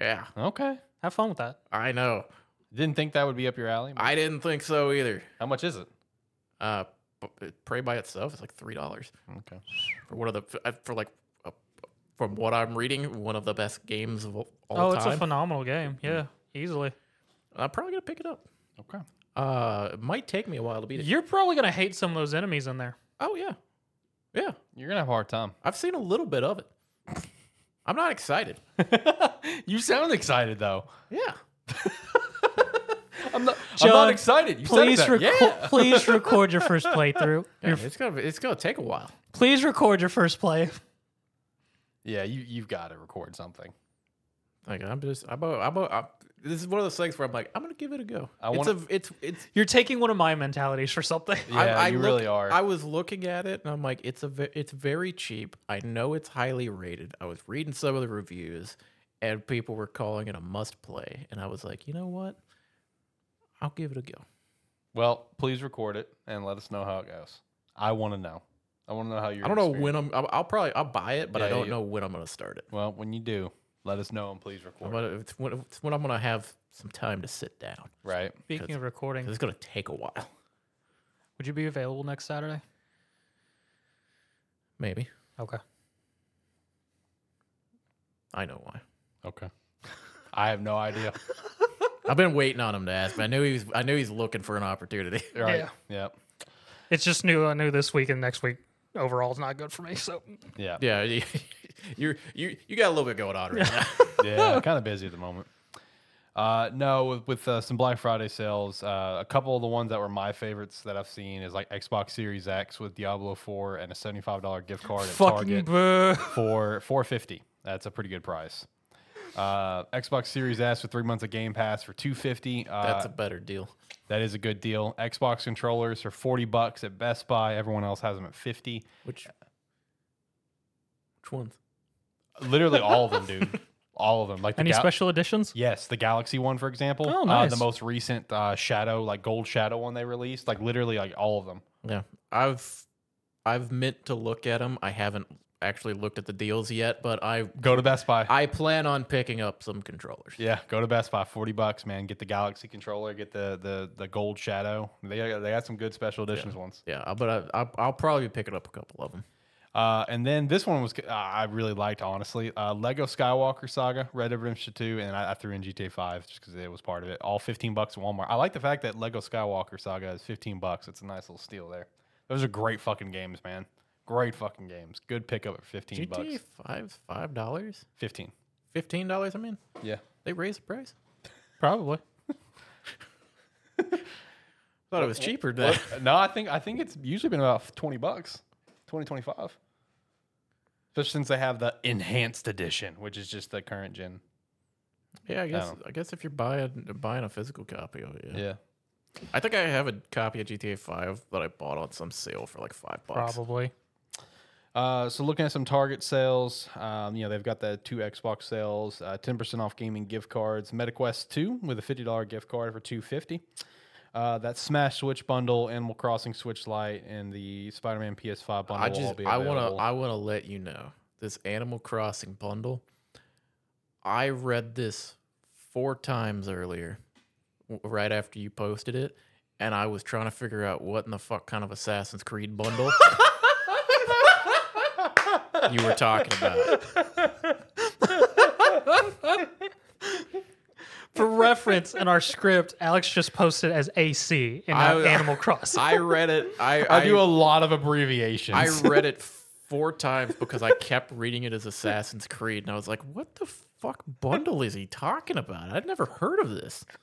[SPEAKER 2] Yeah,
[SPEAKER 1] Okay.
[SPEAKER 3] have fun with that.
[SPEAKER 2] I know.
[SPEAKER 1] Didn't think that would be up your alley. but
[SPEAKER 2] I didn't think so either.
[SPEAKER 1] How much is it?
[SPEAKER 2] Uh, b- Prey by itself is like three dollars
[SPEAKER 1] Okay.
[SPEAKER 2] for one of the for like uh, from what I'm reading, one of the best games of all
[SPEAKER 3] oh,
[SPEAKER 2] time. Hmm.
[SPEAKER 3] it's a phenomenal game. Yeah, easily.
[SPEAKER 2] I'm probably gonna pick it up.
[SPEAKER 1] Okay.
[SPEAKER 2] Uh, it might take me a while to beat it.
[SPEAKER 3] You're probably gonna hate some of those enemies in there.
[SPEAKER 2] Oh yeah, yeah.
[SPEAKER 1] You're gonna have a hard time.
[SPEAKER 2] I've seen a little bit of it. I'm not excited.
[SPEAKER 1] you sound excited though.
[SPEAKER 2] Yeah.
[SPEAKER 1] I'm not. I'm
[SPEAKER 3] John,
[SPEAKER 1] not excited. You
[SPEAKER 3] Please,
[SPEAKER 1] said it
[SPEAKER 3] reco-
[SPEAKER 1] then.
[SPEAKER 3] please record your first playthrough.
[SPEAKER 2] yeah it's gonna it's gonna take a while.
[SPEAKER 3] Please record your first play.
[SPEAKER 1] yeah. yeah, you you've got to record something.
[SPEAKER 2] Like I'm just I'm, a, I'm, a, I'm this is one of those things where I'm like I'm gonna give it a go.
[SPEAKER 1] I
[SPEAKER 2] it's
[SPEAKER 1] wanna-
[SPEAKER 2] a it's it's
[SPEAKER 3] You're taking one of my mentalities for something.
[SPEAKER 1] Yeah,
[SPEAKER 2] I, I
[SPEAKER 1] you
[SPEAKER 2] look-
[SPEAKER 1] really are.
[SPEAKER 2] I was looking at it and I'm like, it's a ve- it's very cheap. I know it's highly rated. I was reading some of the reviews, and people were calling it a must play, and I was like, you know what? I'll give it a go.
[SPEAKER 1] well, please record it and let us know how it goes. I want to know. I want to know how you're.
[SPEAKER 2] I don't know when I'm. I'll, I'll probably I'll buy it, but I
[SPEAKER 1] Yeah,
[SPEAKER 2] don't
[SPEAKER 1] you-
[SPEAKER 2] know when I'm gonna start it.
[SPEAKER 1] Well, when you do, let us know and please
[SPEAKER 2] I'm
[SPEAKER 1] record.
[SPEAKER 2] gonna, it's, when, it's when I'm gonna have some time to sit down.
[SPEAKER 1] right.
[SPEAKER 3] Speaking of recording,
[SPEAKER 2] 'Cause It's gonna take a while,
[SPEAKER 3] would you be available next Saturday?
[SPEAKER 2] maybe.
[SPEAKER 3] Okay.
[SPEAKER 2] I know why.
[SPEAKER 1] Okay. I have no idea.
[SPEAKER 2] I've been waiting on him to ask, but I knew he was. I knew he's looking for an opportunity.
[SPEAKER 1] Right.
[SPEAKER 3] Yeah.
[SPEAKER 1] Yep.
[SPEAKER 3] It's just new. I knew this week and next week overall is not good for me. So
[SPEAKER 1] Yeah.
[SPEAKER 2] Yeah, you you you, you got a little bit going on right now.
[SPEAKER 1] yeah, kind of busy at the moment. Uh, no, with, with uh, some Black Friday sales, uh, a couple of the ones that were my favorites that I've seen is like Xbox Series X with Diablo 4 and a $75 gift card at Target
[SPEAKER 3] fucking boo.
[SPEAKER 1] for 450 That's a pretty good price. Uh, Xbox Series S with three months of Game Pass for 250 uh,
[SPEAKER 2] That's a better deal.
[SPEAKER 1] That is a good deal. Xbox controllers for 40 bucks at Best Buy. Everyone else has them at 50
[SPEAKER 2] Which which ones?
[SPEAKER 1] Literally all of them, dude. All of them. Like the
[SPEAKER 3] Any
[SPEAKER 1] Gal-
[SPEAKER 3] special editions?
[SPEAKER 1] Yes, the Galaxy one, for example.
[SPEAKER 3] Oh,
[SPEAKER 1] uh, the
[SPEAKER 3] nice.
[SPEAKER 1] most recent uh, Shadow, like Gold Shadow one they released, like literally like all of them.
[SPEAKER 2] Yeah, I've I've meant to look at them. I haven't actually looked at the deals yet, but I
[SPEAKER 1] Go to Best Buy.
[SPEAKER 2] I plan on picking up some controllers.
[SPEAKER 1] yeah, go to Best Buy. Forty bucks, man. Get the Galaxy controller. Get the the the Gold Shadow. They they got some good special editions ones.
[SPEAKER 2] Yeah, I- but I, I, I'll probably be picking up a couple of them.
[SPEAKER 1] Uh, and then this one was uh, I really liked honestly. Uh, Lego Skywalker Saga, Red Dead Redemption Two, and I, I threw in GTA Five just because it was part of it. All fifteen bucks at Walmart. I like the fact that Lego Skywalker Saga is fifteen bucks. It's a nice little steal there. Those are great fucking games, man. Great fucking games. Good pickup at fifteen
[SPEAKER 2] GTA
[SPEAKER 1] bucks.
[SPEAKER 2] five's five dollars,
[SPEAKER 1] Fifteen.
[SPEAKER 2] fifteen dollars. I mean,
[SPEAKER 1] Yeah.
[SPEAKER 2] they raised the price.
[SPEAKER 3] Probably.
[SPEAKER 2] I thought it was cheaper. than that.
[SPEAKER 1] no, I think I think it's usually been about twenty bucks, 20, 25. Especially since they have the enhanced edition, which is just the current gen.
[SPEAKER 2] Yeah, I guess
[SPEAKER 1] Oh.
[SPEAKER 2] I guess if you're buying buying a physical copy of it, yeah.
[SPEAKER 1] Yeah.
[SPEAKER 2] I think I have a copy of GTA Five that I bought on some sale for like five bucks.
[SPEAKER 3] Probably.
[SPEAKER 1] Uh, so looking at some Target sales, um, you know they've got the two Xbox sales, uh, ten percent off gaming gift cards, MetaQuest two with a fifty dollar gift card for two fifty. Uh, that Smash Switch bundle, Animal Crossing Switch Lite, and the Spider Man PS Five bundle
[SPEAKER 2] I
[SPEAKER 1] will all
[SPEAKER 2] just
[SPEAKER 1] be
[SPEAKER 2] I want
[SPEAKER 1] available.
[SPEAKER 2] to I want to let you know this Animal Crossing bundle. I read this four times earlier, w- right after you posted it, and I was trying to figure out what in the fuck kind of Assassin's Creed bundle you were talking about.
[SPEAKER 3] For reference, in our script, Alex just posted as AC in
[SPEAKER 2] I
[SPEAKER 3] uh,
[SPEAKER 2] was-
[SPEAKER 3] Animal Crossing.
[SPEAKER 2] I read it. I
[SPEAKER 1] I do a lot of abbreviations.
[SPEAKER 2] I read it four times because I kept reading it as Assassin's Creed, and I was like, "What the fuck bundle is he talking about? I'd never heard of this."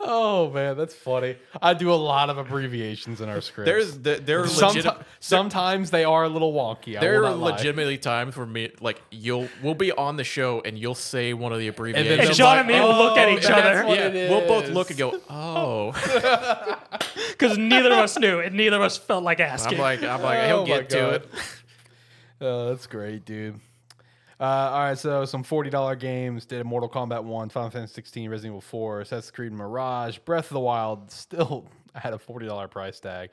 [SPEAKER 1] oh man, that's funny. I do a lot of abbreviations in our scripts.
[SPEAKER 2] There's there, there are
[SPEAKER 1] Someti-
[SPEAKER 2] legit,
[SPEAKER 1] sometimes they are a little wonky. I
[SPEAKER 2] there
[SPEAKER 1] will
[SPEAKER 2] are
[SPEAKER 1] not lie.
[SPEAKER 2] legitimately times where me like you'll we'll be on the show and you'll say one of the abbreviations.
[SPEAKER 1] then
[SPEAKER 3] and
[SPEAKER 1] they're
[SPEAKER 3] John
[SPEAKER 1] like,
[SPEAKER 3] and me will look at
[SPEAKER 1] "Oh,
[SPEAKER 3] each
[SPEAKER 1] that's
[SPEAKER 3] other
[SPEAKER 1] what
[SPEAKER 2] yeah,
[SPEAKER 1] it
[SPEAKER 2] we'll both
[SPEAKER 1] is."
[SPEAKER 2] look and go, "Oh."
[SPEAKER 3] because neither of us knew and neither of us felt like asking.
[SPEAKER 2] I'm like, I'm like, he'll
[SPEAKER 1] Oh my
[SPEAKER 2] get to
[SPEAKER 1] God.
[SPEAKER 2] it.
[SPEAKER 1] Oh, that's great, dude. Uh, Uh, all right, so some forty dollar games: did Mortal Kombat One, Final Fantasy Sixteen, Resident Evil Four, Assassin's Creed Mirage, Breath of the Wild. Still had a forty dollar price tag.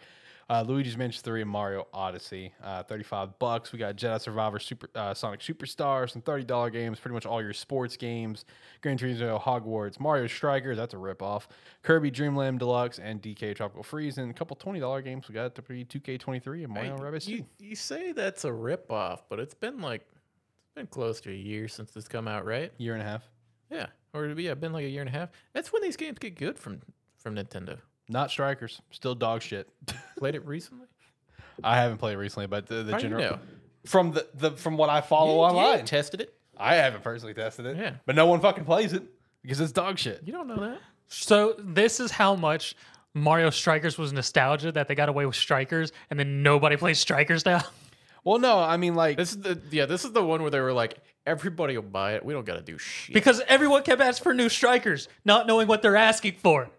[SPEAKER 1] Uh, Luigi's Mansion Three and Mario Odyssey, uh, thirty five bucks. We got Jedi Survivor, Super uh, Sonic Superstar, some thirty dollar games. Pretty much all your sports games: Gran Turismo, Hogwarts, Mario Strikers. That's a rip off. Kirby Dreamland Deluxe and DK Tropical Freeze, and a couple twenty dollar games. We got Two K Twenty Three and Mario Rabbids.
[SPEAKER 2] you,
[SPEAKER 1] 2.
[SPEAKER 2] you say that's a ripoff, but it's been like it's been close to a year since it's come out, right?
[SPEAKER 1] Year and a half.
[SPEAKER 2] Yeah, or yeah, been like a year and a half. That's when these games get good from from Nintendo.
[SPEAKER 1] Not Strikers. Still dog shit.
[SPEAKER 2] Played it recently.
[SPEAKER 1] I haven't played it recently, but the, the
[SPEAKER 2] How do you
[SPEAKER 1] general
[SPEAKER 2] know?
[SPEAKER 1] from the, the from what I follow
[SPEAKER 2] You- you
[SPEAKER 1] online,
[SPEAKER 2] tested it.
[SPEAKER 1] I haven't personally tested it.
[SPEAKER 2] Yeah.
[SPEAKER 1] but no one fucking plays it because it's dog shit.
[SPEAKER 2] You don't know that.
[SPEAKER 3] So this is how much Mario Strikers was nostalgia that they got away with Strikers, and then nobody plays Strikers now.
[SPEAKER 1] Well, no, I mean like
[SPEAKER 2] This is the yeah. This is the one where they were like, everybody will buy it. We don't got to do shit.
[SPEAKER 3] Because everyone kept asking for new strikers, not knowing what they're asking for.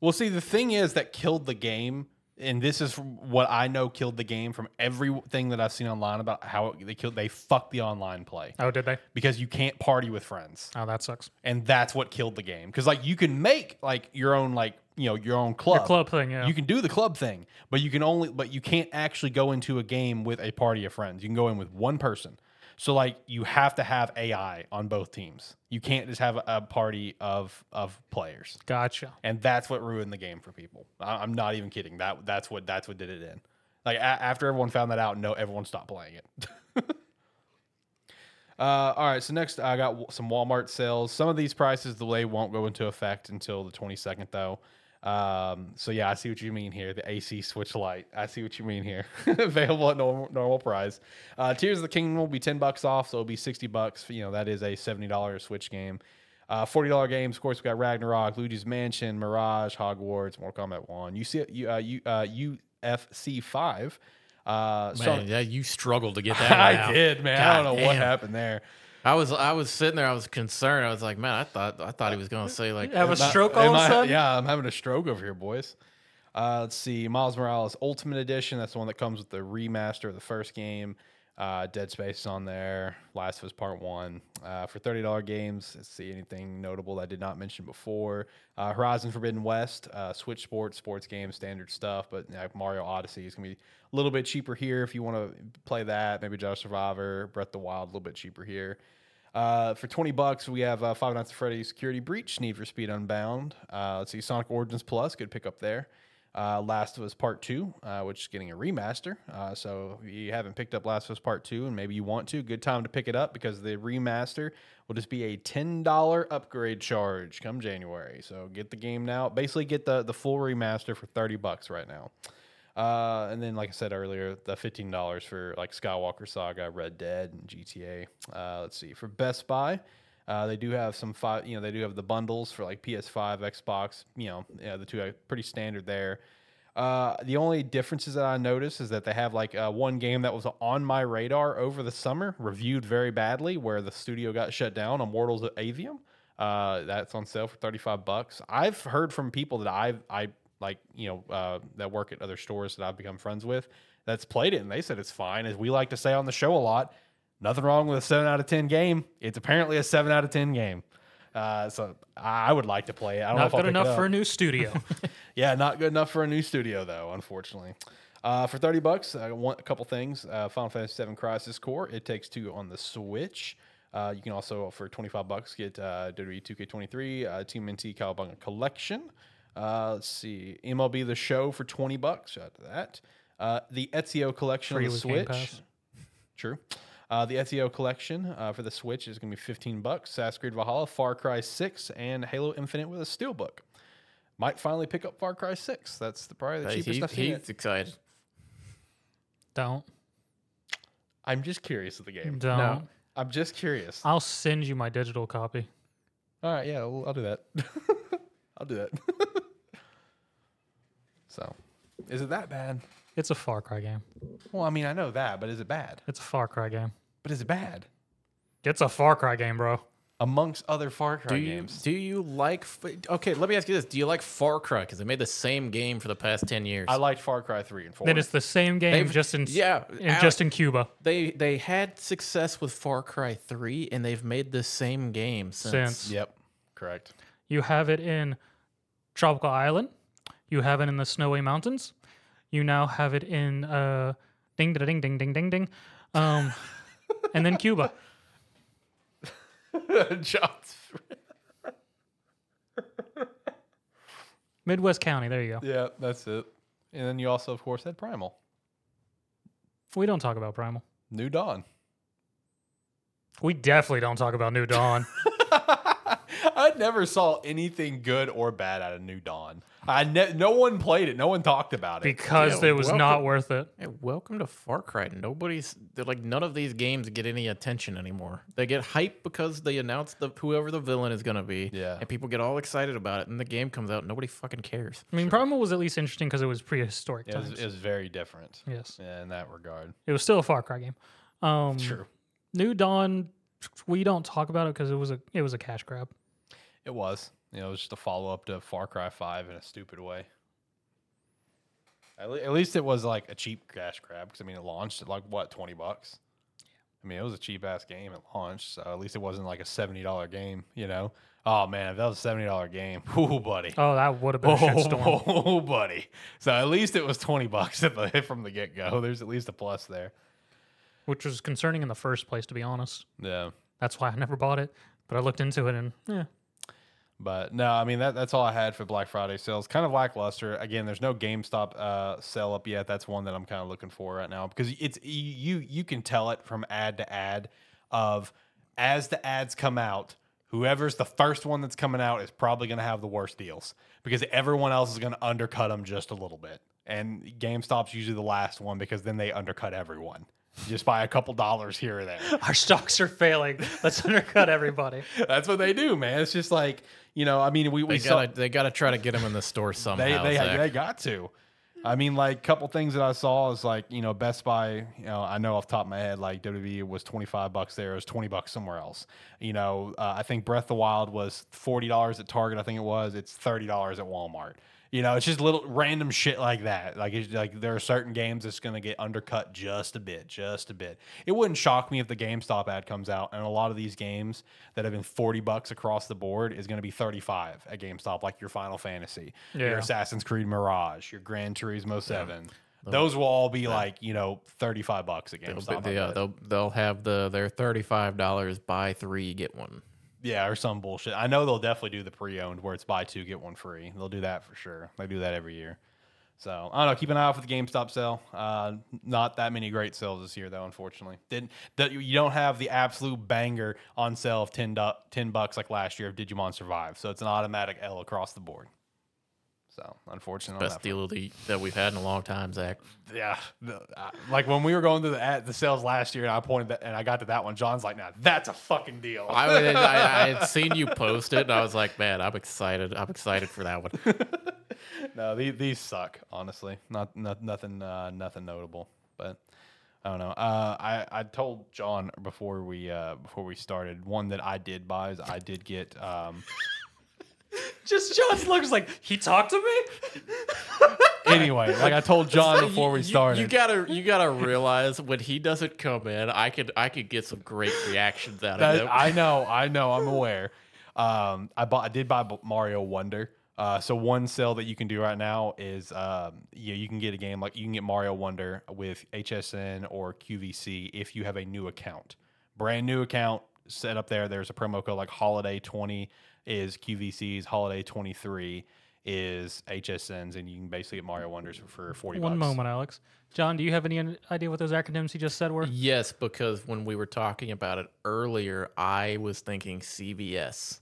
[SPEAKER 1] Well, see, the thing is that killed the game, and this is from what I know killed the game from everything that I've seen online about how it, they killed. They fucked the online play
[SPEAKER 3] Oh, did they?
[SPEAKER 1] because you can't party with friends,
[SPEAKER 3] Oh, that sucks.
[SPEAKER 1] and that's what killed the game. Because like you can make like your own like you know your own club.
[SPEAKER 3] The club thing, yeah.
[SPEAKER 1] You can do the club thing, but you can only but you can't actually go into a game with a party of friends. You can go in with one person. So like you have to have AI on both teams. You can't just have a, a party of of players
[SPEAKER 3] gotcha.
[SPEAKER 1] and that's what ruined the game for people. I, I'm not even kidding. That that's what that's what did it in. Like a- after everyone found that out, no, everyone stopped playing it. uh, all right, so next I got w- some Walmart sales. Some of these prices the delay won't go into effect until the 22nd, though. Um, so yeah, I see what you mean here. The AC Switch Lite. I see what you mean here. Available at normal, normal price. Uh, Tears of the Kingdom will be 10 bucks off, so it'll be 60 bucks. You know, that is a $70 Switch game. Uh, forty dollar games. Of course, we got Ragnarok, Luigi's Mansion, Mirage, Hogwarts, Mortal Kombat One, UC, U- uh, U, uh, UFC Five. Uh,
[SPEAKER 2] Man,
[SPEAKER 1] Sonic-
[SPEAKER 2] yeah, you struggled to get that. one
[SPEAKER 1] I
[SPEAKER 2] out.
[SPEAKER 1] did, man. I don't know what
[SPEAKER 2] Goddamn.
[SPEAKER 1] happened there.
[SPEAKER 2] I was I was sitting there. I was concerned. I was like, man, I thought I thought he was gonna say like,
[SPEAKER 3] Have a
[SPEAKER 2] "Am I-
[SPEAKER 3] stroke all
[SPEAKER 1] Am
[SPEAKER 3] of
[SPEAKER 1] I-
[SPEAKER 3] a sudden?
[SPEAKER 1] Yeah, I'm having a stroke over here, boys. Uh, let's see, Miles Morales Ultimate Edition. That's the one that comes with the remaster of the first game. Uh, Dead Space is on there. Last of Us Part One uh, for thirty dollars games. Let's see anything notable that I did not mention before. Uh, Horizon Forbidden West, uh, Switch Sports, sports games, standard stuff. But like Mario Odyssey is gonna be a little bit cheaper here if you want to play that. Maybe Josh Survivor, Breath of the Wild, a little bit cheaper here. Uh, for 20 bucks, we have uh, Five Nights at Freddy's Security Breach, Need for Speed Unbound. Uh, let's see, Sonic Origins Plus, good pickup there. Uh, Last of Us Part 2, uh, which is getting a remaster. Uh, so if you haven't picked up Last of Us Part 2 and maybe you want to, good time to pick it up because the remaster will just be a $10 upgrade charge come January. So get the game now. Basically, get the, the full remaster for 30 bucks right now. Uh, and then, like I said earlier, the fifteen dollars for like Skywalker Saga, Red Dead, and GTA. Uh, let's see for Best Buy, uh, they do have some five. You know, they do have the bundles for like PS5, Xbox. You know, yeah, the two are pretty standard there. Uh, the only differences that I noticed is that they have like uh, one game that was on my radar over the summer, reviewed very badly, where the studio got shut down. Immortals of Avium. Uh, that's on sale for thirty five bucks. I've heard from people that I've I like you know uh, that work at other stores that I've become friends with that's played it, and they said it's fine. As we like to say on the show a lot, nothing wrong with a seven out of ten game. It's apparently a seven out of ten game. Uh, so I I would like to play it. I don't know
[SPEAKER 3] Not
[SPEAKER 1] if I'll
[SPEAKER 3] good
[SPEAKER 1] pick it
[SPEAKER 3] enough
[SPEAKER 1] up.
[SPEAKER 3] for a new studio.
[SPEAKER 1] Yeah, not good enough for a new studio though, unfortunately. Uh, for thirty bucks, I want a couple things. Uh, Final Fantasy VII Crisis Core. It takes two on the Switch. Uh, you can also for twenty five bucks get uh, WWE Two K Twenty Three uh, Team NT Cowabunga Collection. Uh, let's see, MLB The Show for twenty bucks. Shout out to that. Uh, the Ezio Collection
[SPEAKER 3] Free
[SPEAKER 1] on the
[SPEAKER 3] with Game
[SPEAKER 1] Switch.
[SPEAKER 3] Pass.
[SPEAKER 1] True. Uh, the Ezio collection uh, for the Switch is going to be 15 bucks. Assassin's Creed Valhalla, Far Cry 6, and Halo Infinite with a steelbook. Might finally pick up Far Cry 6. That's the, probably the
[SPEAKER 2] Hey,
[SPEAKER 1] cheapest
[SPEAKER 2] he-
[SPEAKER 1] I've seen.
[SPEAKER 2] he's
[SPEAKER 1] it.
[SPEAKER 2] excited.
[SPEAKER 3] don't.
[SPEAKER 1] I'm just curious of the game.
[SPEAKER 3] Don't.
[SPEAKER 1] I'm just curious.
[SPEAKER 3] I'll send you my digital copy.
[SPEAKER 1] All right, yeah, I'll, I'll do that. I'll do that. so, is it that bad?
[SPEAKER 3] It's a Far Cry game.
[SPEAKER 1] Well, I mean, I know that, but is it bad?
[SPEAKER 3] It's a Far Cry game.
[SPEAKER 1] But is it bad?
[SPEAKER 3] It's a Far Cry game, bro.
[SPEAKER 1] amongst other Far Cry
[SPEAKER 2] Do you,
[SPEAKER 1] games.
[SPEAKER 2] do you like? f- Okay, let me ask you this: Do you like Far Cry? Because they made the same game for the past ten years.
[SPEAKER 1] I liked Far Cry three and four.
[SPEAKER 3] Then it's the same game,
[SPEAKER 2] They've-
[SPEAKER 3] just in
[SPEAKER 2] yeah,
[SPEAKER 3] in,
[SPEAKER 2] Alex-
[SPEAKER 3] just in Cuba.
[SPEAKER 2] they they had success with Far Cry Three, and they've made the same game since.
[SPEAKER 3] Since
[SPEAKER 1] yep, correct.
[SPEAKER 3] you have it in tropical island, you have it in the snowy mountains, you now have it in uh, ding da ding ding ding ding ding, um, and then Cuba.
[SPEAKER 1] John's-
[SPEAKER 3] Midwest County. There you go.
[SPEAKER 1] yeah, that's it. And then you also, of course, had Primal,
[SPEAKER 3] We don't talk about Primal.
[SPEAKER 1] New Dawn.
[SPEAKER 3] We definitely don't talk about New Dawn.
[SPEAKER 1] I never saw anything good or bad out of New Dawn. I ne- no one played it. No one talked about it.
[SPEAKER 3] because
[SPEAKER 2] Yeah,
[SPEAKER 3] it was not
[SPEAKER 2] welcome.
[SPEAKER 3] worth it.
[SPEAKER 2] Hey, welcome to Far Cry. Nobody's they're like none of these games get any attention anymore. They get hype because they announce the whoever the villain is gonna be.
[SPEAKER 1] Yeah.
[SPEAKER 2] And people get all excited about it, and the game comes out, and nobody fucking cares.
[SPEAKER 3] I mean, Primal was at least interesting because it was prehistoric
[SPEAKER 1] It was,
[SPEAKER 3] times.
[SPEAKER 1] it was very different
[SPEAKER 3] yes,
[SPEAKER 1] yeah, in that regard.
[SPEAKER 3] it was still a Far Cry game. Um,
[SPEAKER 1] True.
[SPEAKER 3] New Dawn, we don't talk about it because it was a it was a cash grab.
[SPEAKER 1] It was. You know, it was just a follow up to Far Cry 5 in a stupid way. At, le- at least it was like a cheap cash grab because, I mean, it launched at like what, 20 bucks? I mean, it was a cheap ass game at launch. So at least it wasn't like a $70 game, you know? Oh, man, if that was a $70 game, whoo, buddy.
[SPEAKER 3] Oh, that would have been a shitstorm.
[SPEAKER 1] Oh, buddy. So at least it was 20 bucks at the, from the get go. There's at least a plus there.
[SPEAKER 3] which was concerning in the first place, to be honest.
[SPEAKER 1] Yeah.
[SPEAKER 3] That's why I never bought it. But I looked into it and yeah,
[SPEAKER 1] But no, I mean that that's all I had for Black Friday sales. Kind of lackluster. Again, there's no GameStop uh, sell up yet. That's one that I'm kind of looking for right now because it's you you can tell it from ad to ad of as the ads come out. Whoever's the first one that's coming out is probably going to have the worst deals because everyone else is going to undercut them just a little bit. And GameStop's usually the last one because then they undercut everyone just by a couple dollars here or there.
[SPEAKER 3] our stocks are failing. Let's undercut everybody.
[SPEAKER 1] That's what they do, man. It's just like, you know, I mean, we, we
[SPEAKER 2] They
[SPEAKER 1] saw-
[SPEAKER 2] gotta they gotta try to get them in the store
[SPEAKER 1] they
[SPEAKER 2] somehow.
[SPEAKER 1] they,
[SPEAKER 2] Zach.
[SPEAKER 1] they got to. I mean, like couple things that I saw is like you know Best Buy. You know, I know off the top of my head, like WWE was twenty five bucks there, it was twenty bucks somewhere else. You know, uh, I think Breath of the Wild was forty dollars at Target. I think it was. It's thirty dollars at Walmart. You know, it's just little random shit like that. Like, it's, like there are certain games that's going to get undercut just a bit, just a bit. It wouldn't shock me if the GameStop ad comes out and a lot of these games that have been forty bucks across the board is going to be thirty five at GameStop, like your Final Fantasy,
[SPEAKER 3] Yeah.
[SPEAKER 1] your Assassin's Creed Mirage, your Gran Turismo Seven. Those will all be like you know thirty five bucks at
[SPEAKER 2] They'll,
[SPEAKER 1] GameStop.
[SPEAKER 2] be-
[SPEAKER 1] I
[SPEAKER 2] yeah,
[SPEAKER 1] bet.
[SPEAKER 2] they'll they'll have the their thirty five dollars buy three get one.
[SPEAKER 1] Yeah, or some bullshit. I know they'll definitely do the pre-owned where it's buy two get one free. They'll do that for sure. They do that every year. So I don't know. Keep an eye out for the GameStop sale. Uh, not that many great sales this year, though. Unfortunately, didn't that you don't have the absolute banger on sale of 10, du- 10 bucks like last year of Digimon Survive. So it's an automatic L across the board. So unfortunately, on that
[SPEAKER 2] Best deal of the, that we've had in a long time, Zach.
[SPEAKER 1] front. yeah. The- I- like when we were going through the ad, the sales last year, and I pointed that, and I got to that one. John's like, "Nah, that's a fucking deal."
[SPEAKER 2] I, would- I, I had seen you post it, and I was like, man, I'm excited. I'm excited for that one.
[SPEAKER 1] no, these, these suck. Honestly, not, not nothing, uh, nothing notable. But I don't know. Uh, I I told John before we uh, before we started one that I did buy is I did get. Um,
[SPEAKER 3] Just John's looks like he talked to me.
[SPEAKER 1] anyway, like I told John
[SPEAKER 2] Like,
[SPEAKER 1] before
[SPEAKER 2] you-
[SPEAKER 1] we
[SPEAKER 2] you-
[SPEAKER 1] started.
[SPEAKER 2] You, gotta you gotta realize when he doesn't come in, I could I could get some great reactions out
[SPEAKER 1] That-
[SPEAKER 2] of him.
[SPEAKER 1] I know, I know, I'm aware. Um, I bought, I did buy B- Mario Wonder. Uh, so one sale that you can do right now is, um, you you can get a game like you can get Mario Wonder with HSN or QVC if you have a new account, brand new account set up there. There's a promo code like Holiday Twenty is QVC's Holiday Twenty Three is HSN's, and you can basically get Mario Wonders for forty.
[SPEAKER 3] One
[SPEAKER 1] bucks.
[SPEAKER 3] moment, Alex. John, do you have any idea what those acronyms he just said were?
[SPEAKER 2] Yes, because when we were talking about it earlier, I was thinking CVS,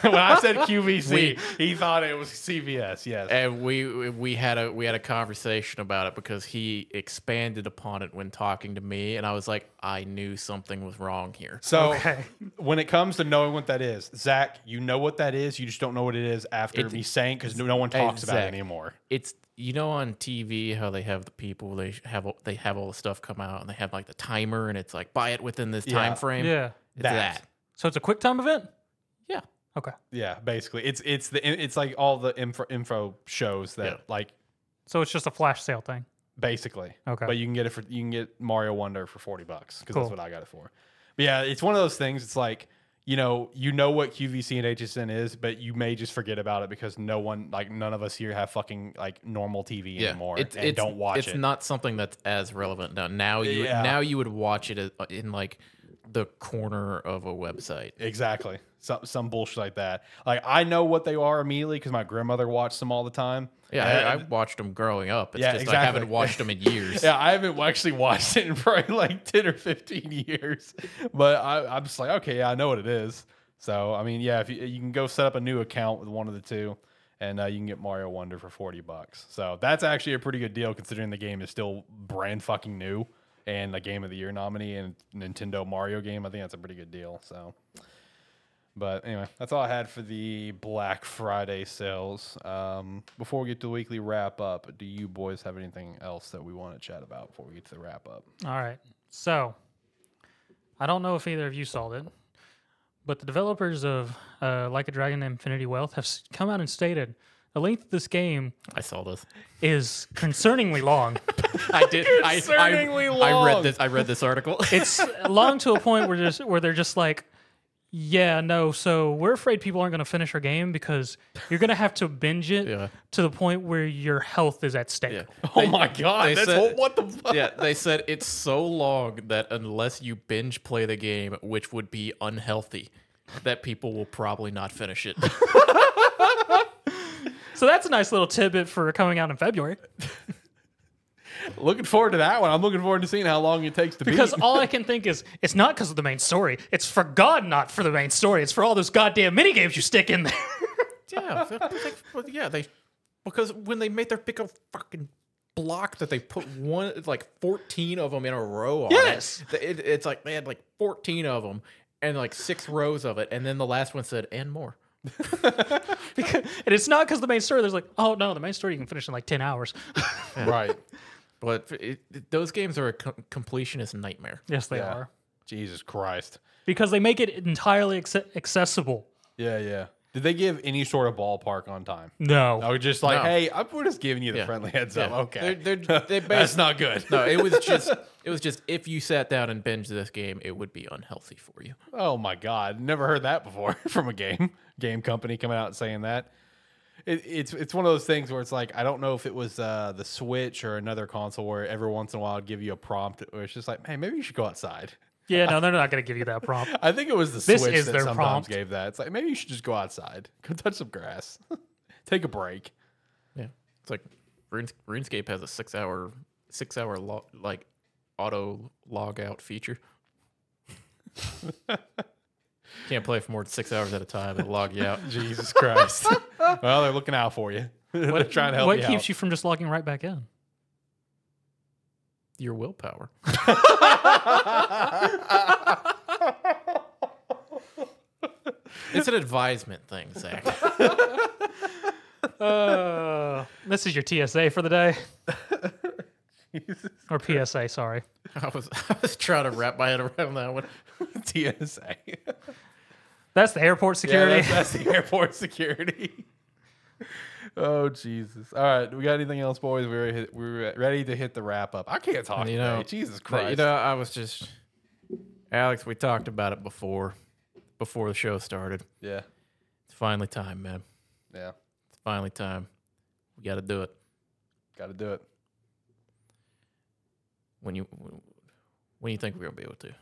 [SPEAKER 1] when I said QVC, he thought it was CVS. Yes.
[SPEAKER 2] and we we had a we had a conversation about it because he expanded upon it when talking to me, and I was like, I knew something was wrong here.
[SPEAKER 1] So
[SPEAKER 3] Okay.
[SPEAKER 1] when it comes to knowing what that is, Zach, you know what that is. You just don't know what it is after
[SPEAKER 2] It-
[SPEAKER 1] me saying because no, no one talks about it
[SPEAKER 2] Zach.
[SPEAKER 1] anymore.
[SPEAKER 2] it's you know on TV how they have the people they sh- have all- they have all the stuff come out and they have like the timer and it's like buy it within this
[SPEAKER 1] Yeah.
[SPEAKER 2] time frame.
[SPEAKER 3] Yeah.
[SPEAKER 2] It's
[SPEAKER 1] That.
[SPEAKER 2] that.
[SPEAKER 3] So it's a quick time event.
[SPEAKER 2] Yeah.
[SPEAKER 3] Okay.
[SPEAKER 1] Yeah, basically, it's it's the it's like all the info info shows that
[SPEAKER 2] Yeah.
[SPEAKER 1] like
[SPEAKER 3] So it's just a flash sale thing.
[SPEAKER 1] basically.
[SPEAKER 3] Okay.
[SPEAKER 1] But you can get it for you can get Mario Wonder for forty bucks because that's
[SPEAKER 3] Cool.
[SPEAKER 1] what I got it for. But yeah, it's one of those things. It's like you know you know what QVC and HSN is, but you may just forget about it because no one like none of us here have fucking like normal TV anymore
[SPEAKER 2] It's,
[SPEAKER 1] and
[SPEAKER 2] it's-
[SPEAKER 1] don't watch
[SPEAKER 2] it's
[SPEAKER 1] it.
[SPEAKER 2] not something that's as relevant now. Now you
[SPEAKER 1] Yeah.
[SPEAKER 2] now you would watch it as- in like the corner of a website.
[SPEAKER 1] Exactly. Some some bullshit like that. Like I know what they are immediately because my grandmother watched them all the time.
[SPEAKER 2] Yeah, I, I
[SPEAKER 1] And-
[SPEAKER 2] watched them growing up. It's
[SPEAKER 1] Yeah,
[SPEAKER 2] just I
[SPEAKER 1] exactly.
[SPEAKER 2] haven't watched them in years.
[SPEAKER 1] yeah, I haven't actually watched it in probably like ten or fifteen years. But I, I'm just like, okay, yeah, I know what it is. So I mean, yeah, if you, you can go set up a new account with one of the two, and uh, you can get Mario Wonder for forty bucks. So that's actually a pretty good deal considering the game is still brand fucking new and a Game of the Year nominee and Nintendo Mario game. I think that's a pretty good deal. So. But anyway, that's all I had for the Black Friday sales. Um, before we get to the weekly wrap up, do you boys have anything else that we want to chat about before we get to the wrap up?
[SPEAKER 3] All right. So I don't know if either of you saw it, but the developers of uh, Like a Dragon Infinity Wealth have s- come out and stated the length of this game
[SPEAKER 2] I saw this.
[SPEAKER 3] is concerningly long.
[SPEAKER 2] I did. I,
[SPEAKER 1] Concerningly
[SPEAKER 2] I, I
[SPEAKER 1] long.
[SPEAKER 2] read this. I read this article.
[SPEAKER 3] it's long to a point where just where they're just like yeah no so we're afraid people aren't going to finish our game because you're going to have to binge it
[SPEAKER 2] Yeah.
[SPEAKER 3] to the point where your health is at stake
[SPEAKER 2] Yeah.
[SPEAKER 1] oh my god,
[SPEAKER 2] they
[SPEAKER 1] that's
[SPEAKER 2] said-
[SPEAKER 1] what, what the fuck?
[SPEAKER 2] yeah, they said it's so long that unless you binge play the game, which would be unhealthy, that people will probably not finish it.
[SPEAKER 3] so that's a nice little tidbit for coming out in february
[SPEAKER 1] Looking forward to that one. I'm looking forward to seeing how long it takes to
[SPEAKER 3] because
[SPEAKER 1] beat.
[SPEAKER 3] all i can think is it's not because of the main story it's for god not for the main story it's for all those goddamn mini games you stick in there
[SPEAKER 2] yeah, they- they- well, yeah, they because when they made their pick a fucking block that they put one like 14 of them in a row on it,
[SPEAKER 3] Yes.
[SPEAKER 2] th- it, it's like they had like 14 of them and like six rows of it and then the last one said and more
[SPEAKER 3] Because- and it's not because the main story there's like oh no the main story you can finish in like 10 hours
[SPEAKER 1] right.
[SPEAKER 2] but it, it- those games are a com- completionist nightmare
[SPEAKER 3] yes they
[SPEAKER 1] Yeah.
[SPEAKER 3] are
[SPEAKER 1] Jesus Christ.
[SPEAKER 3] because they make it entirely acce- accessible
[SPEAKER 1] Yeah, yeah. Did they give any sort of ballpark on time?
[SPEAKER 3] no
[SPEAKER 1] I was just like,
[SPEAKER 2] No.
[SPEAKER 1] hey, I'm, we're just giving you the
[SPEAKER 2] Yeah.
[SPEAKER 1] friendly heads up.
[SPEAKER 2] Yeah.
[SPEAKER 1] Oh, Okay,
[SPEAKER 2] They're- they're- they
[SPEAKER 1] that's
[SPEAKER 2] bas-
[SPEAKER 1] not good.
[SPEAKER 2] no it was just it was just if you sat down and binged this game it would be unhealthy for you
[SPEAKER 1] Oh my God! Never heard that before from a game game company coming out and saying that. It, it's it's one of those things where it's like I don't know if it was uh, the Switch or another console where every once in a while it'd give you a prompt where it's just like, hey, maybe you should go outside.
[SPEAKER 3] Yeah, no, they're not going to give you that prompt.
[SPEAKER 1] I think it was the
[SPEAKER 3] This
[SPEAKER 1] Switch
[SPEAKER 3] is
[SPEAKER 1] that
[SPEAKER 3] their
[SPEAKER 1] sometimes
[SPEAKER 3] prompt.
[SPEAKER 1] gave that. It's like maybe you should just go outside, go touch some grass, take a break.
[SPEAKER 2] yeah it's like Rune- runescape has a six hour six hour lo- like auto log out feature can't play for more than six hours at a time it'll log you out
[SPEAKER 1] Jesus Christ! well, they're looking out for you. they're trying to help
[SPEAKER 3] what
[SPEAKER 1] you
[SPEAKER 3] keeps
[SPEAKER 1] out.
[SPEAKER 3] you from just logging right back in?
[SPEAKER 2] your willpower it's an advisement thing zach
[SPEAKER 3] Uh, this is your TSA for the day. Or PSA, sorry.
[SPEAKER 2] I was, I was trying to wrap my head around that one
[SPEAKER 1] TSA.
[SPEAKER 3] That's the airport
[SPEAKER 1] Yeah,
[SPEAKER 3] security.
[SPEAKER 1] that's, that's the airport security. oh Jesus! All right, we got anything else, boys? We're hit, we're ready to hit the wrap up. I can't talk.
[SPEAKER 2] You know-
[SPEAKER 1] today. Jesus
[SPEAKER 2] But,
[SPEAKER 1] Christ!
[SPEAKER 2] you know, I was just Alex. We talked about it before, before the show started.
[SPEAKER 1] yeah,
[SPEAKER 2] It's finally time, man.
[SPEAKER 1] yeah,
[SPEAKER 2] It's finally time. We got to do it.
[SPEAKER 1] got to do it.
[SPEAKER 2] When you when you think we're gonna be able to?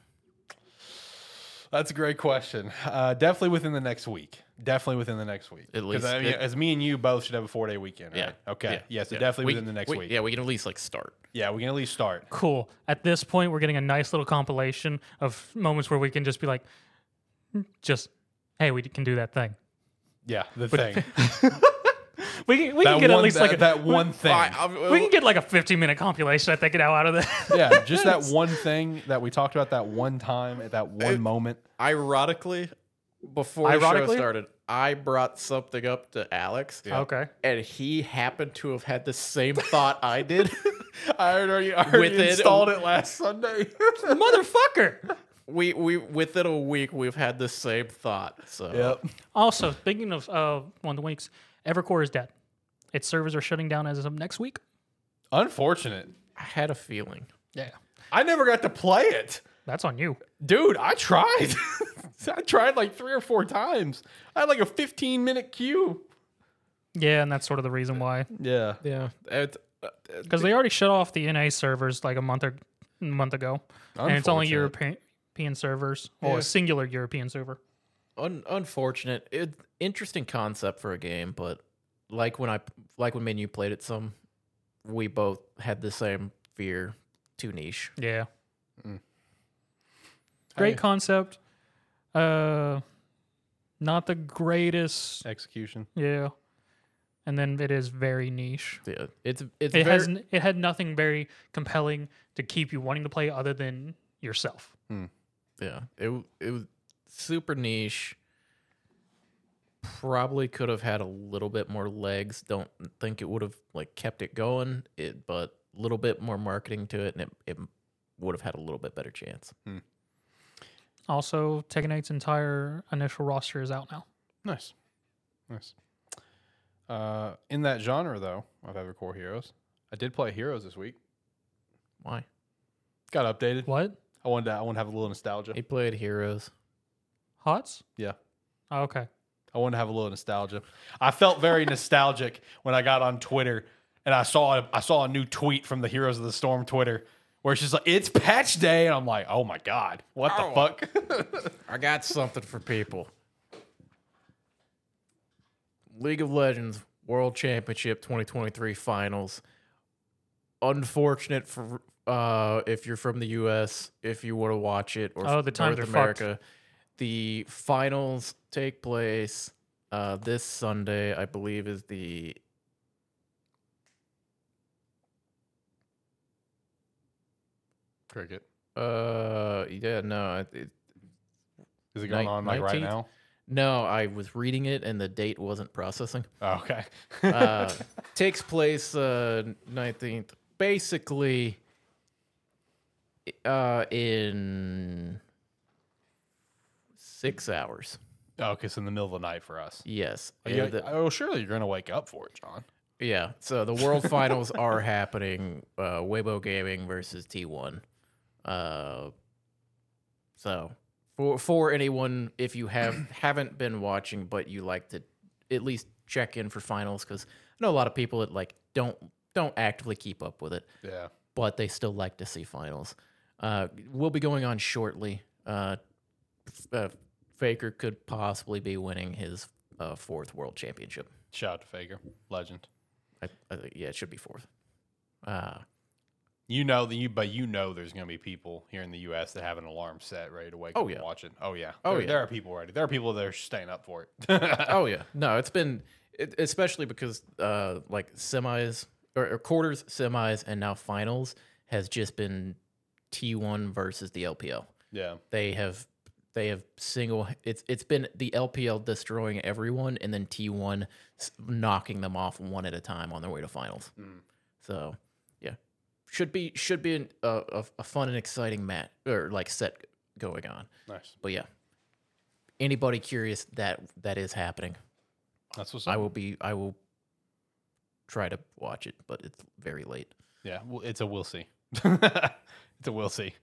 [SPEAKER 1] That's a great question. Uh, definitely within the next week. Definitely within the next week.
[SPEAKER 2] At
[SPEAKER 1] 'Cause,
[SPEAKER 2] least
[SPEAKER 1] I mean,
[SPEAKER 2] it-
[SPEAKER 1] as me and you both should have a four day weekend. Right? Okay. Yeah. so
[SPEAKER 2] yeah.
[SPEAKER 1] definitely
[SPEAKER 2] We-
[SPEAKER 1] within the next
[SPEAKER 2] we-
[SPEAKER 1] week.
[SPEAKER 2] Yeah, we can at least like start.
[SPEAKER 1] Yeah, we can at least start.
[SPEAKER 3] Cool. At this point, we're getting a nice little compilation of moments where we can just be like, just, hey, we can do that thing.
[SPEAKER 1] Yeah, the thing.
[SPEAKER 3] We can, we
[SPEAKER 1] that
[SPEAKER 3] can get
[SPEAKER 1] one,
[SPEAKER 3] at least
[SPEAKER 1] that,
[SPEAKER 3] like a,
[SPEAKER 1] that one thing.
[SPEAKER 3] we can get like a 15 minute compilation, I think, now out of that.
[SPEAKER 1] yeah, just that one thing that we talked about that one time at that one moment.
[SPEAKER 2] ironically, before
[SPEAKER 3] Ironically?
[SPEAKER 2] started, I brought something up to Alex.
[SPEAKER 3] Okay.
[SPEAKER 2] And he happened to have had the same thought I did.
[SPEAKER 1] I already, I already
[SPEAKER 2] Within-
[SPEAKER 1] installed it last Sunday.
[SPEAKER 3] Motherfucker.
[SPEAKER 2] we we within a week we've had the same thought. So
[SPEAKER 1] Yep.
[SPEAKER 3] Also, speaking of uh, one of the weeks, Evercore is dead. Its servers are shutting down as of next week.
[SPEAKER 1] Unfortunate.
[SPEAKER 2] I had a feeling.
[SPEAKER 3] Yeah,
[SPEAKER 1] I never got to play it.
[SPEAKER 3] that's on you.
[SPEAKER 1] Dude, I tried. I tried like three or four times. I had like a 15 minute queue.
[SPEAKER 3] Yeah, and that's sort of the reason why,
[SPEAKER 1] Yeah.
[SPEAKER 2] Yeah, it, uh,
[SPEAKER 3] because they already shut off the NA servers like a month or a month ago, and it's only European European servers, well,
[SPEAKER 2] Yeah.
[SPEAKER 3] a singular European server.
[SPEAKER 2] un, unfortunate. It, interesting concept for a game, but like when I like when me and you played it some, we both had the same fear. Too niche.
[SPEAKER 3] Yeah.
[SPEAKER 1] Mm.
[SPEAKER 3] Great
[SPEAKER 1] Hey.
[SPEAKER 3] concept. Uh, not the greatest.
[SPEAKER 1] Execution.
[SPEAKER 3] Yeah. And then it is very niche.
[SPEAKER 2] Yeah, it's it's very,
[SPEAKER 3] it has n- it had nothing very compelling to keep you wanting to play other than yourself.
[SPEAKER 2] yeah it w- it was super niche. Probably could have had a little bit more legs. Don't think it would have like kept it going. It but a little bit more marketing to it, and it, it would have had a little bit better chance.
[SPEAKER 3] Also, Tekken 8's entire initial roster is out now.
[SPEAKER 1] Nice. Nice. Uh, in that genre, though, of Evercore Heroes, I did play Heroes this week.
[SPEAKER 2] Why?
[SPEAKER 1] Got updated.
[SPEAKER 3] What?
[SPEAKER 1] I wanted to, I wanted to have a little nostalgia.
[SPEAKER 2] He played Heroes.
[SPEAKER 3] Hots?
[SPEAKER 1] Yeah.
[SPEAKER 3] Oh, okay.
[SPEAKER 1] I wanted to have a little nostalgia. I felt very nostalgic when I got on Twitter and I saw a, I saw a new tweet from the Heroes of the Storm Twitter where it's just like it's patch day and I'm like, "Oh my god. What the
[SPEAKER 2] Oh.
[SPEAKER 1] fuck?"
[SPEAKER 2] I got something for people. League of Legends World Championship 2023 Finals. Unfortunate for uh, if you're from the U.S. if you want to watch it or
[SPEAKER 3] Oh, the times
[SPEAKER 2] North
[SPEAKER 3] are fucked.
[SPEAKER 2] America. The finals take place uh, this Sunday. I believe is the
[SPEAKER 1] Cricket.
[SPEAKER 2] uh yeah no it,
[SPEAKER 1] Is it going
[SPEAKER 2] Nin-
[SPEAKER 1] on like right
[SPEAKER 2] 19th?
[SPEAKER 1] now?
[SPEAKER 2] no I was reading it and the date wasn't processing.
[SPEAKER 1] Oh, okay.
[SPEAKER 2] uh, takes place uh, 19th basically uh, in six hours
[SPEAKER 1] oh, okay, it's in the middle of the night for us.
[SPEAKER 2] yes
[SPEAKER 1] Oh,
[SPEAKER 2] And
[SPEAKER 1] you-
[SPEAKER 2] the-
[SPEAKER 1] oh, surely you're going to wake up for it, John.
[SPEAKER 2] yeah so the world finals are happening uh, weibo gaming versus t1 uh, so for for anyone if you have haven't been watching but you like to at least check in for finals because i know a lot of people that like don't don't actively keep up with it
[SPEAKER 1] Yeah.
[SPEAKER 2] but they still like to see finals. Uh, we'll be going on shortly. Uh, f- uh, Faker could possibly be winning his uh, fourth world championship.
[SPEAKER 1] Shout out to Faker, legend.
[SPEAKER 2] I, I think, yeah, it should be fourth. Uh,
[SPEAKER 1] You know that you, but you know there's going to be people here in the U.S. that have an alarm set ready to wake
[SPEAKER 2] Oh,
[SPEAKER 1] up
[SPEAKER 2] yeah.
[SPEAKER 1] and watch it. Oh yeah.
[SPEAKER 2] Oh,
[SPEAKER 1] there,
[SPEAKER 2] yeah.
[SPEAKER 1] There are people ready. There are people that are staying up for it.
[SPEAKER 2] oh yeah, no, it's been it, especially because uh, like semis or, or quarters, semis, and now finals has just been T1 versus the LPL.
[SPEAKER 1] yeah.
[SPEAKER 2] they have they have single it's it's been the LPL destroying everyone and then T1 s- knocking them off one at a time on their way to finals.
[SPEAKER 1] Mm.
[SPEAKER 2] So, yeah. Should be should be an, a, a a fun and exciting mat or like set going on.
[SPEAKER 1] Nice.
[SPEAKER 2] But yeah. Anybody curious that that is happening.
[SPEAKER 1] That's what's up.
[SPEAKER 2] I will be I will try to watch it, but it's very late.
[SPEAKER 1] Yeah, well, it's a we'll see. it's a we'll see.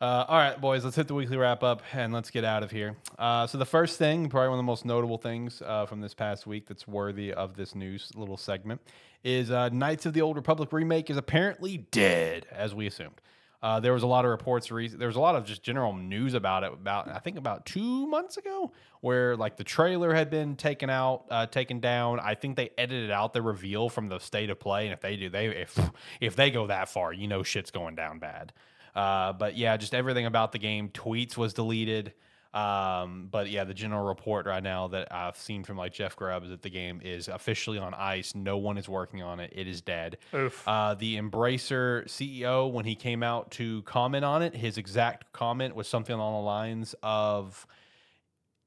[SPEAKER 1] Uh, all right, boys, let's hit the weekly wrap up and let's get out of here. Uh, so, the first thing, probably one of the most notable things uh, from this past week that's worthy of this news little segment, is uh, Knights of the Old Republic remake is apparently dead, as we assumed. Uh, there was a lot of reports. Re- there was a lot of just general news about it. About I think about two months ago, where like the trailer had been taken out, uh, taken down. I think they edited out the reveal from the state of play, and if they do, they if if they go that far, you know shit's going down bad. Uh, but yeah, just everything about the game. Tweets was deleted. Um, but yeah, the general report right now that I've seen from like Jeff Grubb is that the game is officially on ice. No one is working on it. It is dead.
[SPEAKER 3] Oof.
[SPEAKER 1] Uh, the Embracer CEO, when he came out to comment on it, his exact comment was something along the lines of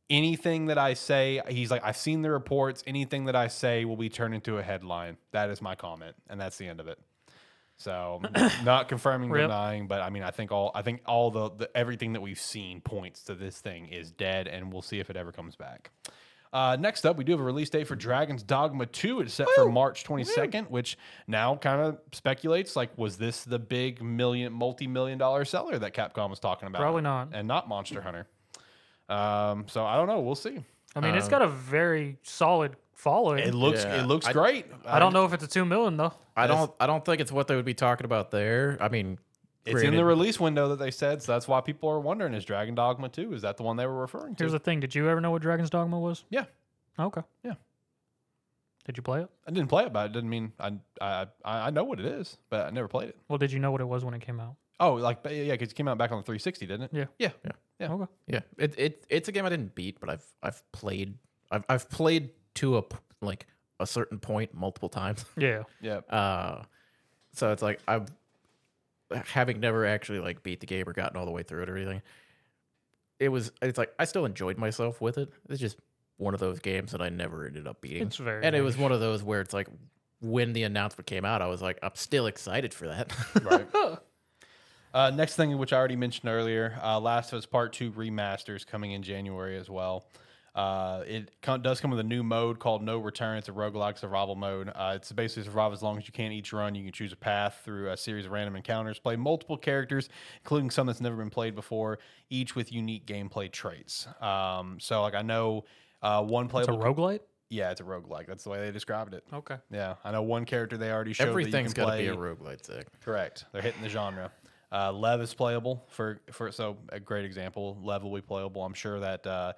[SPEAKER 1] anything that I say, he's like, I've seen the reports. Anything that I say will be turned into a headline. That is my comment. And that's the end of it. So not confirming
[SPEAKER 3] Rip.
[SPEAKER 1] denying, but I mean I think all I think all the, the everything that we've seen points to this thing is dead and we'll see if it ever comes back. Uh, next up, we do have a release date for Dragon's Dogma 2. It's set for March 22nd, which now kind of speculates like, was this the big million, multi million dollar seller that Capcom was talking about?
[SPEAKER 3] Probably not.
[SPEAKER 1] And not Monster Hunter. Um, so I don't know. We'll see.
[SPEAKER 3] I mean, it's got a very solid following.
[SPEAKER 1] It looks
[SPEAKER 2] Yeah,
[SPEAKER 1] it looks
[SPEAKER 2] I-
[SPEAKER 1] great.
[SPEAKER 3] I don't know if it's a two million though.
[SPEAKER 2] I
[SPEAKER 1] That's-
[SPEAKER 2] don't. I don't think it's what they would be talking about there. I mean,
[SPEAKER 1] It's in the release window that they said, so that's why people are wondering: Is Dragon Dogma 2? Is that the one they were referring to?
[SPEAKER 3] Here's the thing: Did you ever know what Dragon's Dogma was?
[SPEAKER 1] yeah,
[SPEAKER 3] Okay.
[SPEAKER 1] Yeah.
[SPEAKER 3] Did you play it?
[SPEAKER 1] I didn't play it, but it didn't mean I I I I know what it is, but I never played it.
[SPEAKER 3] Well, did you know what it was when it came out?
[SPEAKER 1] Oh, like but yeah, because it came out back on the 360, didn't it?
[SPEAKER 3] Yeah.
[SPEAKER 1] yeah, Yeah.
[SPEAKER 3] Okay.
[SPEAKER 2] yeah. It, it it's a game I didn't beat, but I've I've played. I've I've played to a p- like a certain point multiple times.
[SPEAKER 3] Yeah.
[SPEAKER 1] yeah.
[SPEAKER 2] Uh, so it's like I'm having never actually like beat the game or gotten all the way through it or anything. It was. It's like I still enjoyed myself with it. It's just one of those games that I never ended up beating.
[SPEAKER 3] It's very.
[SPEAKER 2] and it was one of those where it's like when the announcement came out, I was like, I'm still excited for that.
[SPEAKER 1] Right. uh, next thing, which I already mentioned earlier, uh, Last of Us Part Two remasters coming in January as well. Uh, it co- does come with a new mode called No Return. It's a roguelike survival mode. Uh, it's basically survive as long as you can each run. You can choose a path through a series of random encounters, play multiple characters, including some that's never been played before, each with unique gameplay traits. Um, so, like, I know uh, one
[SPEAKER 3] It's a
[SPEAKER 1] playable.
[SPEAKER 3] roguelite?
[SPEAKER 1] yeah, it's a roguelike. That's the way they described it.
[SPEAKER 3] Okay.
[SPEAKER 1] Yeah, I know one character they already showed.
[SPEAKER 2] Everything's
[SPEAKER 1] that you can
[SPEAKER 2] got to be
[SPEAKER 1] play.
[SPEAKER 2] a roguelite, Zach.
[SPEAKER 1] Correct. They're hitting the genre. Uh, Lev is playable for for so a great example. Lev will be playable. I'm sure that uh,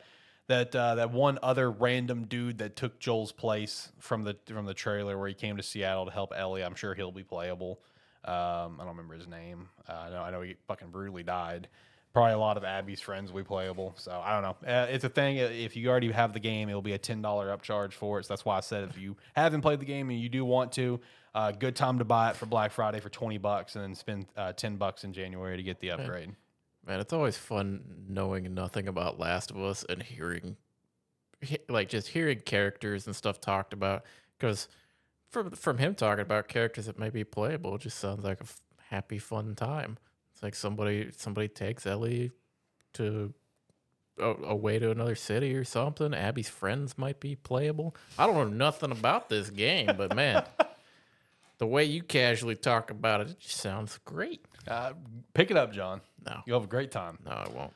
[SPEAKER 1] that uh, that one other random dude that took Joel's place from the from the trailer where he came to Seattle to help Ellie. I'm sure he'll be playable. Um, I don't remember his name. Uh, I know I know he fucking brutally died. Probably a lot of Abby's friends will be playable. So I don't know. Uh, it's a thing. uh, If you already have the game, it'll be a ten dollar upcharge for it. So that's why I said if you haven't played the game and you do want to, uh, good time to buy it for Black Friday for twenty bucks, and then spend uh, ten bucks in January to get the upgrade.
[SPEAKER 2] Man, it's always fun knowing nothing about Last of Us and hearing, he- like, just hearing characters and stuff talked about. Because from from him talking about characters that may be playable, it just sounds like a f- happy, fun time. It's like somebody somebody takes Ellie to a- away to another city or something. Abby's friends might be playable. I don't know nothing about this game, but man, the way you casually talk about it, it just sounds great.
[SPEAKER 1] Uh, pick it up, John.
[SPEAKER 2] No.
[SPEAKER 1] You'll have a great time.
[SPEAKER 2] No, I won't.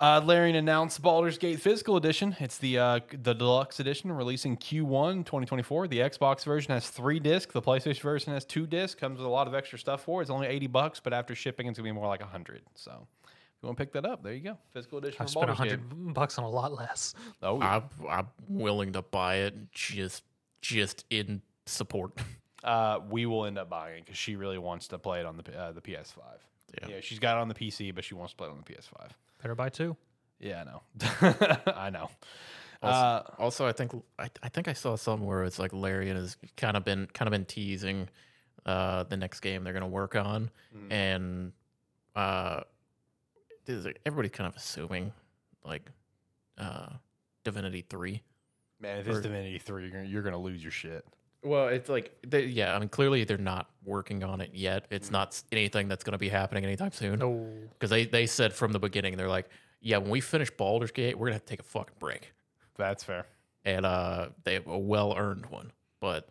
[SPEAKER 1] Uh, Larian announced Baldur's Gate Physical Edition. It's the uh, the deluxe edition releasing Q1 2024. The Xbox version has three discs. The PlayStation version has two discs. Comes with a lot of extra stuff for it. It's only 80 bucks, but after shipping, it's gonna be more like 100. So if you want to pick that up, there you go. Physical edition.
[SPEAKER 3] I
[SPEAKER 1] for
[SPEAKER 3] spent a
[SPEAKER 1] Baldur's Gate.
[SPEAKER 3] hundred bucks on a lot less.
[SPEAKER 1] Oh, yeah.
[SPEAKER 2] I'm, I'm willing to buy it just just in support.
[SPEAKER 1] uh, we will end up buying it because she really wants to play it on the P- uh, the PS5. Yeah.
[SPEAKER 2] Yeah.
[SPEAKER 1] she's got it on the PC, but she wants to play it on the PS5.
[SPEAKER 3] Better buy two.
[SPEAKER 1] Yeah, I know. I know. Uh,
[SPEAKER 2] Also, I think I, I think I saw somewhere it's like Larian has kind of been kind of been teasing uh, the next game they're gonna work on,
[SPEAKER 1] mm,
[SPEAKER 2] and uh, is it- everybody's kind of assuming like uh, Divinity Three.
[SPEAKER 1] man, if it's
[SPEAKER 2] or-
[SPEAKER 1] Divinity 3, you're gonna, you're gonna lose your shit.
[SPEAKER 2] Well, it's like they, yeah, I mean clearly they're not working on it yet. It's not s- anything that's gonna be happening anytime soon.
[SPEAKER 3] No.
[SPEAKER 2] because they, they said from the beginning they're like yeah when we finish Baldur's Gate we're gonna have to take a fucking break
[SPEAKER 1] That's fair.
[SPEAKER 2] and uh they have a well earned one but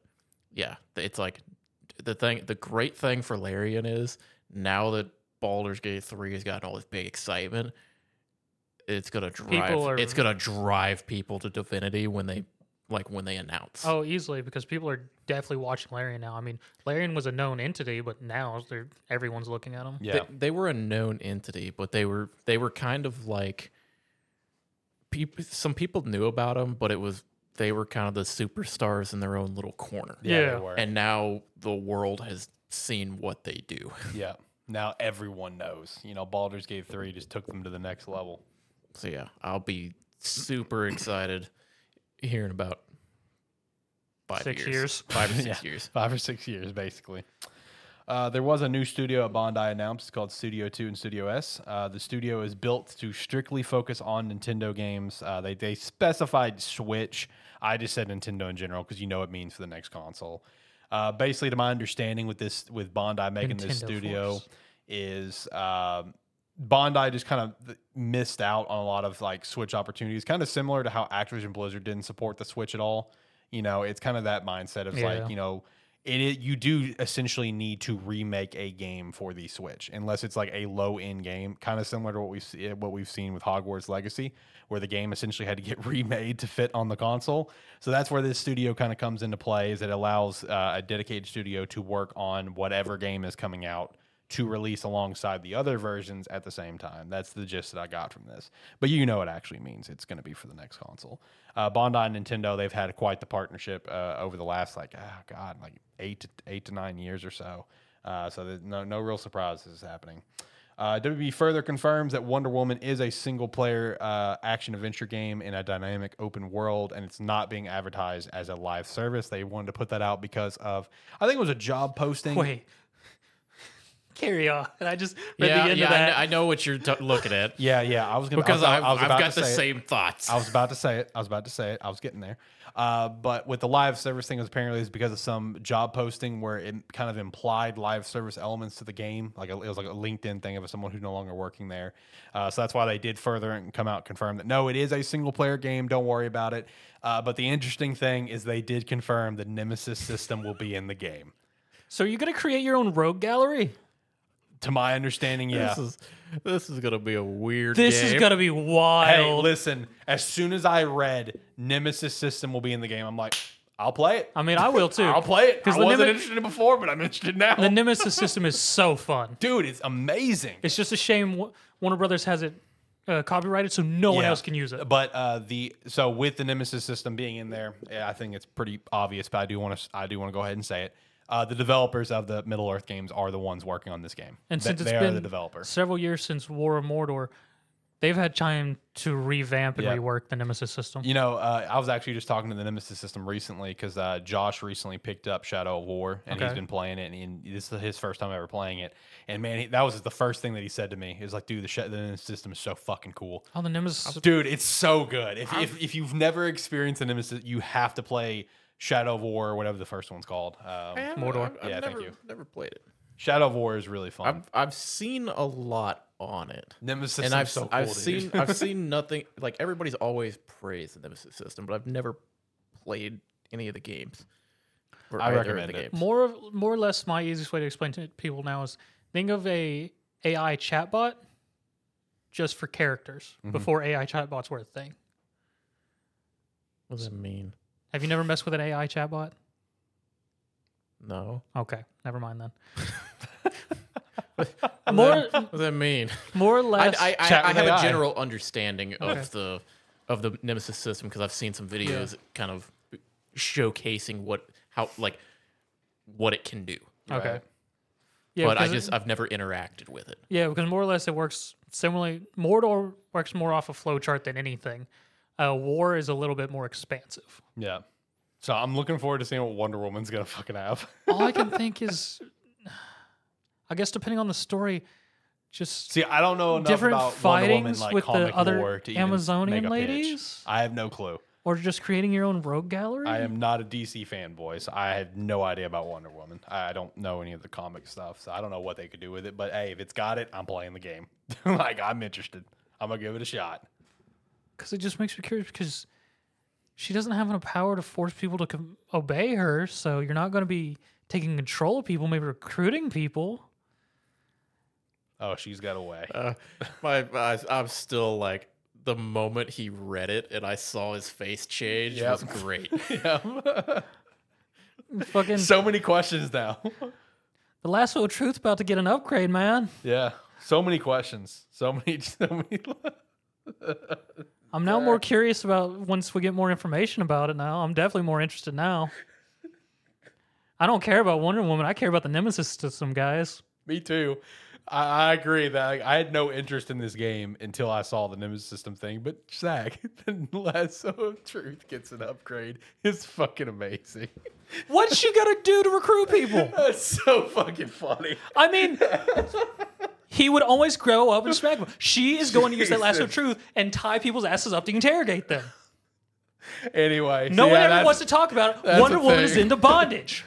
[SPEAKER 2] yeah it's like the thing the great thing for Larian is now that Baldur's Gate three has gotten all this big excitement it's gonna drive
[SPEAKER 3] People are-
[SPEAKER 2] it's gonna drive people to Divinity when they like when they announce
[SPEAKER 3] Oh, easily because people are definitely watching Larian now. I mean, Larian was a known entity, but now they're everyone's looking at him.
[SPEAKER 1] Yeah.
[SPEAKER 2] They- They, were a known entity, but they were they were kind of like people. Some people knew about them, but it was they were kind of the superstars in their own little corner.
[SPEAKER 3] Yeah.
[SPEAKER 1] they were.
[SPEAKER 2] And now the world has seen what they do.
[SPEAKER 1] yeah. Now everyone knows. You know, Baldur's Gate 3 just took them to the next level.
[SPEAKER 2] So yeah, I'll be super excited hearing about five
[SPEAKER 3] Six
[SPEAKER 2] years,
[SPEAKER 3] years.
[SPEAKER 2] five or six years.
[SPEAKER 1] Five or six years, basically. Uh, there was a new studio at Bondi announced. It's called Studio 2 and Studio S. Uh, the studio is built to strictly focus on Nintendo games. Uh, they, they specified Switch. I just said Nintendo in general because you know it means for the next console. Uh, basically, to my understanding, with this with Bondi making this
[SPEAKER 3] Nintendo
[SPEAKER 1] studio
[SPEAKER 3] Force.
[SPEAKER 1] is um, Bondi just kind of th- missed out on a lot of like Switch opportunities, kind of similar to how Activision Blizzard didn't support the Switch at all. You know, it's kind of that mindset of
[SPEAKER 3] Yeah.
[SPEAKER 1] like you know. It, it you do essentially need to remake a game for the Switch, unless it's like a low end game, kind of similar to what we see, what we've seen with Hogwarts Legacy, where the game essentially had to get remade to fit on the console. So that's where this studio kind of comes into play. Is it allows uh, a dedicated studio to work on whatever game is coming out to release alongside the other versions at the same time. That's the gist that I got from this. But you know, it actually means it's going to be for the next console. Uh, Bondi and Nintendo, they've had quite the partnership uh, over the last like ah god, like eight to eight to nine years or so. Uh, so there's no no real surprise this is happening. Uh, WB further confirms that Wonder Woman is a single player uh, action adventure game in a dynamic open world, and it's not being advertised as a live service. They wanted to put that out because of, I think it was a job posting.
[SPEAKER 3] Wait. Carry on. And I just
[SPEAKER 2] yeah,
[SPEAKER 3] read the end
[SPEAKER 2] yeah,
[SPEAKER 3] of
[SPEAKER 2] I kn-
[SPEAKER 3] that.
[SPEAKER 2] I, know what you're t- looking at
[SPEAKER 1] Yeah, yeah. I was gonna
[SPEAKER 2] because
[SPEAKER 1] I
[SPEAKER 2] I've,
[SPEAKER 1] was, I was
[SPEAKER 2] I've
[SPEAKER 1] about
[SPEAKER 2] got
[SPEAKER 1] to
[SPEAKER 2] the
[SPEAKER 1] say it.
[SPEAKER 2] same thoughts.
[SPEAKER 1] I was about to say it. I was about to say it. I was getting there. Uh, but with the live service thing, it was apparently is because of some job posting where it kind of implied live service elements to the game. Like a, it was like a LinkedIn thing of someone who's no longer working there. Uh, so that's why they did further and come out and confirm that no, it is a single player game. Don't worry about it. Uh, but the interesting thing is they did confirm the Nemesis system will be in the game.
[SPEAKER 3] so are you going to create your own rogue gallery?
[SPEAKER 1] To my understanding, yeah.
[SPEAKER 2] This is this is gonna be a weird.
[SPEAKER 3] This
[SPEAKER 2] game.
[SPEAKER 3] is going to be
[SPEAKER 1] Hey,
[SPEAKER 3] wild.
[SPEAKER 1] listen. As soon as I read Nemesis system will be in the game, I'm like, I'll play it.
[SPEAKER 3] I mean, I will too.
[SPEAKER 1] I'll play it. I
[SPEAKER 3] the
[SPEAKER 1] wasn't
[SPEAKER 3] Nemi-
[SPEAKER 1] interested before, but I'm interested now.
[SPEAKER 3] the Nemesis system is so fun.
[SPEAKER 1] Dude, it's amazing.
[SPEAKER 3] It's just a shame Wa- Warner Brothers has it uh, copyrighted, so no one
[SPEAKER 1] Yeah.
[SPEAKER 3] else can use it.
[SPEAKER 1] But uh, the so with the Nemesis system being in there, yeah, I think it's pretty obvious. But I do want to I do want to go ahead and say it. Uh, the developers of the Middle Earth games are the ones working on this game,
[SPEAKER 3] And
[SPEAKER 1] Th-
[SPEAKER 3] since it's
[SPEAKER 1] they are
[SPEAKER 3] been
[SPEAKER 1] the developer.
[SPEAKER 3] several years since War of Mordor, they've had time to revamp and
[SPEAKER 1] Yeah.
[SPEAKER 3] rework the Nemesis system.
[SPEAKER 1] You know, uh, I was actually just talking to the Nemesis system recently because uh, Josh recently picked up Shadow of War and he's
[SPEAKER 3] Okay.
[SPEAKER 1] been playing it, and, he- this is his first time ever playing it. And man, he, that was the first thing that he said to me. He was like, "Dude, the, sh- the Nemesis system is so fucking cool."
[SPEAKER 3] Oh, the Nemesis.
[SPEAKER 1] Dude, it's so good. If, if, if you've never experienced a Nemesis, you have to play Shadow of War or whatever the first one's called. Um,
[SPEAKER 2] have
[SPEAKER 3] Mordor.
[SPEAKER 2] I've, I've
[SPEAKER 1] Yeah, thank
[SPEAKER 2] never,
[SPEAKER 1] you.
[SPEAKER 2] Never played it.
[SPEAKER 1] Shadow of War is really fun.
[SPEAKER 2] I've I've seen a lot on it.
[SPEAKER 1] Nemesis
[SPEAKER 2] and
[SPEAKER 1] is
[SPEAKER 2] I've
[SPEAKER 1] so cool,
[SPEAKER 2] I've
[SPEAKER 1] dude.
[SPEAKER 2] seen I've seen nothing like everybody's always praised the Nemesis system, but I've never played any of the games. Or
[SPEAKER 1] I
[SPEAKER 2] either of
[SPEAKER 1] recommend
[SPEAKER 2] the
[SPEAKER 1] it.
[SPEAKER 2] games.
[SPEAKER 3] More, of, more or less, my easiest way to explain to people now is think of a AI chatbot just for characters
[SPEAKER 1] Mm-hmm.
[SPEAKER 3] before AI chatbots were a thing.
[SPEAKER 2] What does it mean?
[SPEAKER 3] Have you never messed with an AI chatbot?
[SPEAKER 2] No.
[SPEAKER 3] Okay, never mind then. more,
[SPEAKER 2] What does that mean?
[SPEAKER 3] more or
[SPEAKER 2] I,
[SPEAKER 3] less.
[SPEAKER 2] I,
[SPEAKER 1] Chat
[SPEAKER 2] I, I
[SPEAKER 1] with
[SPEAKER 2] have
[SPEAKER 1] AI.
[SPEAKER 2] a general understanding of the of the Nemesis system because I've seen some videos kind of showcasing what how like what it can do.
[SPEAKER 3] okay.
[SPEAKER 1] Right.
[SPEAKER 3] Yeah,
[SPEAKER 2] but I
[SPEAKER 3] because it-
[SPEAKER 2] just I've never interacted with it.
[SPEAKER 3] Yeah, because more or less it works similarly. Mordor works more off a flowchart than anything. Uh, war is a little bit more expansive.
[SPEAKER 1] Yeah. So I'm looking forward to seeing what Wonder Woman's gonna fucking have.
[SPEAKER 3] All I can think is, I guess depending on the story, just
[SPEAKER 1] See, I don't know enough
[SPEAKER 3] Different
[SPEAKER 1] about Wonder Woman
[SPEAKER 3] fightings
[SPEAKER 1] like
[SPEAKER 3] with the
[SPEAKER 1] comic
[SPEAKER 3] other
[SPEAKER 1] lore to even
[SPEAKER 3] Amazonian
[SPEAKER 1] make a pitch.
[SPEAKER 3] ladies?
[SPEAKER 1] I have no clue.
[SPEAKER 3] or just creating your own rogue gallery.
[SPEAKER 1] I am not a DC fanboy, so I have no idea about Wonder Woman. I don't know any of the comic stuff, so I don't know what they could do with it. But hey, if it's got it, I'm playing the game. like I'm interested. I'm gonna give it a shot.
[SPEAKER 3] because it just makes me curious because she doesn't have enough power to force people to com- obey her. So you're not going to be taking control of people, maybe recruiting people.
[SPEAKER 1] Oh, she's got away.
[SPEAKER 2] Uh, my, my I'm still like the moment he read it and I saw his face change
[SPEAKER 1] Yep.
[SPEAKER 2] was great.
[SPEAKER 3] Fucking
[SPEAKER 1] so many questions now.
[SPEAKER 3] the lasso of truth about to get an upgrade, man.
[SPEAKER 1] yeah, so many questions. So many. So many.
[SPEAKER 3] I'm now more curious about once we get more information about it now. I'm definitely more interested now. I don't care about Wonder Woman. I care about the Nemesis system, guys.
[SPEAKER 1] Me too. I, I agree that like, I had no interest in this game until I saw the Nemesis system thing. But Zach, the lasso of truth gets an upgrade. It's fucking amazing.
[SPEAKER 3] What's she gonna do to recruit people?
[SPEAKER 1] That's so fucking funny.
[SPEAKER 3] I mean, he would always grow up and smack them. She is going to use that lasso of truth and tie people's asses up to interrogate them.
[SPEAKER 1] Anyway,
[SPEAKER 3] No
[SPEAKER 1] so
[SPEAKER 3] one
[SPEAKER 1] yeah,
[SPEAKER 3] ever
[SPEAKER 1] that's-
[SPEAKER 3] wants to talk about it.
[SPEAKER 1] that's
[SPEAKER 3] Wonder
[SPEAKER 1] a
[SPEAKER 3] Woman is
[SPEAKER 1] thing.
[SPEAKER 3] into bondage.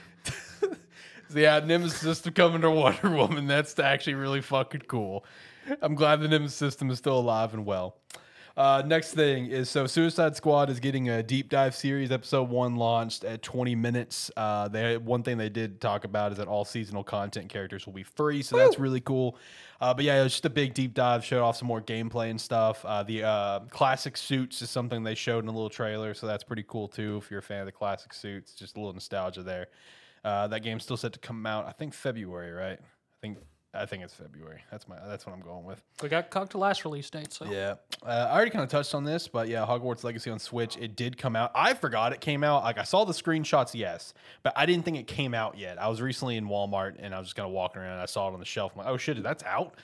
[SPEAKER 1] yeah, Nimbus system coming to Wonder Woman. That's actually really fucking cool. I'm glad the Nimbus system is still alive and well. Uh, next thing is so Suicide Squad is getting a deep dive series. Episode one launched at 20 minutes. Uh, they one thing they did talk about is that all seasonal content characters will be free, so that's really cool. Uh, but yeah, it was just a big deep dive. Showed off some more gameplay and stuff. Uh, the uh, classic suits is something they showed in a little trailer, so that's pretty cool too. If you're a fan of the classic suits, just a little nostalgia there. Uh, that game's still set to come out, I think February, right? I think I think it's February. That's my that's what I'm going with.
[SPEAKER 3] We got cocked to last release date, so
[SPEAKER 1] Yeah, uh, I already kind of touched on this, but yeah, Hogwarts Legacy on Switch. It did come out. I forgot it came out. Like I saw the screenshots, yes, but I didn't think it came out yet. I was recently in Walmart and I was just kind of walking around. and I saw it on the shelf. I'm like, oh shit, that's out.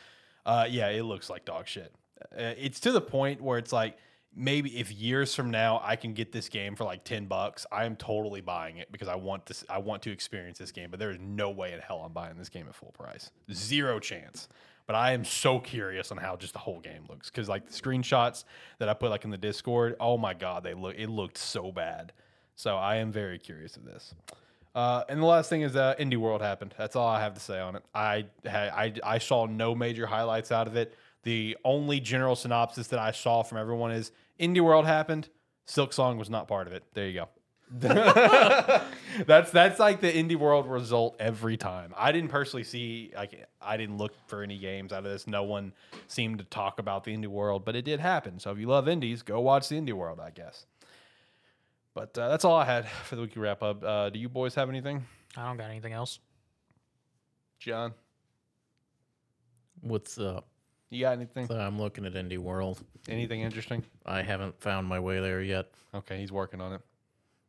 [SPEAKER 1] Uh, yeah, it looks like dog shit. Uh, It's to the point where it's like maybe if years from now I can get this game for like ten bucks, I am totally buying it because I want this. I want to experience this game, but there is no way in hell I'm buying this game at full price. Zero chance. But I am so curious on how just the whole game looks because like the screenshots that I put like in the Discord, oh my god, they look it looked so bad. So I am very curious of this. Uh, and the last thing is uh, Indie World happened. That's all I have to say on it. I, had, I I saw no major highlights out of it. The only general synopsis that I saw from everyone is Indie World happened. Silk Song was not part of it. There you go. that's that's like the indie world result every time. I didn't personally see like I didn't look for any games out of this. No one seemed to talk about the indie world, but it did happen. So if you love indies, go watch the indie world, I guess. But uh, that's all I had for the weekly wrap up. Uh, do you boys have anything,
[SPEAKER 3] I don't got anything else.
[SPEAKER 1] John?
[SPEAKER 2] What's up?
[SPEAKER 1] You got anything?
[SPEAKER 2] So I'm looking at Indie World.
[SPEAKER 1] Anything interesting?
[SPEAKER 2] I haven't found my way there yet.
[SPEAKER 1] Okay, he's working on it.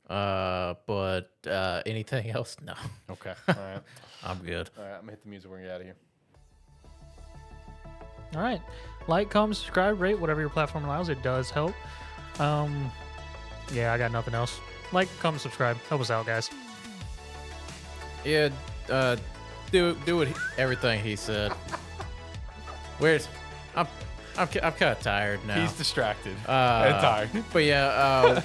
[SPEAKER 2] Uh, but uh, anything else? No,
[SPEAKER 1] Okay, all right,
[SPEAKER 2] I'm good.
[SPEAKER 1] all right. I'm gonna hit the music. We're gonna get out of here.
[SPEAKER 3] All right. Like, comment, subscribe, rate, whatever your platform allows. It does help. Um, yeah, I got nothing else. Like, comment, subscribe. Help us out, guys.
[SPEAKER 2] Yeah, uh, do do it. Everything he said. Where's I'm I'm ki- I'm kind of tired now.
[SPEAKER 1] He's distracted
[SPEAKER 2] Uh,
[SPEAKER 1] and tired.
[SPEAKER 2] But yeah, uh,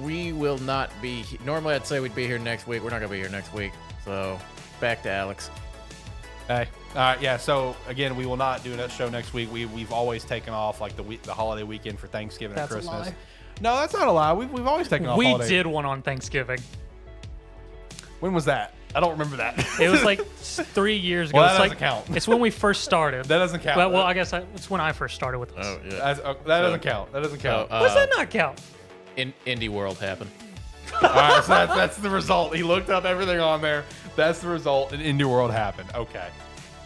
[SPEAKER 2] we will not be. he- Normally, I'd say we'd be here next week. We're not gonna be here next week. So back to Alex.
[SPEAKER 1] Hey. All right, yeah. So again, we will not do a show next week. We we've always taken off like the week, the holiday weekend for Thanksgiving
[SPEAKER 3] That's a
[SPEAKER 1] and Christmas.
[SPEAKER 3] lie.
[SPEAKER 1] No, that's not a lie. We've, we've always taken off.
[SPEAKER 3] We
[SPEAKER 1] holiday.
[SPEAKER 3] did one on Thanksgiving.
[SPEAKER 1] When was that? I don't remember that.
[SPEAKER 3] It was like s- three years ago.
[SPEAKER 1] Well, that
[SPEAKER 3] it's like,
[SPEAKER 1] doesn't count.
[SPEAKER 3] It's when we first started.
[SPEAKER 1] That doesn't count.
[SPEAKER 3] Well, well I guess I, it's when I first started with this.
[SPEAKER 2] Oh yeah.
[SPEAKER 1] That's- oh, that doesn't count. That doesn't count.
[SPEAKER 2] uh,
[SPEAKER 3] What does that not count?
[SPEAKER 2] In Indie World happened.
[SPEAKER 1] All right, so that's, that's the result. He looked up everything on there. That's the result, and Indie World happened. Okay.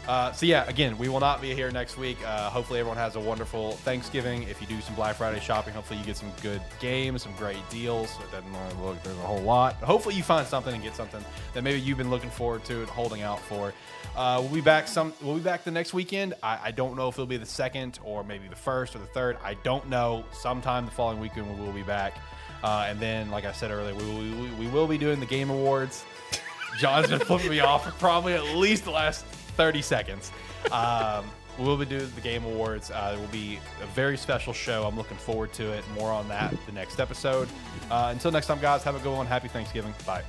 [SPEAKER 1] Uh, so yeah, again, we will not be here next week. Uh, hopefully, everyone has a wonderful Thanksgiving. If you do some Black Friday shopping, hopefully you get some good games, some great deals. It doesn't really look there's a whole lot. But hopefully, you find something and get something that maybe you've been looking forward to and holding out for. Uh, we'll be back some. We'll be back the next weekend. I, I don't know if it'll be the second or maybe the first or the third. I don't know. Sometime the following weekend we will be back. Uh, and then, like I said earlier, we, we, we- we will be doing the Game Awards. John's been flipping me off for probably at least the last 30 seconds. Um, we'll be doing the Game Awards. Uh, it will be a very special show. I'm looking forward to it. More on that the next episode. Uh, until next time, guys, have a good one. Happy Thanksgiving. Bye.